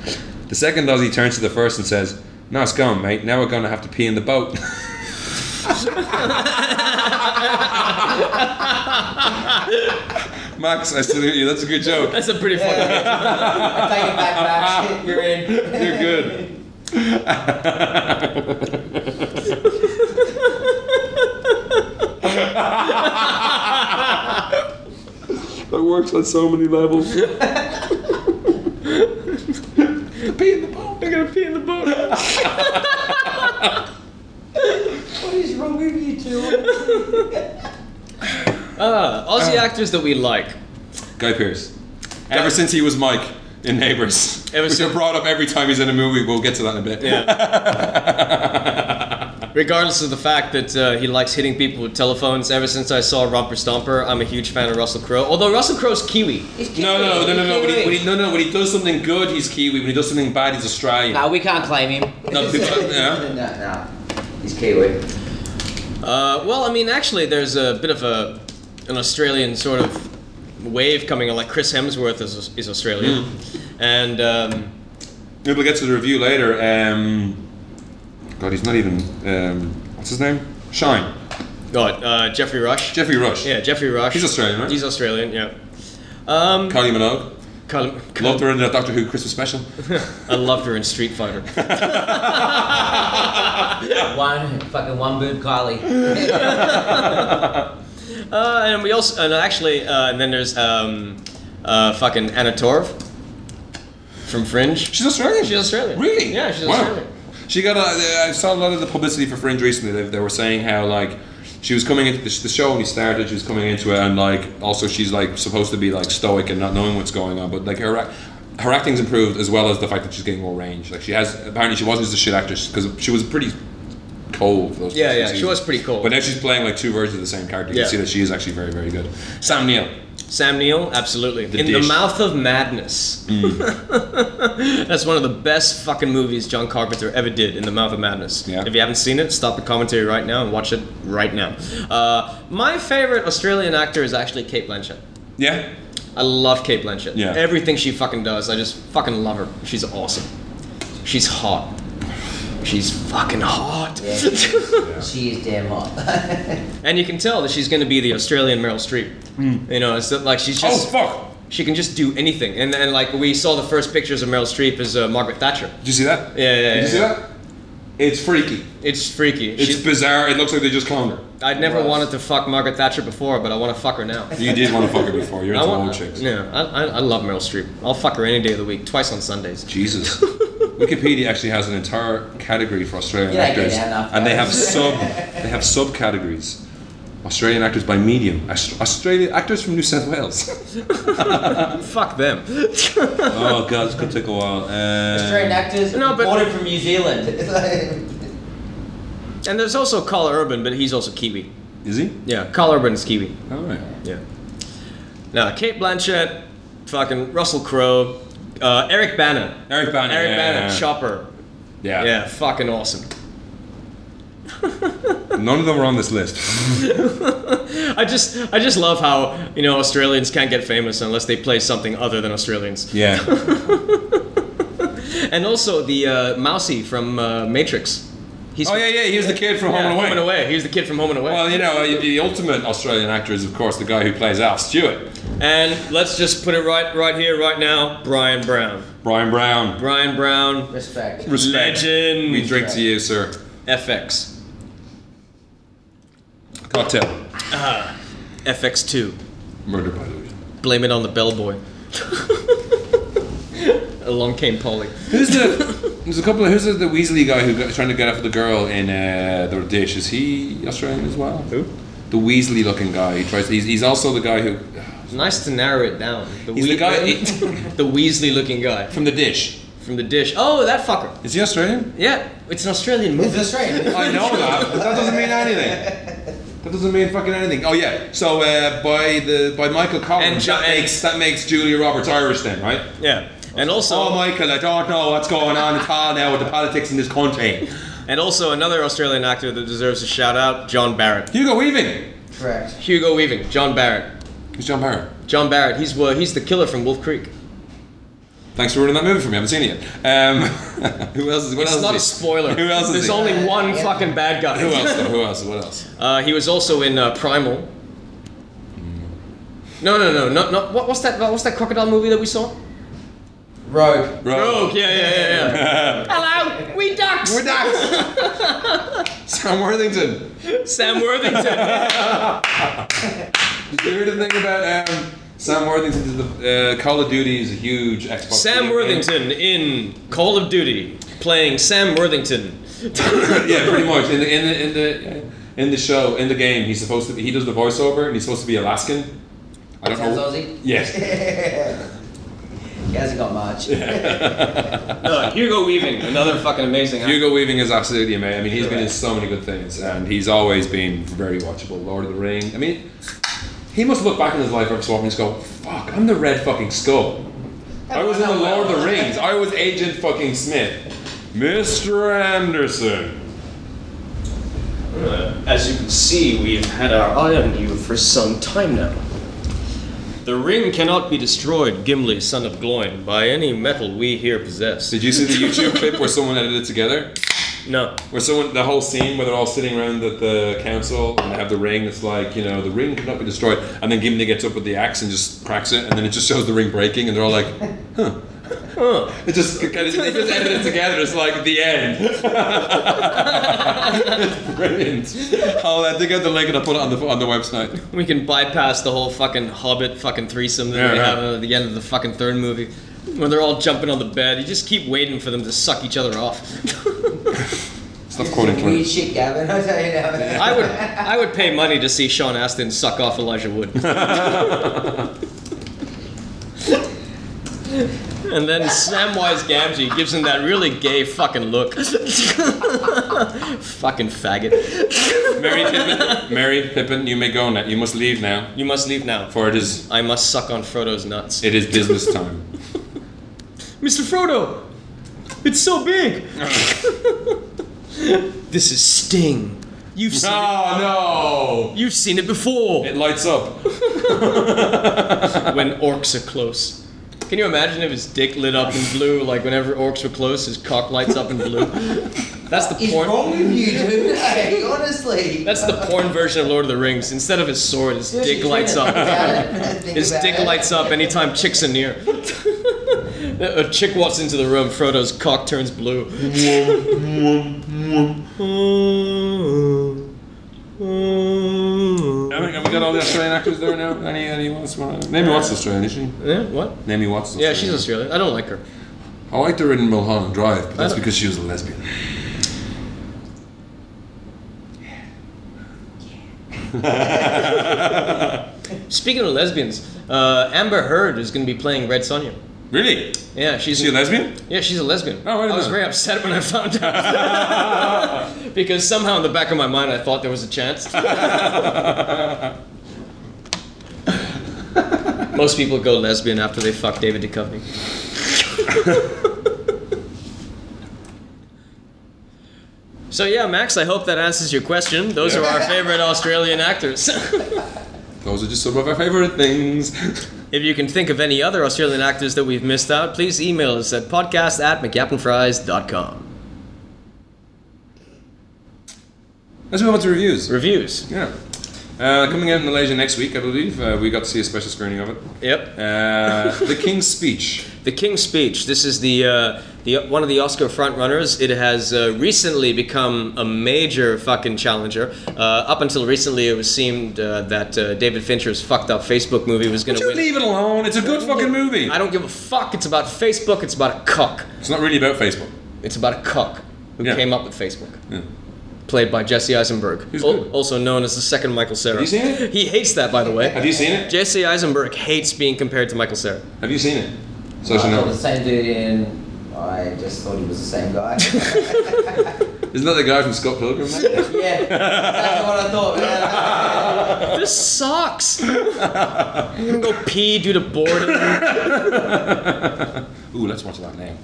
Speaker 2: The second Aussie turns to the first and says, "Now it's gone, mate. Now we're going to have to pee in the boat." Max, I salute you. That's a good joke.
Speaker 1: That's a pretty funny.
Speaker 3: I take it back, Max. You're in.
Speaker 2: You're good. that works on so many levels. pee in the boat. They're gonna pee in the boat.
Speaker 3: What is wrong with you two?
Speaker 1: Ah, Aussie
Speaker 2: uh.
Speaker 1: actors that we like.
Speaker 2: Guy Pearce. Ever since he was Mike in Neighbours,
Speaker 1: Ever
Speaker 2: which
Speaker 1: since-
Speaker 2: are brought up every time he's in a movie. We'll get to that in a bit.
Speaker 1: Yeah. regardless of the fact that uh, he likes hitting people with telephones, ever since I saw Romper Stomper, I'm a huge fan of Russell Crowe. Although Russell Crowe's Kiwi.
Speaker 3: He's
Speaker 2: No, no, no,
Speaker 3: Kiwi,
Speaker 2: no, no. When he,
Speaker 3: Kiwi.
Speaker 2: when he, no, no. When he does something good, he's Kiwi. When he does something bad, he's Australian.
Speaker 4: No, we can't claim him.
Speaker 2: No, people, yeah.
Speaker 3: no, no. He's Kiwi.
Speaker 1: Uh, well, I mean, actually, there's a bit of a an Australian sort of wave coming on. Like Chris Hemsworth is, is Australian,
Speaker 2: Hmm.
Speaker 1: and um,
Speaker 2: We'll get to the review later. Um, God, he's not even. Um, what's his name? Shine.
Speaker 1: God, uh, Jeffrey Rush.
Speaker 2: Jeffrey Rush.
Speaker 1: yeah, Jeffrey Rush.
Speaker 2: He's Australian, right?
Speaker 1: He's Australian. Yeah. Um,
Speaker 2: Kylie Minogue.
Speaker 1: Colin-
Speaker 2: Loved her in the Doctor Who Christmas special.
Speaker 1: I loved her in Street Fighter.
Speaker 4: One fucking one boob Kylie.
Speaker 1: Uh, and we also, and actually, uh, and then there's um, uh, fucking Anna Torv from Fringe.
Speaker 2: She's Australian.
Speaker 1: She's Australian.
Speaker 2: Really?
Speaker 1: Yeah, she's
Speaker 2: Wow.
Speaker 1: Australian.
Speaker 2: She got. A, I saw a lot of the publicity for Fringe recently. They, they were saying how like she was coming into the, the show when he started. She was coming into it, and like also she's like supposed to be like stoic and not knowing what's going on, but like her. act- Her acting's improved as well as the fact that she's getting more range. Like she has, apparently she wasn't just a shit actress because she was pretty cold. For those
Speaker 1: Yeah,
Speaker 2: first few
Speaker 1: yeah, she
Speaker 2: seasons.
Speaker 1: was pretty cold.
Speaker 2: But now she's playing like two versions of the same character. You
Speaker 1: Yeah.
Speaker 2: can see that she is actually very, very good. Sam Neill.
Speaker 1: Sam Neill, absolutely.
Speaker 2: The
Speaker 1: In the
Speaker 2: dish. Mm.
Speaker 1: Mouth of Madness. That's one of the best fucking movies John Carpenter ever did. In the Mouth of Madness.
Speaker 2: Yeah.
Speaker 1: If you haven't seen it, stop the commentary right now and watch it right now. Uh, my favorite Australian actor is actually Kate Blanchett.
Speaker 2: Yeah.
Speaker 1: I love Kate Blanchett.
Speaker 2: Yeah.
Speaker 1: Everything she fucking does, I just fucking love her. She's awesome. She's hot. She's fucking hot.
Speaker 3: Yeah. She is damn hot.
Speaker 1: and you can tell that she's going to be the Australian Meryl Streep. You know, it's not like she's
Speaker 2: Mm. Oh
Speaker 1: just
Speaker 2: fuck!
Speaker 1: she can just do anything. And then like we saw the first pictures of Meryl Streep as uh, Margaret Thatcher.
Speaker 2: Did you see that?
Speaker 1: Yeah, yeah,
Speaker 2: Did
Speaker 1: yeah,
Speaker 2: you see
Speaker 1: yeah.
Speaker 2: that? It's freaky.
Speaker 1: It's freaky.
Speaker 2: It's
Speaker 1: She-
Speaker 2: bizarre. It looks like they just cloned her.
Speaker 1: I'd never
Speaker 3: Gross.
Speaker 1: wanted to fuck Margaret Thatcher before, but I want to fuck her now.
Speaker 2: You did want to fuck her before. You're
Speaker 1: I
Speaker 2: into
Speaker 1: want,
Speaker 2: old chicks.
Speaker 1: Yeah, I, I, I love Meryl Streep. I'll fuck her any day of the week, twice on Sundays.
Speaker 2: Jesus. Wikipedia actually has an entire category for Australian
Speaker 3: Yeah, I get
Speaker 2: actors,
Speaker 3: that enough,
Speaker 2: and they have
Speaker 3: guys.
Speaker 2: sub they have subcategories. Australian actors by medium. Aus- Australian actors from New South Wales.
Speaker 1: Fuck them.
Speaker 2: oh god, it's gonna take a while.
Speaker 3: Australian actors
Speaker 1: No, but-
Speaker 3: imported from New Zealand. It's like-
Speaker 1: and there's also Carl Urban, but he's also Kiwi.
Speaker 2: Um, Is he?
Speaker 1: Yeah, Carl Urban is Kiwi.
Speaker 2: All right.
Speaker 1: Yeah. Now, Kate Blanchett, fucking Russell Crowe, uh, Eric Bana.
Speaker 2: Eric Bana,
Speaker 1: Eric
Speaker 2: yeah,
Speaker 1: Bana,
Speaker 2: yeah.
Speaker 1: Chopper.
Speaker 2: Yeah.
Speaker 1: Yeah, fucking awesome.
Speaker 2: None of them were on this list.
Speaker 1: I just, I just love how you know Australians can't get famous unless they play something other than Australians.
Speaker 2: Yeah.
Speaker 1: And also the uh, Mousy from uh, Matrix. He's
Speaker 2: Oh yeah, yeah. He was the kid from Home
Speaker 1: Yeah,
Speaker 2: and Away.
Speaker 1: Home and Away. He was the kid from Home and Away.
Speaker 2: Well, you know, uh, the ultimate Australian actor is, of course, the guy who plays Al Stewart,
Speaker 1: and let's just put it right, right here, right now. Brian Brown.
Speaker 2: Brian Brown.
Speaker 1: Brian Brown.
Speaker 3: Respect.
Speaker 2: Respect.
Speaker 1: Legend.
Speaker 2: We drink to you, sir.
Speaker 1: FX.
Speaker 2: Cocktail.
Speaker 1: FX2.
Speaker 2: Murder by the way.
Speaker 1: Blame it on the bellboy. Along came Polly.
Speaker 2: Who's the? There's a couple of. Who's the, the Weasley guy who got, trying to get after the girl in uh, the dish? Is he Australian as well?
Speaker 1: Who?
Speaker 2: The Weasley-looking guy. He tries. He's, he's also the guy who
Speaker 1: Nice to narrow it down. The,
Speaker 2: He's the guy-
Speaker 1: the Weasley looking guy
Speaker 2: from the dish.
Speaker 1: from the dish. Oh, that fucker.
Speaker 2: Is he Australian?
Speaker 1: Yeah, it's an Australian
Speaker 3: It's
Speaker 1: movie.
Speaker 3: Australian.
Speaker 2: I know that, but that doesn't mean anything. That doesn't mean fucking anything. Oh yeah. So uh, by the by Michael Collins,
Speaker 1: And Jo-
Speaker 2: that makes that makes Julia Roberts Irish then, right?
Speaker 1: Yeah, and also
Speaker 2: oh Michael, I don't know what's going on at all now with the politics in this country.
Speaker 1: and also another Australian actor that deserves a shout out, John Barrett.
Speaker 2: Hugo Weaving.
Speaker 3: Correct.
Speaker 1: Hugo Weaving, John Barrett.
Speaker 2: Who's John Barrett?
Speaker 1: John Barrett. He's well, he's the killer from Wolf Creek.
Speaker 2: Thanks for ruining that movie for me. I haven't seen it yet. Um, who else is? What
Speaker 1: It's
Speaker 2: else is
Speaker 1: not
Speaker 2: he?
Speaker 1: a spoiler.
Speaker 2: Who else is
Speaker 1: There's
Speaker 2: he?
Speaker 1: only one
Speaker 3: Yeah.
Speaker 1: fucking bad guy.
Speaker 2: Who else? Though? Who else? What else?
Speaker 1: Uh, he was also in uh, Primal. No, no, no, no, no. What, what's that? What's that crocodile movie that we saw?
Speaker 3: Rogue.
Speaker 1: Rogue. Yeah, yeah, yeah,
Speaker 2: uh,
Speaker 1: yeah. Hello, we ducks.
Speaker 2: We're ducks. Sam Worthington.
Speaker 1: Sam Worthington.
Speaker 2: Did you hear the thing about um, Sam Worthington? Did the uh, Call of Duty is a huge Xbox.
Speaker 1: Sam
Speaker 2: video
Speaker 1: Worthington in Call of Duty, playing Sam Worthington.
Speaker 2: game. yeah, pretty much. In the in the in the, in the show in the game, he's supposed to. Be, he does the voiceover, and he's supposed to be Alaskan. I don't
Speaker 3: Sounds
Speaker 2: know.
Speaker 3: Aussie.
Speaker 2: Yes.
Speaker 3: he hasn't got much.
Speaker 1: Look, Hugo Weaving, another fucking amazing. actor.
Speaker 2: Hugo Weaving is absolutely amazing. I mean, he's been in so many good things, and he's always been very watchable. Lord of the Ring. I mean, he must look back in his life every so often and just go, "Fuck, I'm the Red fucking Skull. I was in the Lord of the Rings. I was Agent fucking Smith, Mr. Anderson."
Speaker 1: Uh, As you can see, we've had our eye on you for some time now. The ring cannot be destroyed, Gimli, son of Gloin, by any metal we here possess.
Speaker 2: Did you see the YouTube clip where someone edited it together?
Speaker 1: No.
Speaker 2: Where someone, the whole scene where they're all sitting around at the council and they have the ring that's like, you know, the ring cannot be destroyed. And then Gimli gets up with the axe and just cracks it, and then it just shows the ring breaking, and they're all like, huh.
Speaker 1: Huh.
Speaker 2: It just, it just they just edited it together. It's like the end. it's brilliant. I'll uh, dig out the link and I'll put it on the on the website.
Speaker 1: We can bypass the whole fucking Hobbit fucking threesome that
Speaker 2: Yeah,
Speaker 1: they
Speaker 2: yeah.
Speaker 1: have at the end of the fucking third movie. When they're all jumping on the bed, you just keep waiting for them to suck each other off.
Speaker 2: Stop quoting
Speaker 3: Some weird
Speaker 2: Clint.
Speaker 3: shit, Gavin. I'll tell you now.
Speaker 1: I would, I would pay money to see Sean Astin suck off Elijah Wood. and then Samwise Gamgee gives him that really gay fucking look. fucking faggot.
Speaker 2: Mary Pippin, Mary Pippin, you may go now. You must leave now,
Speaker 1: You must leave now.
Speaker 2: for it is
Speaker 1: I must suck on Frodo's nuts.
Speaker 2: it is business time.
Speaker 1: Mr. Frodo, it's so big. this is Sting. You've seen it.
Speaker 2: Ah, no!
Speaker 1: You've seen it before.
Speaker 2: It lights up.
Speaker 1: when orcs are close. Can you imagine if his dick lit up in blue? Like whenever orcs were close, his cock lights up in blue. That's the
Speaker 3: Is
Speaker 1: porn.
Speaker 3: wrong with you, dude? Hey, honestly.
Speaker 1: That's the porn version of Lord of the Rings. Instead of his sword, his dick lights up. His dick lights up anytime chicks are near. A chick walks into the room, Frodo's cock turns blue.
Speaker 2: Have we, have we got all the Australian actors there now? Any, any wants one? Naomi Watts is Australian, isn't
Speaker 1: Yeah, what?
Speaker 2: she? Naomi Watts. is
Speaker 1: Yeah,
Speaker 2: Australian.
Speaker 1: she's Australian. I don't like her.
Speaker 2: I liked her in Mulholland Drive, but that's
Speaker 1: don't-
Speaker 2: because she was a lesbian.
Speaker 1: Speaking of lesbians, uh, Amber Heard is going to be playing Red Sonja.
Speaker 2: Really?
Speaker 1: Yeah, she's
Speaker 2: Is she a lesbian?
Speaker 1: Yeah, she's a lesbian.
Speaker 2: Oh, I didn't
Speaker 1: I was
Speaker 2: know.
Speaker 1: very upset when I found out. because somehow in the back of my mind I thought there was a chance. Most people go lesbian after they fuck David Duchovny. so yeah, Max, I hope that answers your question. Those are our favorite Australian actors.
Speaker 2: Those are just some of our favorite things.
Speaker 1: If you can think of any other Australian actors that we've missed out, please email us at podcast at mcgappenfries.com.
Speaker 2: Let's move on to reviews.
Speaker 1: Reviews.
Speaker 2: Yeah. Uh, coming out in Malaysia next week, I believe. Uh, we got to see a special screening of it.
Speaker 1: Yep.
Speaker 2: Uh, the King's Speech.
Speaker 1: The King's Speech. This is the, uh, the one of the Oscar frontrunners. It has uh, recently become a major fucking challenger. Uh, up until recently, it was seemed uh, that uh, David Fincher's fucked up Facebook movie was going
Speaker 2: Would
Speaker 1: to
Speaker 2: you
Speaker 1: win.
Speaker 2: leave it alone? It's a good fucking movie.
Speaker 1: I don't give a fuck. It's about Facebook. It's about a cuck.
Speaker 2: It's not really about Facebook.
Speaker 1: It's about a cuck who
Speaker 2: Yeah.
Speaker 1: came up with Facebook.
Speaker 2: Yeah.
Speaker 1: Played by Jesse Eisenberg,
Speaker 2: He's
Speaker 1: al-
Speaker 2: good.
Speaker 1: also known as the second Michael Cera.
Speaker 2: Have you seen it?
Speaker 1: He hates that, by the way.
Speaker 2: Have you seen it?
Speaker 1: Jesse Eisenberg hates being compared to Michael Cera.
Speaker 2: Have you seen it? So
Speaker 3: I
Speaker 2: I should
Speaker 3: thought the
Speaker 2: know.
Speaker 3: same dude in. I just thought he was the same guy.
Speaker 2: Isn't that the guy from Scott Pilgrim? mate?
Speaker 3: yeah, that's what I thought. man.
Speaker 1: This sucks. I'm gonna go pee due to boredom.
Speaker 2: Ooh, let's watch that now.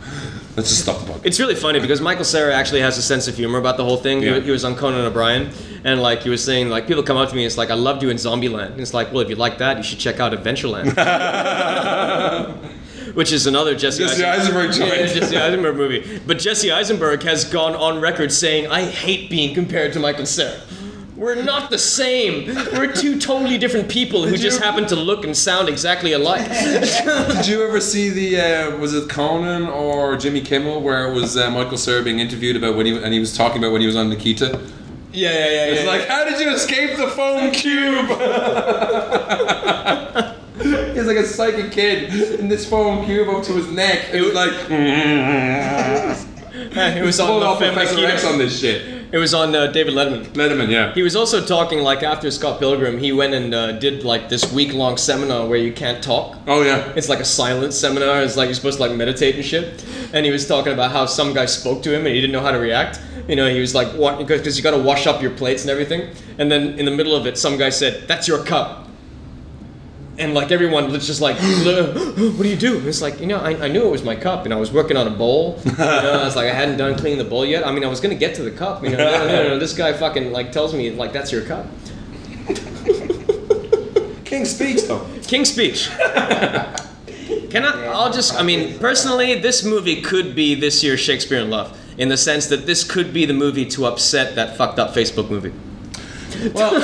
Speaker 2: Let's just stop the podcast.
Speaker 1: It's really funny because Michael Cera actually has a sense of humor about the whole thing. He
Speaker 2: Yeah.
Speaker 1: wa- He, was on Conan O'Brien, and like he was saying, like people come up to me, it's like I loved you in Zombieland. And it's like, well, if you like that, you should check out Adventureland, which is another Jesse.
Speaker 2: Jesse
Speaker 1: Eisen-
Speaker 2: Eisenberg
Speaker 1: Yeah,
Speaker 2: joined.
Speaker 1: Jesse Eisenberg movie. But Jesse Eisenberg has gone on record saying, I hate being compared to Michael Cera. We're not the same. We're two totally different people who just
Speaker 2: you-
Speaker 1: happen to look and sound exactly alike.
Speaker 2: Did you ever see the uh, was it Conan or Jimmy Kimmel where it was uh, Michael Cera being interviewed about when he and he was talking about when he was on Nikita?
Speaker 1: yeah, yeah, yeah.
Speaker 2: It's like, how did you escape the foam cube? He's like a psychic kid in this foam cube up to his neck. It was like,
Speaker 1: it was
Speaker 2: pull
Speaker 1: on
Speaker 2: off
Speaker 1: the
Speaker 2: Professor X
Speaker 1: Nikita.
Speaker 2: on this shit.
Speaker 1: It was on uh, David Letterman.
Speaker 2: Letterman, yeah.
Speaker 1: He was also talking like after Scott Pilgrim, he went and uh, did like this week long seminar where you can't talk.
Speaker 2: oh yeah.
Speaker 1: It's like a silent seminar. It's like you're supposed to like meditate and shit. And he was talking about how some guy spoke to him and he didn't know how to react. You know, he was like, "What?" Because you got to wash up your plates and everything. And then in the middle of it, some guy said, "That's your cup." And like everyone was just like, "What do you do?" And it's like, you know, I, I knew it was my cup, and I was working on a bowl. You know, I was like, I hadn't done cleaning the bowl yet. I mean, I was gonna get to the cup. You know, no, no, no, this guy fucking like tells me like that's your cup.
Speaker 2: King speaks though.
Speaker 1: King speech. Can I? I'll just. I mean, personally, this movie could be this year's Shakespeare in Love, in the sense that this could be the movie to upset that fucked up Facebook movie.
Speaker 2: Well,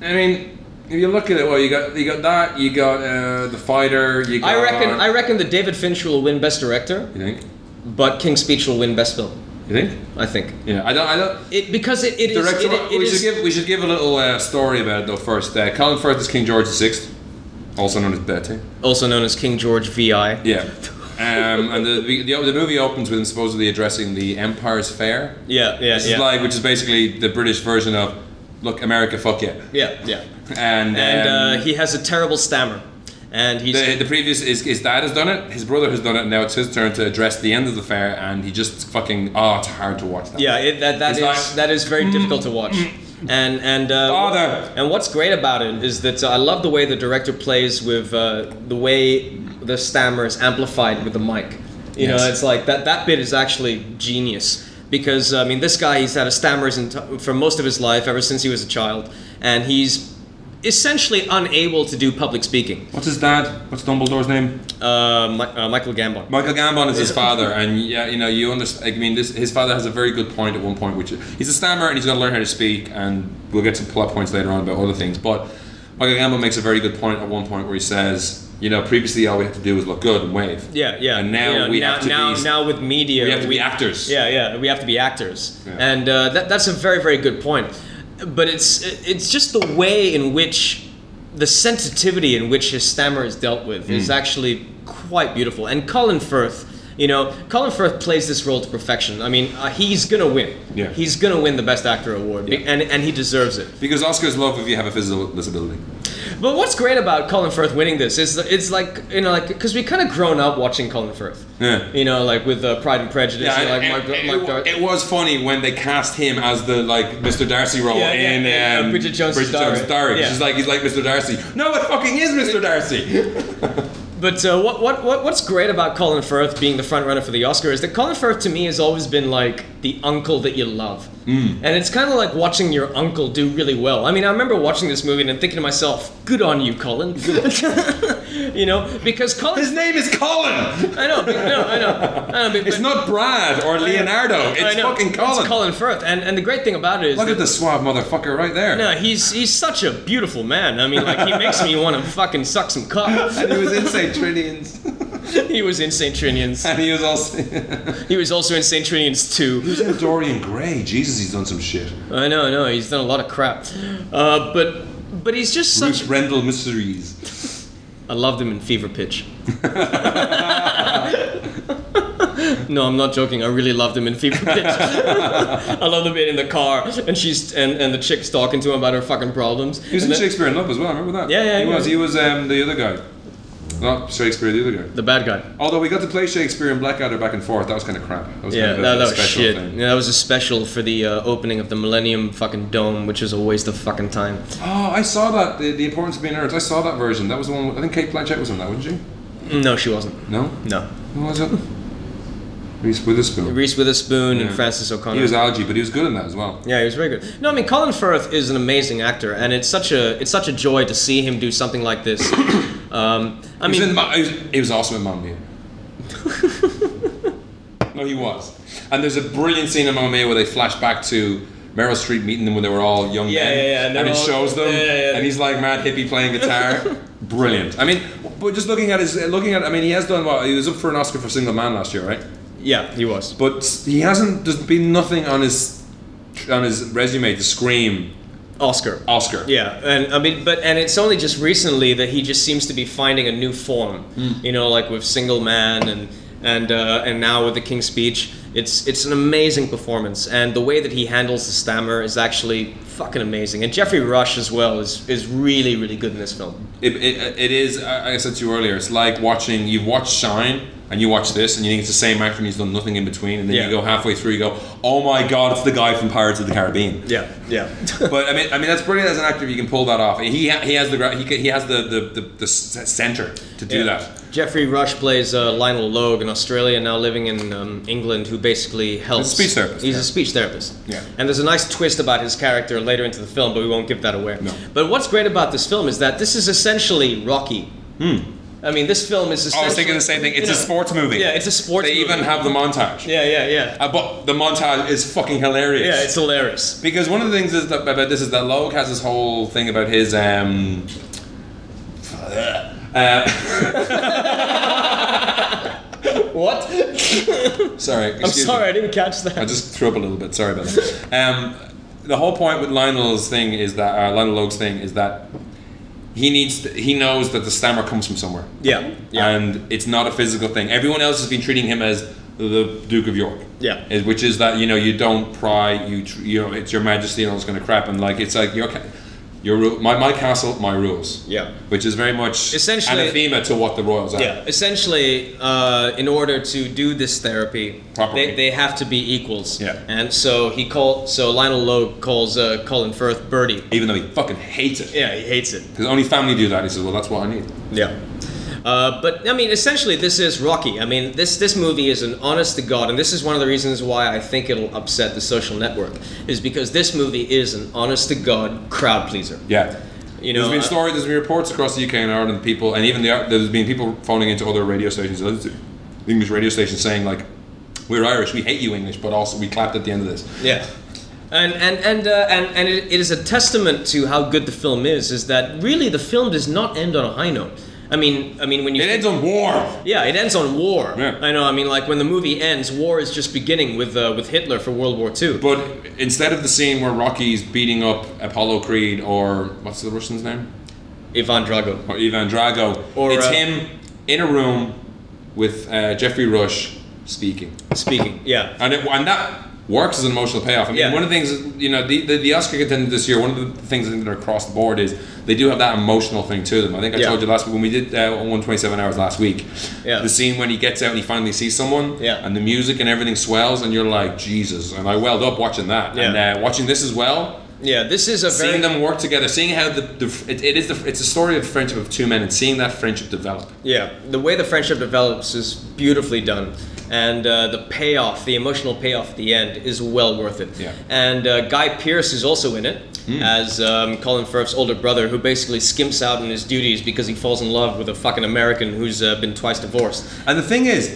Speaker 2: I mean, if you look at it, well, you got you got that, you got uh, the fighter, you got.
Speaker 1: I reckon. I reckon that David Fincher will win Best Director,
Speaker 2: You think?
Speaker 1: but King's Speech will win Best Film.
Speaker 2: You think?
Speaker 1: I think.
Speaker 2: Yeah, I don't. I don't.
Speaker 1: It because it, it is.
Speaker 2: Director,
Speaker 1: it- it
Speaker 2: we
Speaker 1: is-
Speaker 2: should give we should give a little uh, story about it though first. Uh, Colin Firth is King George VI, also known as Betty.
Speaker 1: also known as King George VI.
Speaker 2: Yeah. Um, and the, the, the the movie opens with him supposedly addressing the Empire's Fair.
Speaker 1: Yeah. Yeah.
Speaker 2: This
Speaker 1: Yeah.
Speaker 2: is like, which is basically the British version of, look, America, fuck yeah.
Speaker 1: yeah. Yeah.
Speaker 2: And
Speaker 1: And
Speaker 2: um,
Speaker 1: uh, he has a terrible stammer, and he's.
Speaker 2: the, the previous is his dad has done it, his brother has done it, and now it's his turn to address the end of the fair, and he just fucking oh, it's hard to watch that.
Speaker 1: Yeah, it, that that
Speaker 2: It's
Speaker 1: is
Speaker 2: like-
Speaker 1: that is very difficult to watch. And and uh,
Speaker 2: Father.
Speaker 1: and what's great about it is that uh, I love the way the director plays with uh, the way the stammer is amplified with the mic. You know,
Speaker 2: Yes.
Speaker 1: it's like that that bit is actually genius because I mean this guy he's had a stammer his enti- for most of his life ever since he was a child, and he's essentially unable to do public speaking.
Speaker 2: What's his dad? What's Dumbledore's name?
Speaker 1: Uh, Mi- uh, Michael Gambon.
Speaker 2: Michael Gambon is his father, and yeah, you know, you understand. I mean, this his father has a very good point at one point, which is, he's a stammer and he's going to learn how to speak, and we'll get some plot points later on about other things. But Michael Gambon makes a very good point at one point where he says, you know, previously all we had to do was look good and wave.
Speaker 1: Yeah, yeah.
Speaker 2: And now
Speaker 1: Yeah,
Speaker 2: we
Speaker 1: now,
Speaker 2: have to
Speaker 1: now,
Speaker 2: be-
Speaker 1: now with media
Speaker 2: we have to be actors.
Speaker 1: Yeah, yeah. We have to be actors,
Speaker 2: Yeah.
Speaker 1: and uh, that, that's a very very good point. But it's it's just the way in which the sensitivity in which his stammer is dealt with is
Speaker 2: Mm.
Speaker 1: actually quite beautiful. And Colin Firth, you know, Colin Firth plays this role to perfection. I mean, uh, he's gonna win.
Speaker 2: Yeah.
Speaker 1: He's gonna win the Best Actor award, be-
Speaker 2: Yeah.
Speaker 1: and and he deserves it.
Speaker 2: Because Oscars love if you have a physical disability.
Speaker 1: But what's great about Colin Firth winning this is that it's like you know like because we kind of grown up watching Colin Firth.
Speaker 2: Yeah.
Speaker 1: You know like with uh, Pride and Prejudice.
Speaker 2: Yeah,
Speaker 1: and, like
Speaker 2: it,
Speaker 1: Mark,
Speaker 2: it-
Speaker 1: Mark
Speaker 2: it-
Speaker 1: Dar-
Speaker 2: it was funny when they cast him as the like Mr. Darcy role
Speaker 1: Yeah, yeah,
Speaker 2: in
Speaker 1: yeah,
Speaker 2: um,
Speaker 1: Bridget Jones's Diary.
Speaker 2: Diary.
Speaker 1: Yeah.
Speaker 2: She's like he's like Mr. Darcy. No, it fucking is Mr. Darcy.
Speaker 1: But uh, what, what what what's great about Colin Firth being the front runner for the Oscar is that Colin Firth to me has always been like the uncle that you love,
Speaker 2: Mm.
Speaker 1: and it's kind of like watching your uncle do really well. I mean, I remember watching this movie and thinking to myself, "Good on you, Colin," you know, because Colin.
Speaker 2: His name is Colin.
Speaker 1: I know, no, I know, I know. But,
Speaker 2: It's
Speaker 1: but-
Speaker 2: not Brad or Leonardo.
Speaker 1: I
Speaker 2: It's
Speaker 1: know,
Speaker 2: fucking Colin.
Speaker 1: It's Colin Firth, and and the great thing about it is
Speaker 2: Look
Speaker 1: that-
Speaker 2: at the suave motherfucker right there.
Speaker 1: No, he's he's such a beautiful man. I mean, like he makes me want to fucking suck some cock.
Speaker 2: And he was in St. Trinian's.
Speaker 1: He was in St. Trinian's.
Speaker 2: and he was also
Speaker 1: He was also in St. Trinian's too.
Speaker 2: He's in Dorian Gray. Jesus, he's done some shit.
Speaker 1: I know, no, he's done a lot of crap. Uh, but but he's just such.
Speaker 2: Bruce Rendell Mysteries.
Speaker 1: I loved him in Fever Pitch. no, I'm not joking. I really loved him in Fever Pitch. I love the bit in the car, and she's and, and the chick's talking to him about her fucking problems.
Speaker 2: He was in
Speaker 1: And the-
Speaker 2: Shakespeare in Love as well. Remember that?
Speaker 1: Yeah, yeah,
Speaker 2: He
Speaker 1: yeah.
Speaker 2: was. He was um, the other guy. Not Shakespeare, the other guy.
Speaker 1: the bad guy.
Speaker 2: Although we got to play Shakespeare and Blackadder back and forth, that was kind of crap. That was
Speaker 1: Yeah,
Speaker 2: kind of
Speaker 1: that,
Speaker 2: a
Speaker 1: that was
Speaker 2: special
Speaker 1: shit.
Speaker 2: thing.
Speaker 1: Yeah, that was a special for the uh, opening of the Millennium fucking Dome, which is a waste of fucking time.
Speaker 2: Oh, I saw that. The, the importance of being nerds. I saw that version. That was the one. with- I think Kate Blanchett was on that, wasn't she?
Speaker 1: No, she wasn't.
Speaker 2: No.
Speaker 1: No.
Speaker 2: Who was it? Reese Witherspoon.
Speaker 1: Reese Witherspoon
Speaker 2: Yeah.
Speaker 1: and Francis O'Connor.
Speaker 2: He was algae, but he was good in that as well.
Speaker 1: yeah, he was very good. No, I mean Colin Firth is an amazing actor, and it's such a it's such a joy to see him do something like this. um, I
Speaker 2: he, was in
Speaker 1: mean,
Speaker 2: Ma- he, was, he was awesome in Mamma Mia. no, he was. And there's a brilliant scene in Mamma Mia where they flash back to Meryl Streep meeting them when they were all young
Speaker 1: Yeah, yeah,
Speaker 2: men.
Speaker 1: yeah, and
Speaker 2: And,
Speaker 1: they're
Speaker 2: it
Speaker 1: all-
Speaker 2: shows them,
Speaker 1: yeah, yeah, yeah.
Speaker 2: and he's like mad hippie playing guitar. brilliant. I mean, but just looking at his, looking at, I mean, he has done well. He was up for an Oscar for Single Man last year, right?
Speaker 1: yeah, he was.
Speaker 2: But he hasn't. There's been nothing on his, on his resume to scream
Speaker 1: Oscar.
Speaker 2: Oscar.
Speaker 1: Yeah, and I mean, but and it's only Hmm. just recently that he just seems to be finding a new form. You know, like with Single Man and and uh, and now with the King's Speech, it's it's an amazing performance, and the way that he handles the stammer is actually fucking amazing. And Jeffrey Rush as well is is really really good in this film.
Speaker 2: It, it, it is. uh, I I said to you earlier. It's like watching. You've watched Shine, and you watch this, and you think it's the same actor, and he's done nothing in between, and then
Speaker 1: Yeah.
Speaker 2: you go halfway through, you go, "Oh my god, it's the guy from Pirates of the Caribbean."
Speaker 1: Yeah, yeah.
Speaker 2: but I mean, I mean, that's brilliant as an actor. if You can pull that off. He ha- he has the gra- he ca- he has the the, the, the s- center to do
Speaker 1: Yeah.
Speaker 2: that.
Speaker 1: Jeffrey Rush plays uh, Lionel Logue in Australia, now living in um, England, who basically helps.
Speaker 2: He's a speech therapist,
Speaker 1: He's
Speaker 2: yeah.
Speaker 1: a speech therapist.
Speaker 2: Yeah.
Speaker 1: And there's a nice twist about his character later into the film, but we won't give that away.
Speaker 2: No.
Speaker 1: But what's great about this film is that this is essentially Rocky. I mean, this film is.
Speaker 2: Hmm.
Speaker 1: Essentially,
Speaker 2: Oh, I was thinking the same thing. It's a
Speaker 1: you know,
Speaker 2: sports movie.
Speaker 1: Yeah, it's a sports.
Speaker 2: They even
Speaker 1: movie.
Speaker 2: have the montage.
Speaker 1: Yeah, yeah, yeah.
Speaker 2: Uh, but the montage is fucking hilarious.
Speaker 1: Yeah, it's hilarious.
Speaker 2: Because one of the things is that, about this is that Logue has this whole thing about his um.
Speaker 1: What?
Speaker 2: Sorry,
Speaker 1: I'm
Speaker 2: excuse me.
Speaker 1: sorry, I didn't catch that.
Speaker 2: I just threw up a little bit. Sorry about that. Um, the whole point with Lionel's thing is that uh, Lionel Logue's thing is that he needs to, he knows that the stammer comes from somewhere,
Speaker 1: yeah, yeah.
Speaker 2: and it's not a physical thing. Everyone else has been treating him as the Duke of York.
Speaker 1: Yeah.
Speaker 2: Is- which is that you know you don't pry you tr- you know it's your Majesty and all this kind of crap and like it's like your ca- your ru- my my castle my rules.
Speaker 1: Yeah.
Speaker 2: Which is very much
Speaker 1: Essentially-
Speaker 2: anathema to what the royals are.
Speaker 1: Yeah, essentially, uh, in order to do this therapy,
Speaker 2: Properly.
Speaker 1: They, they have to be equals.
Speaker 2: Yeah.
Speaker 1: And so he called. So Lionel Logue calls uh, Colin Firth Birdie.
Speaker 2: Even though he fucking hates it.
Speaker 1: Yeah, he hates it.
Speaker 2: Because only family do that. He says, well, that's what I need.
Speaker 1: Yeah. Uh, but I mean, essentially, this is Rocky. I mean, this this movie is an honest to god, and this is one of the reasons why I think it'll upset the Social Network, is because this movie is an honest to god crowd pleaser.
Speaker 2: Yeah.
Speaker 1: You know,
Speaker 2: there's been
Speaker 1: uh,
Speaker 2: stories, there's been reports across the UK and Ireland, people, and even the, there's been people phoning into other radio stations, other English radio stations, saying like, "We're Irish, we hate you English, but also we clapped at the end of this."
Speaker 1: Yeah. And and and uh, and, and it, it is a testament to how good the film is. Is that really the film does not end on a high note? I mean, I mean when you
Speaker 2: It ends on war.
Speaker 1: yeah, it ends on war.
Speaker 2: Yeah.
Speaker 1: I know. I mean, like when the movie ends, war is just beginning with uh, with Hitler for World War II.
Speaker 2: But instead of the scene where Rocky's beating up Apollo Creed or what's the Russian's name,
Speaker 1: Ivan Drago.
Speaker 2: or Ivan Drago,
Speaker 1: Or,
Speaker 2: it's
Speaker 1: uh,
Speaker 2: him in a room with uh, Jeffrey Rush speaking.
Speaker 1: Speaking. Yeah.
Speaker 2: and it, and that works as an emotional payoff. I mean,
Speaker 1: Yeah.
Speaker 2: one of the things is, you know the, the the Oscar contender this year. One of the things I think that are across the board is they do have that emotional thing to them. I think I
Speaker 1: Yeah.
Speaker 2: told you last week when we did uh, 127 hours last week.
Speaker 1: Yeah.
Speaker 2: The scene when he gets out and he finally sees someone.
Speaker 1: Yeah.
Speaker 2: And the music and everything swells, and you're like Jesus. And I welled up watching that.
Speaker 1: Yeah.
Speaker 2: And uh, watching this as well.
Speaker 1: Yeah. This is a very.
Speaker 2: Seeing them work together, seeing how the, the it, it is the it's a story of friendship of two men, and seeing that friendship develop.
Speaker 1: Yeah, the way the friendship develops is beautifully done, and uh, the payoff, the emotional payoff at the end, is well worth it.
Speaker 2: Yeah. Hmm.
Speaker 1: And uh, Guy Pearce is also in it as um, Colin Firth's older brother, who basically skimps out on his duties because he falls in love with a fucking American who's uh, been twice divorced.
Speaker 2: And the thing is,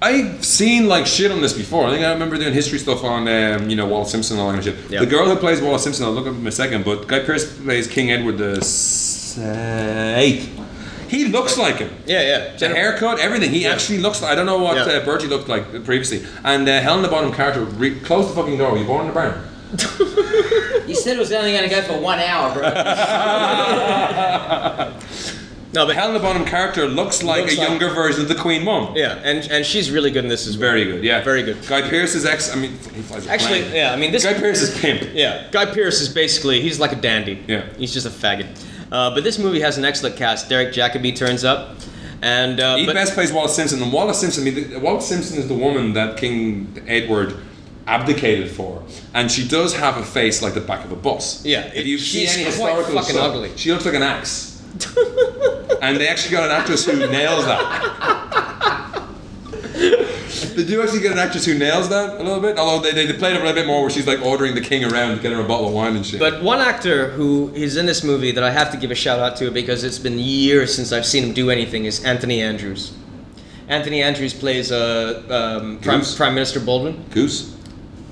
Speaker 2: I've seen like shit on this before. I think I remember doing history stuff on, um, you know, Wallace Simpson and all that kind of shit.
Speaker 1: Yeah.
Speaker 2: The girl who plays Wallace Simpson, I'll look up in a second, but Guy Pearce plays King Edward the s- uh, Eighth. He looks like him.
Speaker 1: Yeah, yeah.
Speaker 2: The haircut, everything. He actually looks like. I don't know what
Speaker 1: Yeah.
Speaker 2: uh, Bertie looked like previously. And uh, Helena Bonham Carter, re- close the fucking door. Were you born in the barn?
Speaker 4: You said it was only going to go for one hour, bro.
Speaker 1: No, but
Speaker 2: Helena Bonham Carter looks like
Speaker 1: Looks
Speaker 2: a
Speaker 1: like-
Speaker 2: younger version of the Queen Mum.
Speaker 1: yeah, and and she's really good in this as well.
Speaker 2: Very good, yeah.
Speaker 1: Very good.
Speaker 2: Guy Pearce is ex. I mean, he flies a
Speaker 1: Actually,
Speaker 2: plane.
Speaker 1: yeah, I mean this.
Speaker 2: Guy Pearce is pimp.
Speaker 1: Yeah, Guy Pearce is basically he's like a dandy.
Speaker 2: Yeah.
Speaker 1: he's just a faggot. Uh, but this movie has an excellent cast. Derek Jacobi turns up, and uh,
Speaker 2: He
Speaker 1: but-
Speaker 2: best plays Wallace Simpson, and Wallace Simpson. I mean, the- Wallace Simpson is the woman that King Edward abdicated for, and she does have a face like the back of a bus.
Speaker 1: Yeah,
Speaker 2: if you
Speaker 1: it-
Speaker 2: see
Speaker 1: she's
Speaker 2: any
Speaker 1: quite
Speaker 2: historical
Speaker 1: fucking
Speaker 2: stuff,
Speaker 1: ugly.
Speaker 2: she looks like an axe. and they actually got an actress who nails that. they do actually get an actress who nails that a little bit, although they, they, they played it a little bit more where she's like ordering the king around to get her a bottle of wine and shit.
Speaker 1: But one actor who is in this movie that I have to give a shout out to because it's been years since I've seen him do anything is Anthony Andrews. Anthony Andrews plays uh, um, Prime,
Speaker 2: Goose?
Speaker 1: Prime Minister Baldwin.
Speaker 2: Goose?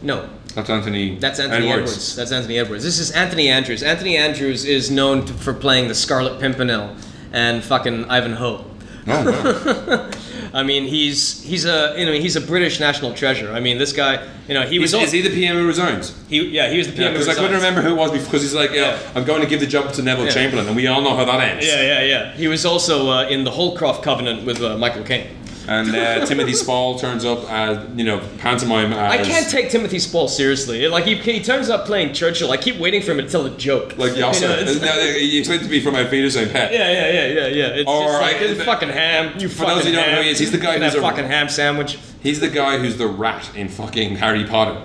Speaker 1: No,
Speaker 2: That's Anthony.
Speaker 1: that's Anthony Edwards. That's Anthony Edwards. This is Anthony Andrews. Anthony Andrews is known to, for playing the Scarlet Pimpernel and fucking Ivanhoe.
Speaker 2: Oh, wow.
Speaker 1: I mean, he's he's a you know he's a British national treasure. I mean, this guy, you know, he was
Speaker 2: Is,
Speaker 1: al-
Speaker 2: is he the PM who resigns?
Speaker 1: he- yeah he was the PM. who
Speaker 2: Yeah, because I couldn't
Speaker 1: resigns.
Speaker 2: remember who it was because he's like, yeah,
Speaker 1: Yeah.
Speaker 2: I'm going to give the job to Neville
Speaker 1: Yeah.
Speaker 2: Chamberlain, and we all know how that ends.
Speaker 1: Yeah, yeah, yeah. He was also uh, in the Holcroft Covenant with uh, Michael Caine.
Speaker 2: and uh, Timothy Spall turns up as you know pantomime.
Speaker 1: I
Speaker 2: As,
Speaker 1: can't take Timothy Spall seriously. Like he, he turns up playing Churchill. I keep waiting for him to tell a joke.
Speaker 2: like
Speaker 1: You
Speaker 2: Yasser.
Speaker 1: know, it's-
Speaker 2: no, you explained to me from my fetus and pet.
Speaker 1: yeah, yeah, yeah, yeah, yeah. It's
Speaker 2: Or
Speaker 1: just like
Speaker 2: I-
Speaker 1: it's fucking ham. You
Speaker 2: For
Speaker 1: fucking
Speaker 2: those who don't
Speaker 1: ham.
Speaker 2: know who he is, he's the guy
Speaker 1: And
Speaker 2: who's
Speaker 1: that
Speaker 2: a-
Speaker 1: fucking ham sandwich.
Speaker 2: He's the guy who's the rat in fucking Harry Potter.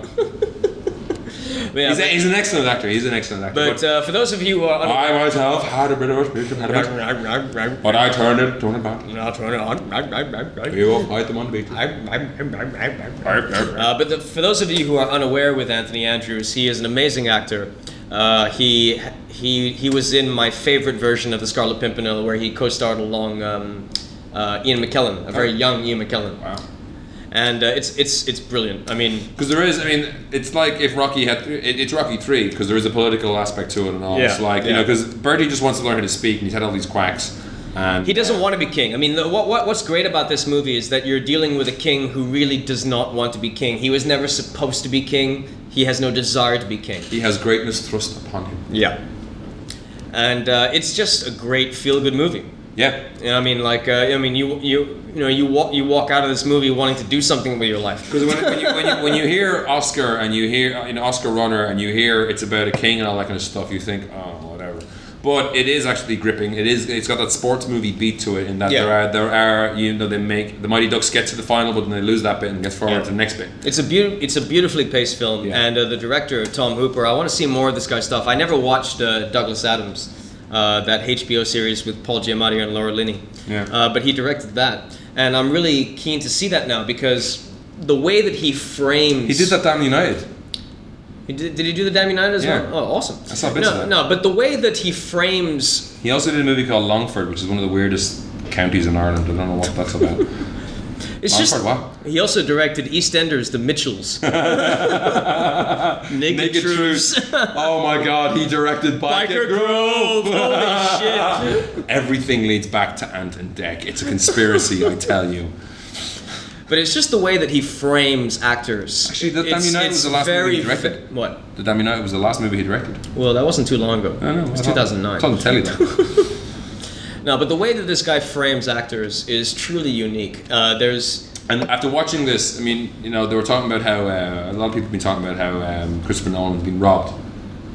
Speaker 1: Yeah,
Speaker 2: He's, a,
Speaker 1: but-
Speaker 2: he's an excellent actor. He's an excellent actor.
Speaker 1: But uh, for those of you who are
Speaker 2: I myself had a bit of a spiritual impediment, but I turned it, turned it back. We will fight them on the beach.
Speaker 1: Uh, but the, for those of you who are unaware with Anthony Andrews, he is an amazing actor. Uh, he he he was in my favorite version of the Scarlet Pimpernel, where he co-starred along um, uh, Ian McKellen, a very young Ian McKellen,
Speaker 2: Wow.
Speaker 1: and uh, it's it's it's brilliant. I mean,
Speaker 2: Because there is, I mean, it's like if Rocky had, it, it's Rocky three because there is a political aspect to it and all.
Speaker 1: Yeah,
Speaker 2: It's like you
Speaker 1: yeah.
Speaker 2: know, because Bertie just wants to learn how to speak, and he's had all these quacks, and
Speaker 1: he doesn't want to be king. I mean, the, what, what what's great about this movie is that you're dealing with a king who really does not want to be king. He was never supposed to be king. He has no desire to be king.
Speaker 2: he has greatness thrust upon him.
Speaker 1: Yeah. And uh, it's just a great feel-good movie.
Speaker 2: Yeah,
Speaker 1: You know, I mean, like, uh, I mean, you you you know, you walk you walk out of this movie wanting to do something with your life.
Speaker 2: because when, when, you, when you when you hear Oscar and you hear you know Oscar runner and you hear it's about a king and all that kind of stuff, you think oh whatever. But it is actually gripping. It is. It's got that sports movie beat to it in that
Speaker 1: Yeah.
Speaker 2: there are there are you know they make the Mighty Ducks get to the final, but then they lose that bit and get forward
Speaker 1: Yeah.
Speaker 2: to the next bit.
Speaker 1: It's a beaut- it's a beautifully paced film,
Speaker 2: Yeah.
Speaker 1: and uh, the director Tom Hooper. I want to see more of this guy's stuff. I never watched uh, Douglas Adams, uh, that HBO series with Paul Giamatti and Laura Linney.
Speaker 2: Yeah.
Speaker 1: Uh, but he directed that, and I'm really keen to see that now because the way that he frames
Speaker 2: He did that down United.
Speaker 1: He did, did he do the Damn United as
Speaker 2: Yeah.
Speaker 1: well? Oh, awesome!
Speaker 2: I saw bits
Speaker 1: no,
Speaker 2: of that.
Speaker 1: no, but the way that he frames
Speaker 2: He also did a movie called Longford, which is one of the weirdest counties in Ireland. I don't know what that's about.
Speaker 1: It's
Speaker 2: Mumford,
Speaker 1: just
Speaker 2: wow.
Speaker 1: he also directed EastEnders, The Mitchells, Naked, Truths,
Speaker 2: oh my god, he directed
Speaker 1: Biker Grove. Holy shit!
Speaker 2: Everything leads back to Ant and Deck. It's a conspiracy, I tell you.
Speaker 1: But it's just the way that he frames actors.
Speaker 2: Actually, The Damn
Speaker 1: It's-
Speaker 2: United
Speaker 1: it's
Speaker 2: was the last movie
Speaker 1: very
Speaker 2: he directed.
Speaker 1: fa- what?
Speaker 2: The Damn United was the last movie he directed.
Speaker 1: Well, that wasn't too long ago.
Speaker 2: I know.
Speaker 1: It was
Speaker 2: I thought-
Speaker 1: 2009.
Speaker 2: It's on the telly though.
Speaker 1: No, but the way that this guy frames actors is truly unique. Uh, there's
Speaker 2: And after watching this, I mean, you know, they were talking about how uh, a lot of people have been talking about how um, Christopher Nolan's been robbed,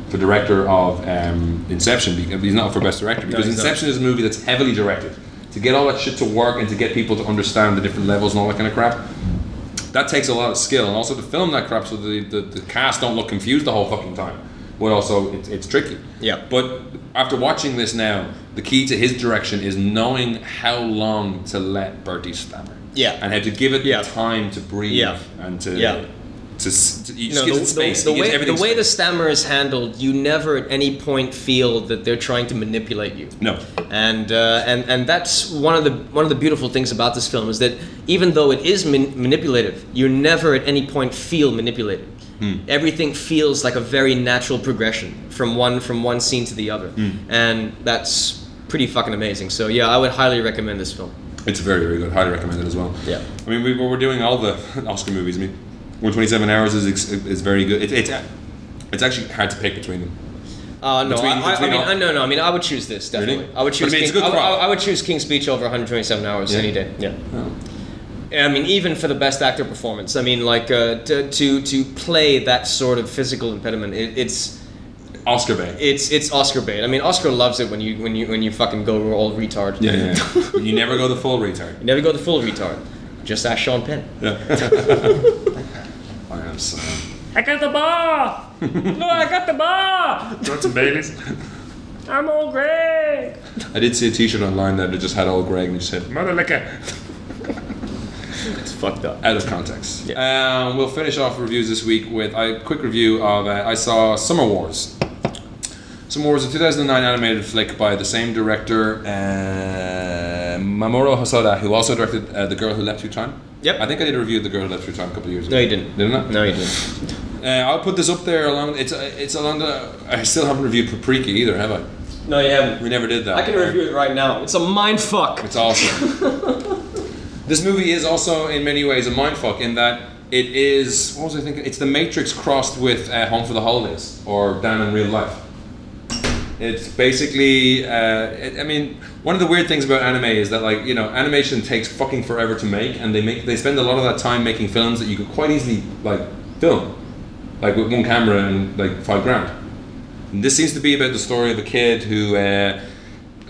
Speaker 2: the director of um, Inception. be- He's not up for best director because
Speaker 1: he's not.
Speaker 2: Inception is a movie that's heavily directed to get all that shit to work and to get people to understand the different levels and all that kind of crap. That takes a lot of skill and also to film that crap so the, the, the cast don't look confused the whole fucking time. But also, it's it's tricky.
Speaker 1: Yeah.
Speaker 2: But after watching this now, the key to his direction is knowing how long to let Bertie stammer
Speaker 1: Yeah.
Speaker 2: and how to give it
Speaker 1: Yeah.
Speaker 2: the time to breathe
Speaker 1: Yeah.
Speaker 2: and to
Speaker 1: Yeah.
Speaker 2: to, s- to you
Speaker 1: no,
Speaker 2: just
Speaker 1: the,
Speaker 2: give it space.
Speaker 1: the, the
Speaker 2: You give
Speaker 1: way the
Speaker 2: everything
Speaker 1: way the
Speaker 2: space.
Speaker 1: stammer is handled, you never at any point feel that they're trying to manipulate you.
Speaker 2: no,
Speaker 1: and uh, and and that's one of the one of the beautiful things about this film is that even though it is man- manipulative, you never at any point feel manipulated. Everything feels like a very natural progression from one from one scene to the other, and that's pretty fucking amazing. So yeah, I would highly recommend this film.
Speaker 2: it's very very good. Highly recommend it as well.
Speaker 1: Yeah.
Speaker 2: I mean we, we're doing all the Oscar movies. I mean, 127 hours is ex- is very good. It, it's it's actually hard to pick between them.
Speaker 1: Uh, no,
Speaker 2: Between-
Speaker 1: I, I,
Speaker 2: between
Speaker 1: I mean,
Speaker 2: all-
Speaker 1: I, no, no. I mean, I would choose this
Speaker 2: Really?
Speaker 1: definitely. I would
Speaker 2: But I
Speaker 1: choose.
Speaker 2: mean, it's
Speaker 1: King,
Speaker 2: a
Speaker 1: I,
Speaker 2: good
Speaker 1: would- I,
Speaker 2: crop.
Speaker 1: I would choose King's Speech over 127 hours
Speaker 2: Yeah.
Speaker 1: any day. Yeah. I mean, even for the best actor performance, I mean, like uh, to, to to play that sort of physical impediment, it, it's
Speaker 2: Oscar bait.
Speaker 1: it's it's Oscar bait. I mean, Oscar loves it when you when you when you fucking go all retard.
Speaker 2: yeah, yeah. yeah. you never go the full retard.
Speaker 1: You never go the full retard. Just ask Sean Penn.
Speaker 2: I am so.
Speaker 5: I got the bar! no, I got the bar!
Speaker 2: Want some babies?
Speaker 5: I'm all Greg!
Speaker 2: I did see a T-shirt online that just had old Greg and it just said
Speaker 5: Mother liquor.
Speaker 1: It's fucked up.
Speaker 2: out of context. Um, we'll finish off reviews this week with a quick review of uh, I saw Summer Wars. Summer Wars, a 2009 animated flick by the same director, uh, Mamoru Hosoda, who also directed uh, The Girl Who Left You Time.
Speaker 1: Yep.
Speaker 2: I think I did a review of The Girl Who Left You Time a couple of years ago.
Speaker 1: No, you didn't.
Speaker 2: Didn't I?
Speaker 1: No, you didn't.
Speaker 2: Uh, I'll put this up there along. It's uh, it's along the. I still haven't reviewed Paprika either, have I?
Speaker 1: No, you haven't.
Speaker 2: We never did that.
Speaker 1: I can review it right now. It's a mind fuck.
Speaker 2: It's awesome. this movie is also, in many ways, a mindfuck in that it is. What was I thinking? It's The Matrix crossed with uh, Home for the Holidays or Down in Real Life. It's basically, uh, it, I mean, one of the weird things about anime is that like you know, animation takes fucking forever to make, and they make they spend a lot of that time making films that you could quite easily like film, like with one camera and like five grand. And this seems to be about the story of a kid who. Uh,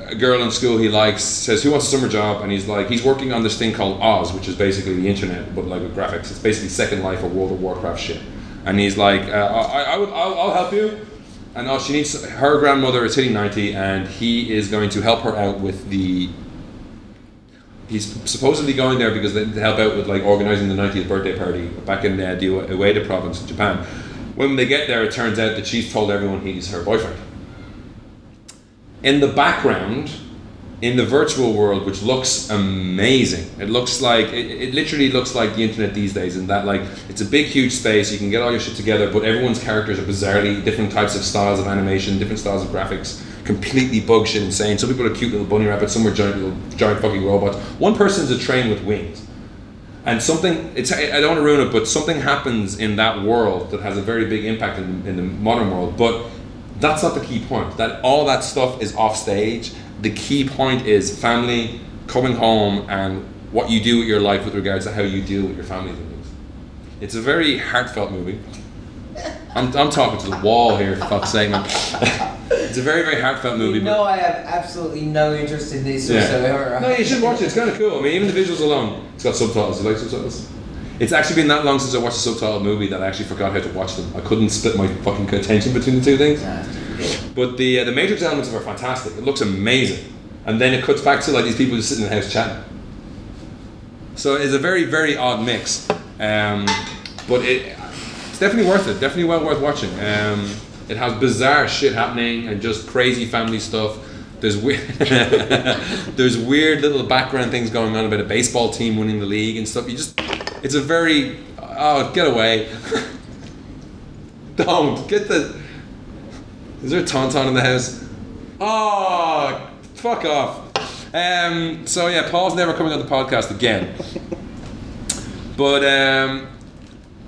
Speaker 2: a girl in school he likes says who wants a summer job and he's like he's working on this thing called oz which is basically the internet but like with graphics it's basically second life or world of warcraft shit and he's like uh, I, I would, I'll, I'll help you and uh, she needs her grandmother is hitting 90 and he is going to help her out with the he's supposedly going there because they to help out with like organizing the 90th birthday party back in uh, the Ueda province in japan when they get there it turns out that she's told everyone he's her boyfriend in the background in the virtual world which looks amazing it looks like it, it literally looks like the internet these days in that like it's a big huge space you can get all your shit together but everyone's characters are bizarrely different types of styles of animation different styles of graphics completely bug shit insane some people are cute little bunny rabbits some are giant little giant fucking robots one person's a train with wings and something it's i I don't want to ruin it but something happens in that world that has a very big impact in, in the modern world but that's not the key point that all that stuff is off stage the key point is family coming home and what you do with your life with regards to how you deal with your family and things it's a very heartfelt movie I'm, I'm talking to the wall here for fuck's sake man it's a very very heartfelt movie
Speaker 3: You
Speaker 2: but-
Speaker 3: know I have absolutely no interest in these whatsoever.
Speaker 2: no, you should watch it. It's kind of cool. I mean, even the visuals alone. It's got subtitles. You like subtitles? It's actually been that long since I watched a subtitled movie that I actually forgot how to watch them. I couldn't split my fucking attention between the two things. But the uh, the Matrix elements of it are fantastic. It looks amazing, and then it cuts back to like these people just sitting in the house chatting. So it's a very very odd mix, um, but it it's definitely worth it. Definitely well worth watching. Um, it has bizarre shit happening and just crazy family stuff. There's weird, there's weird little background things going on about a baseball team winning the league and stuff. You just, it's a very, oh get away, don't get the. Is there a tauntaun in the house? Oh, fuck off. Um, so yeah, Paul's never coming on the podcast again. But um,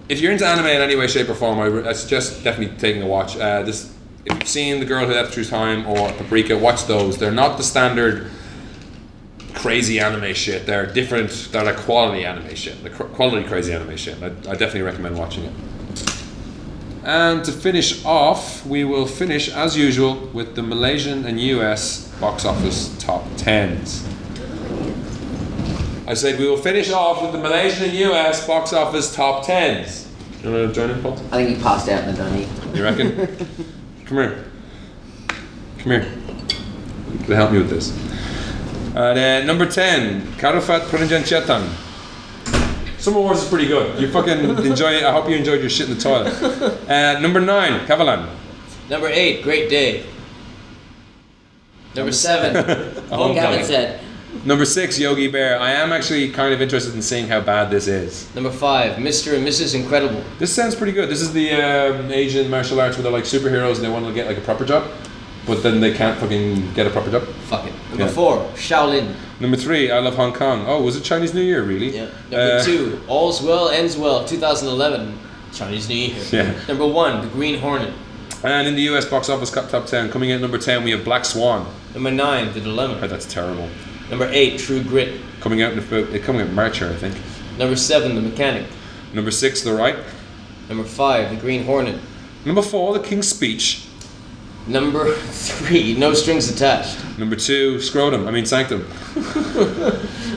Speaker 2: if you're into anime in any way, shape, or form, I, re- I suggest definitely taking a watch. Uh, this, if you've seen The Girl Who Left Through Time or Paprika, watch those. They're not the standard crazy anime shit. They're different. They're like quality anime shit. The cr- quality crazy anime shit. I, I definitely recommend watching it. And to finish off, we will finish as usual with the Malaysian and US box office top 10s. I said we will finish off with the Malaysian and US box office top 10s. You want to join in, Paul?
Speaker 4: I think he passed out in the dunny.
Speaker 2: You reckon? Come here. Come here. You can help me with this. At uh, number 10, Karufat Puranjan Chetan. Some awards is pretty good. You fucking enjoy it. I hope you enjoyed your shit in the toilet. Uh, number 9, Kavalan.
Speaker 4: Number eight, Great Day. Number seven,
Speaker 2: Oh,
Speaker 4: Home Cabin Said.
Speaker 2: Number 6, Yogi Bear. I am actually kind of interested in seeing how bad this is.
Speaker 4: Number five, Mr. and Mrs. Incredible.
Speaker 2: This sounds pretty good. This is the um, Asian martial arts where they're like superheroes and they want to get like a proper job, but then they can't fucking get a proper job.
Speaker 4: Fuck it. Number
Speaker 2: Yeah.
Speaker 4: four, Shaolin.
Speaker 2: Number three, I love Hong Kong. Oh, was it Chinese New Year really?
Speaker 4: Yeah. Number
Speaker 2: Uh,
Speaker 4: two, All's Well Ends Well, 2011, Chinese New Year.
Speaker 2: Yeah.
Speaker 4: Number one, The Green Hornet.
Speaker 2: And in the US box office co- top ten, coming in at number ten, we have Black Swan.
Speaker 4: Number nine, The
Speaker 2: Oh,
Speaker 4: Dilemma.
Speaker 2: that's terrible.
Speaker 4: Number eight, True Grit.
Speaker 2: Coming out in the, it coming out in March, here, I think.
Speaker 4: Number seven, The Mechanic.
Speaker 2: Number six, The Right.
Speaker 4: Number five, The Green Hornet.
Speaker 2: Number four, The King's Speech.
Speaker 4: Number three, No Strings Attached.
Speaker 2: Number two, Scrotum. I mean Sanctum.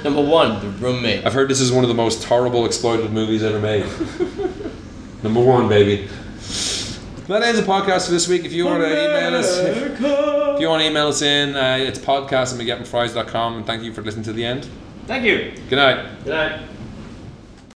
Speaker 4: Number one, The Roommate.
Speaker 2: I've heard this is one of the most horrible exploited movies ever made. Number one, baby. That ends the podcast for this week. If you want to email us, if you want to email us in, uh, it's podcast at and thank you for listening to the end.
Speaker 5: Thank you.
Speaker 2: Good night.
Speaker 5: Good night.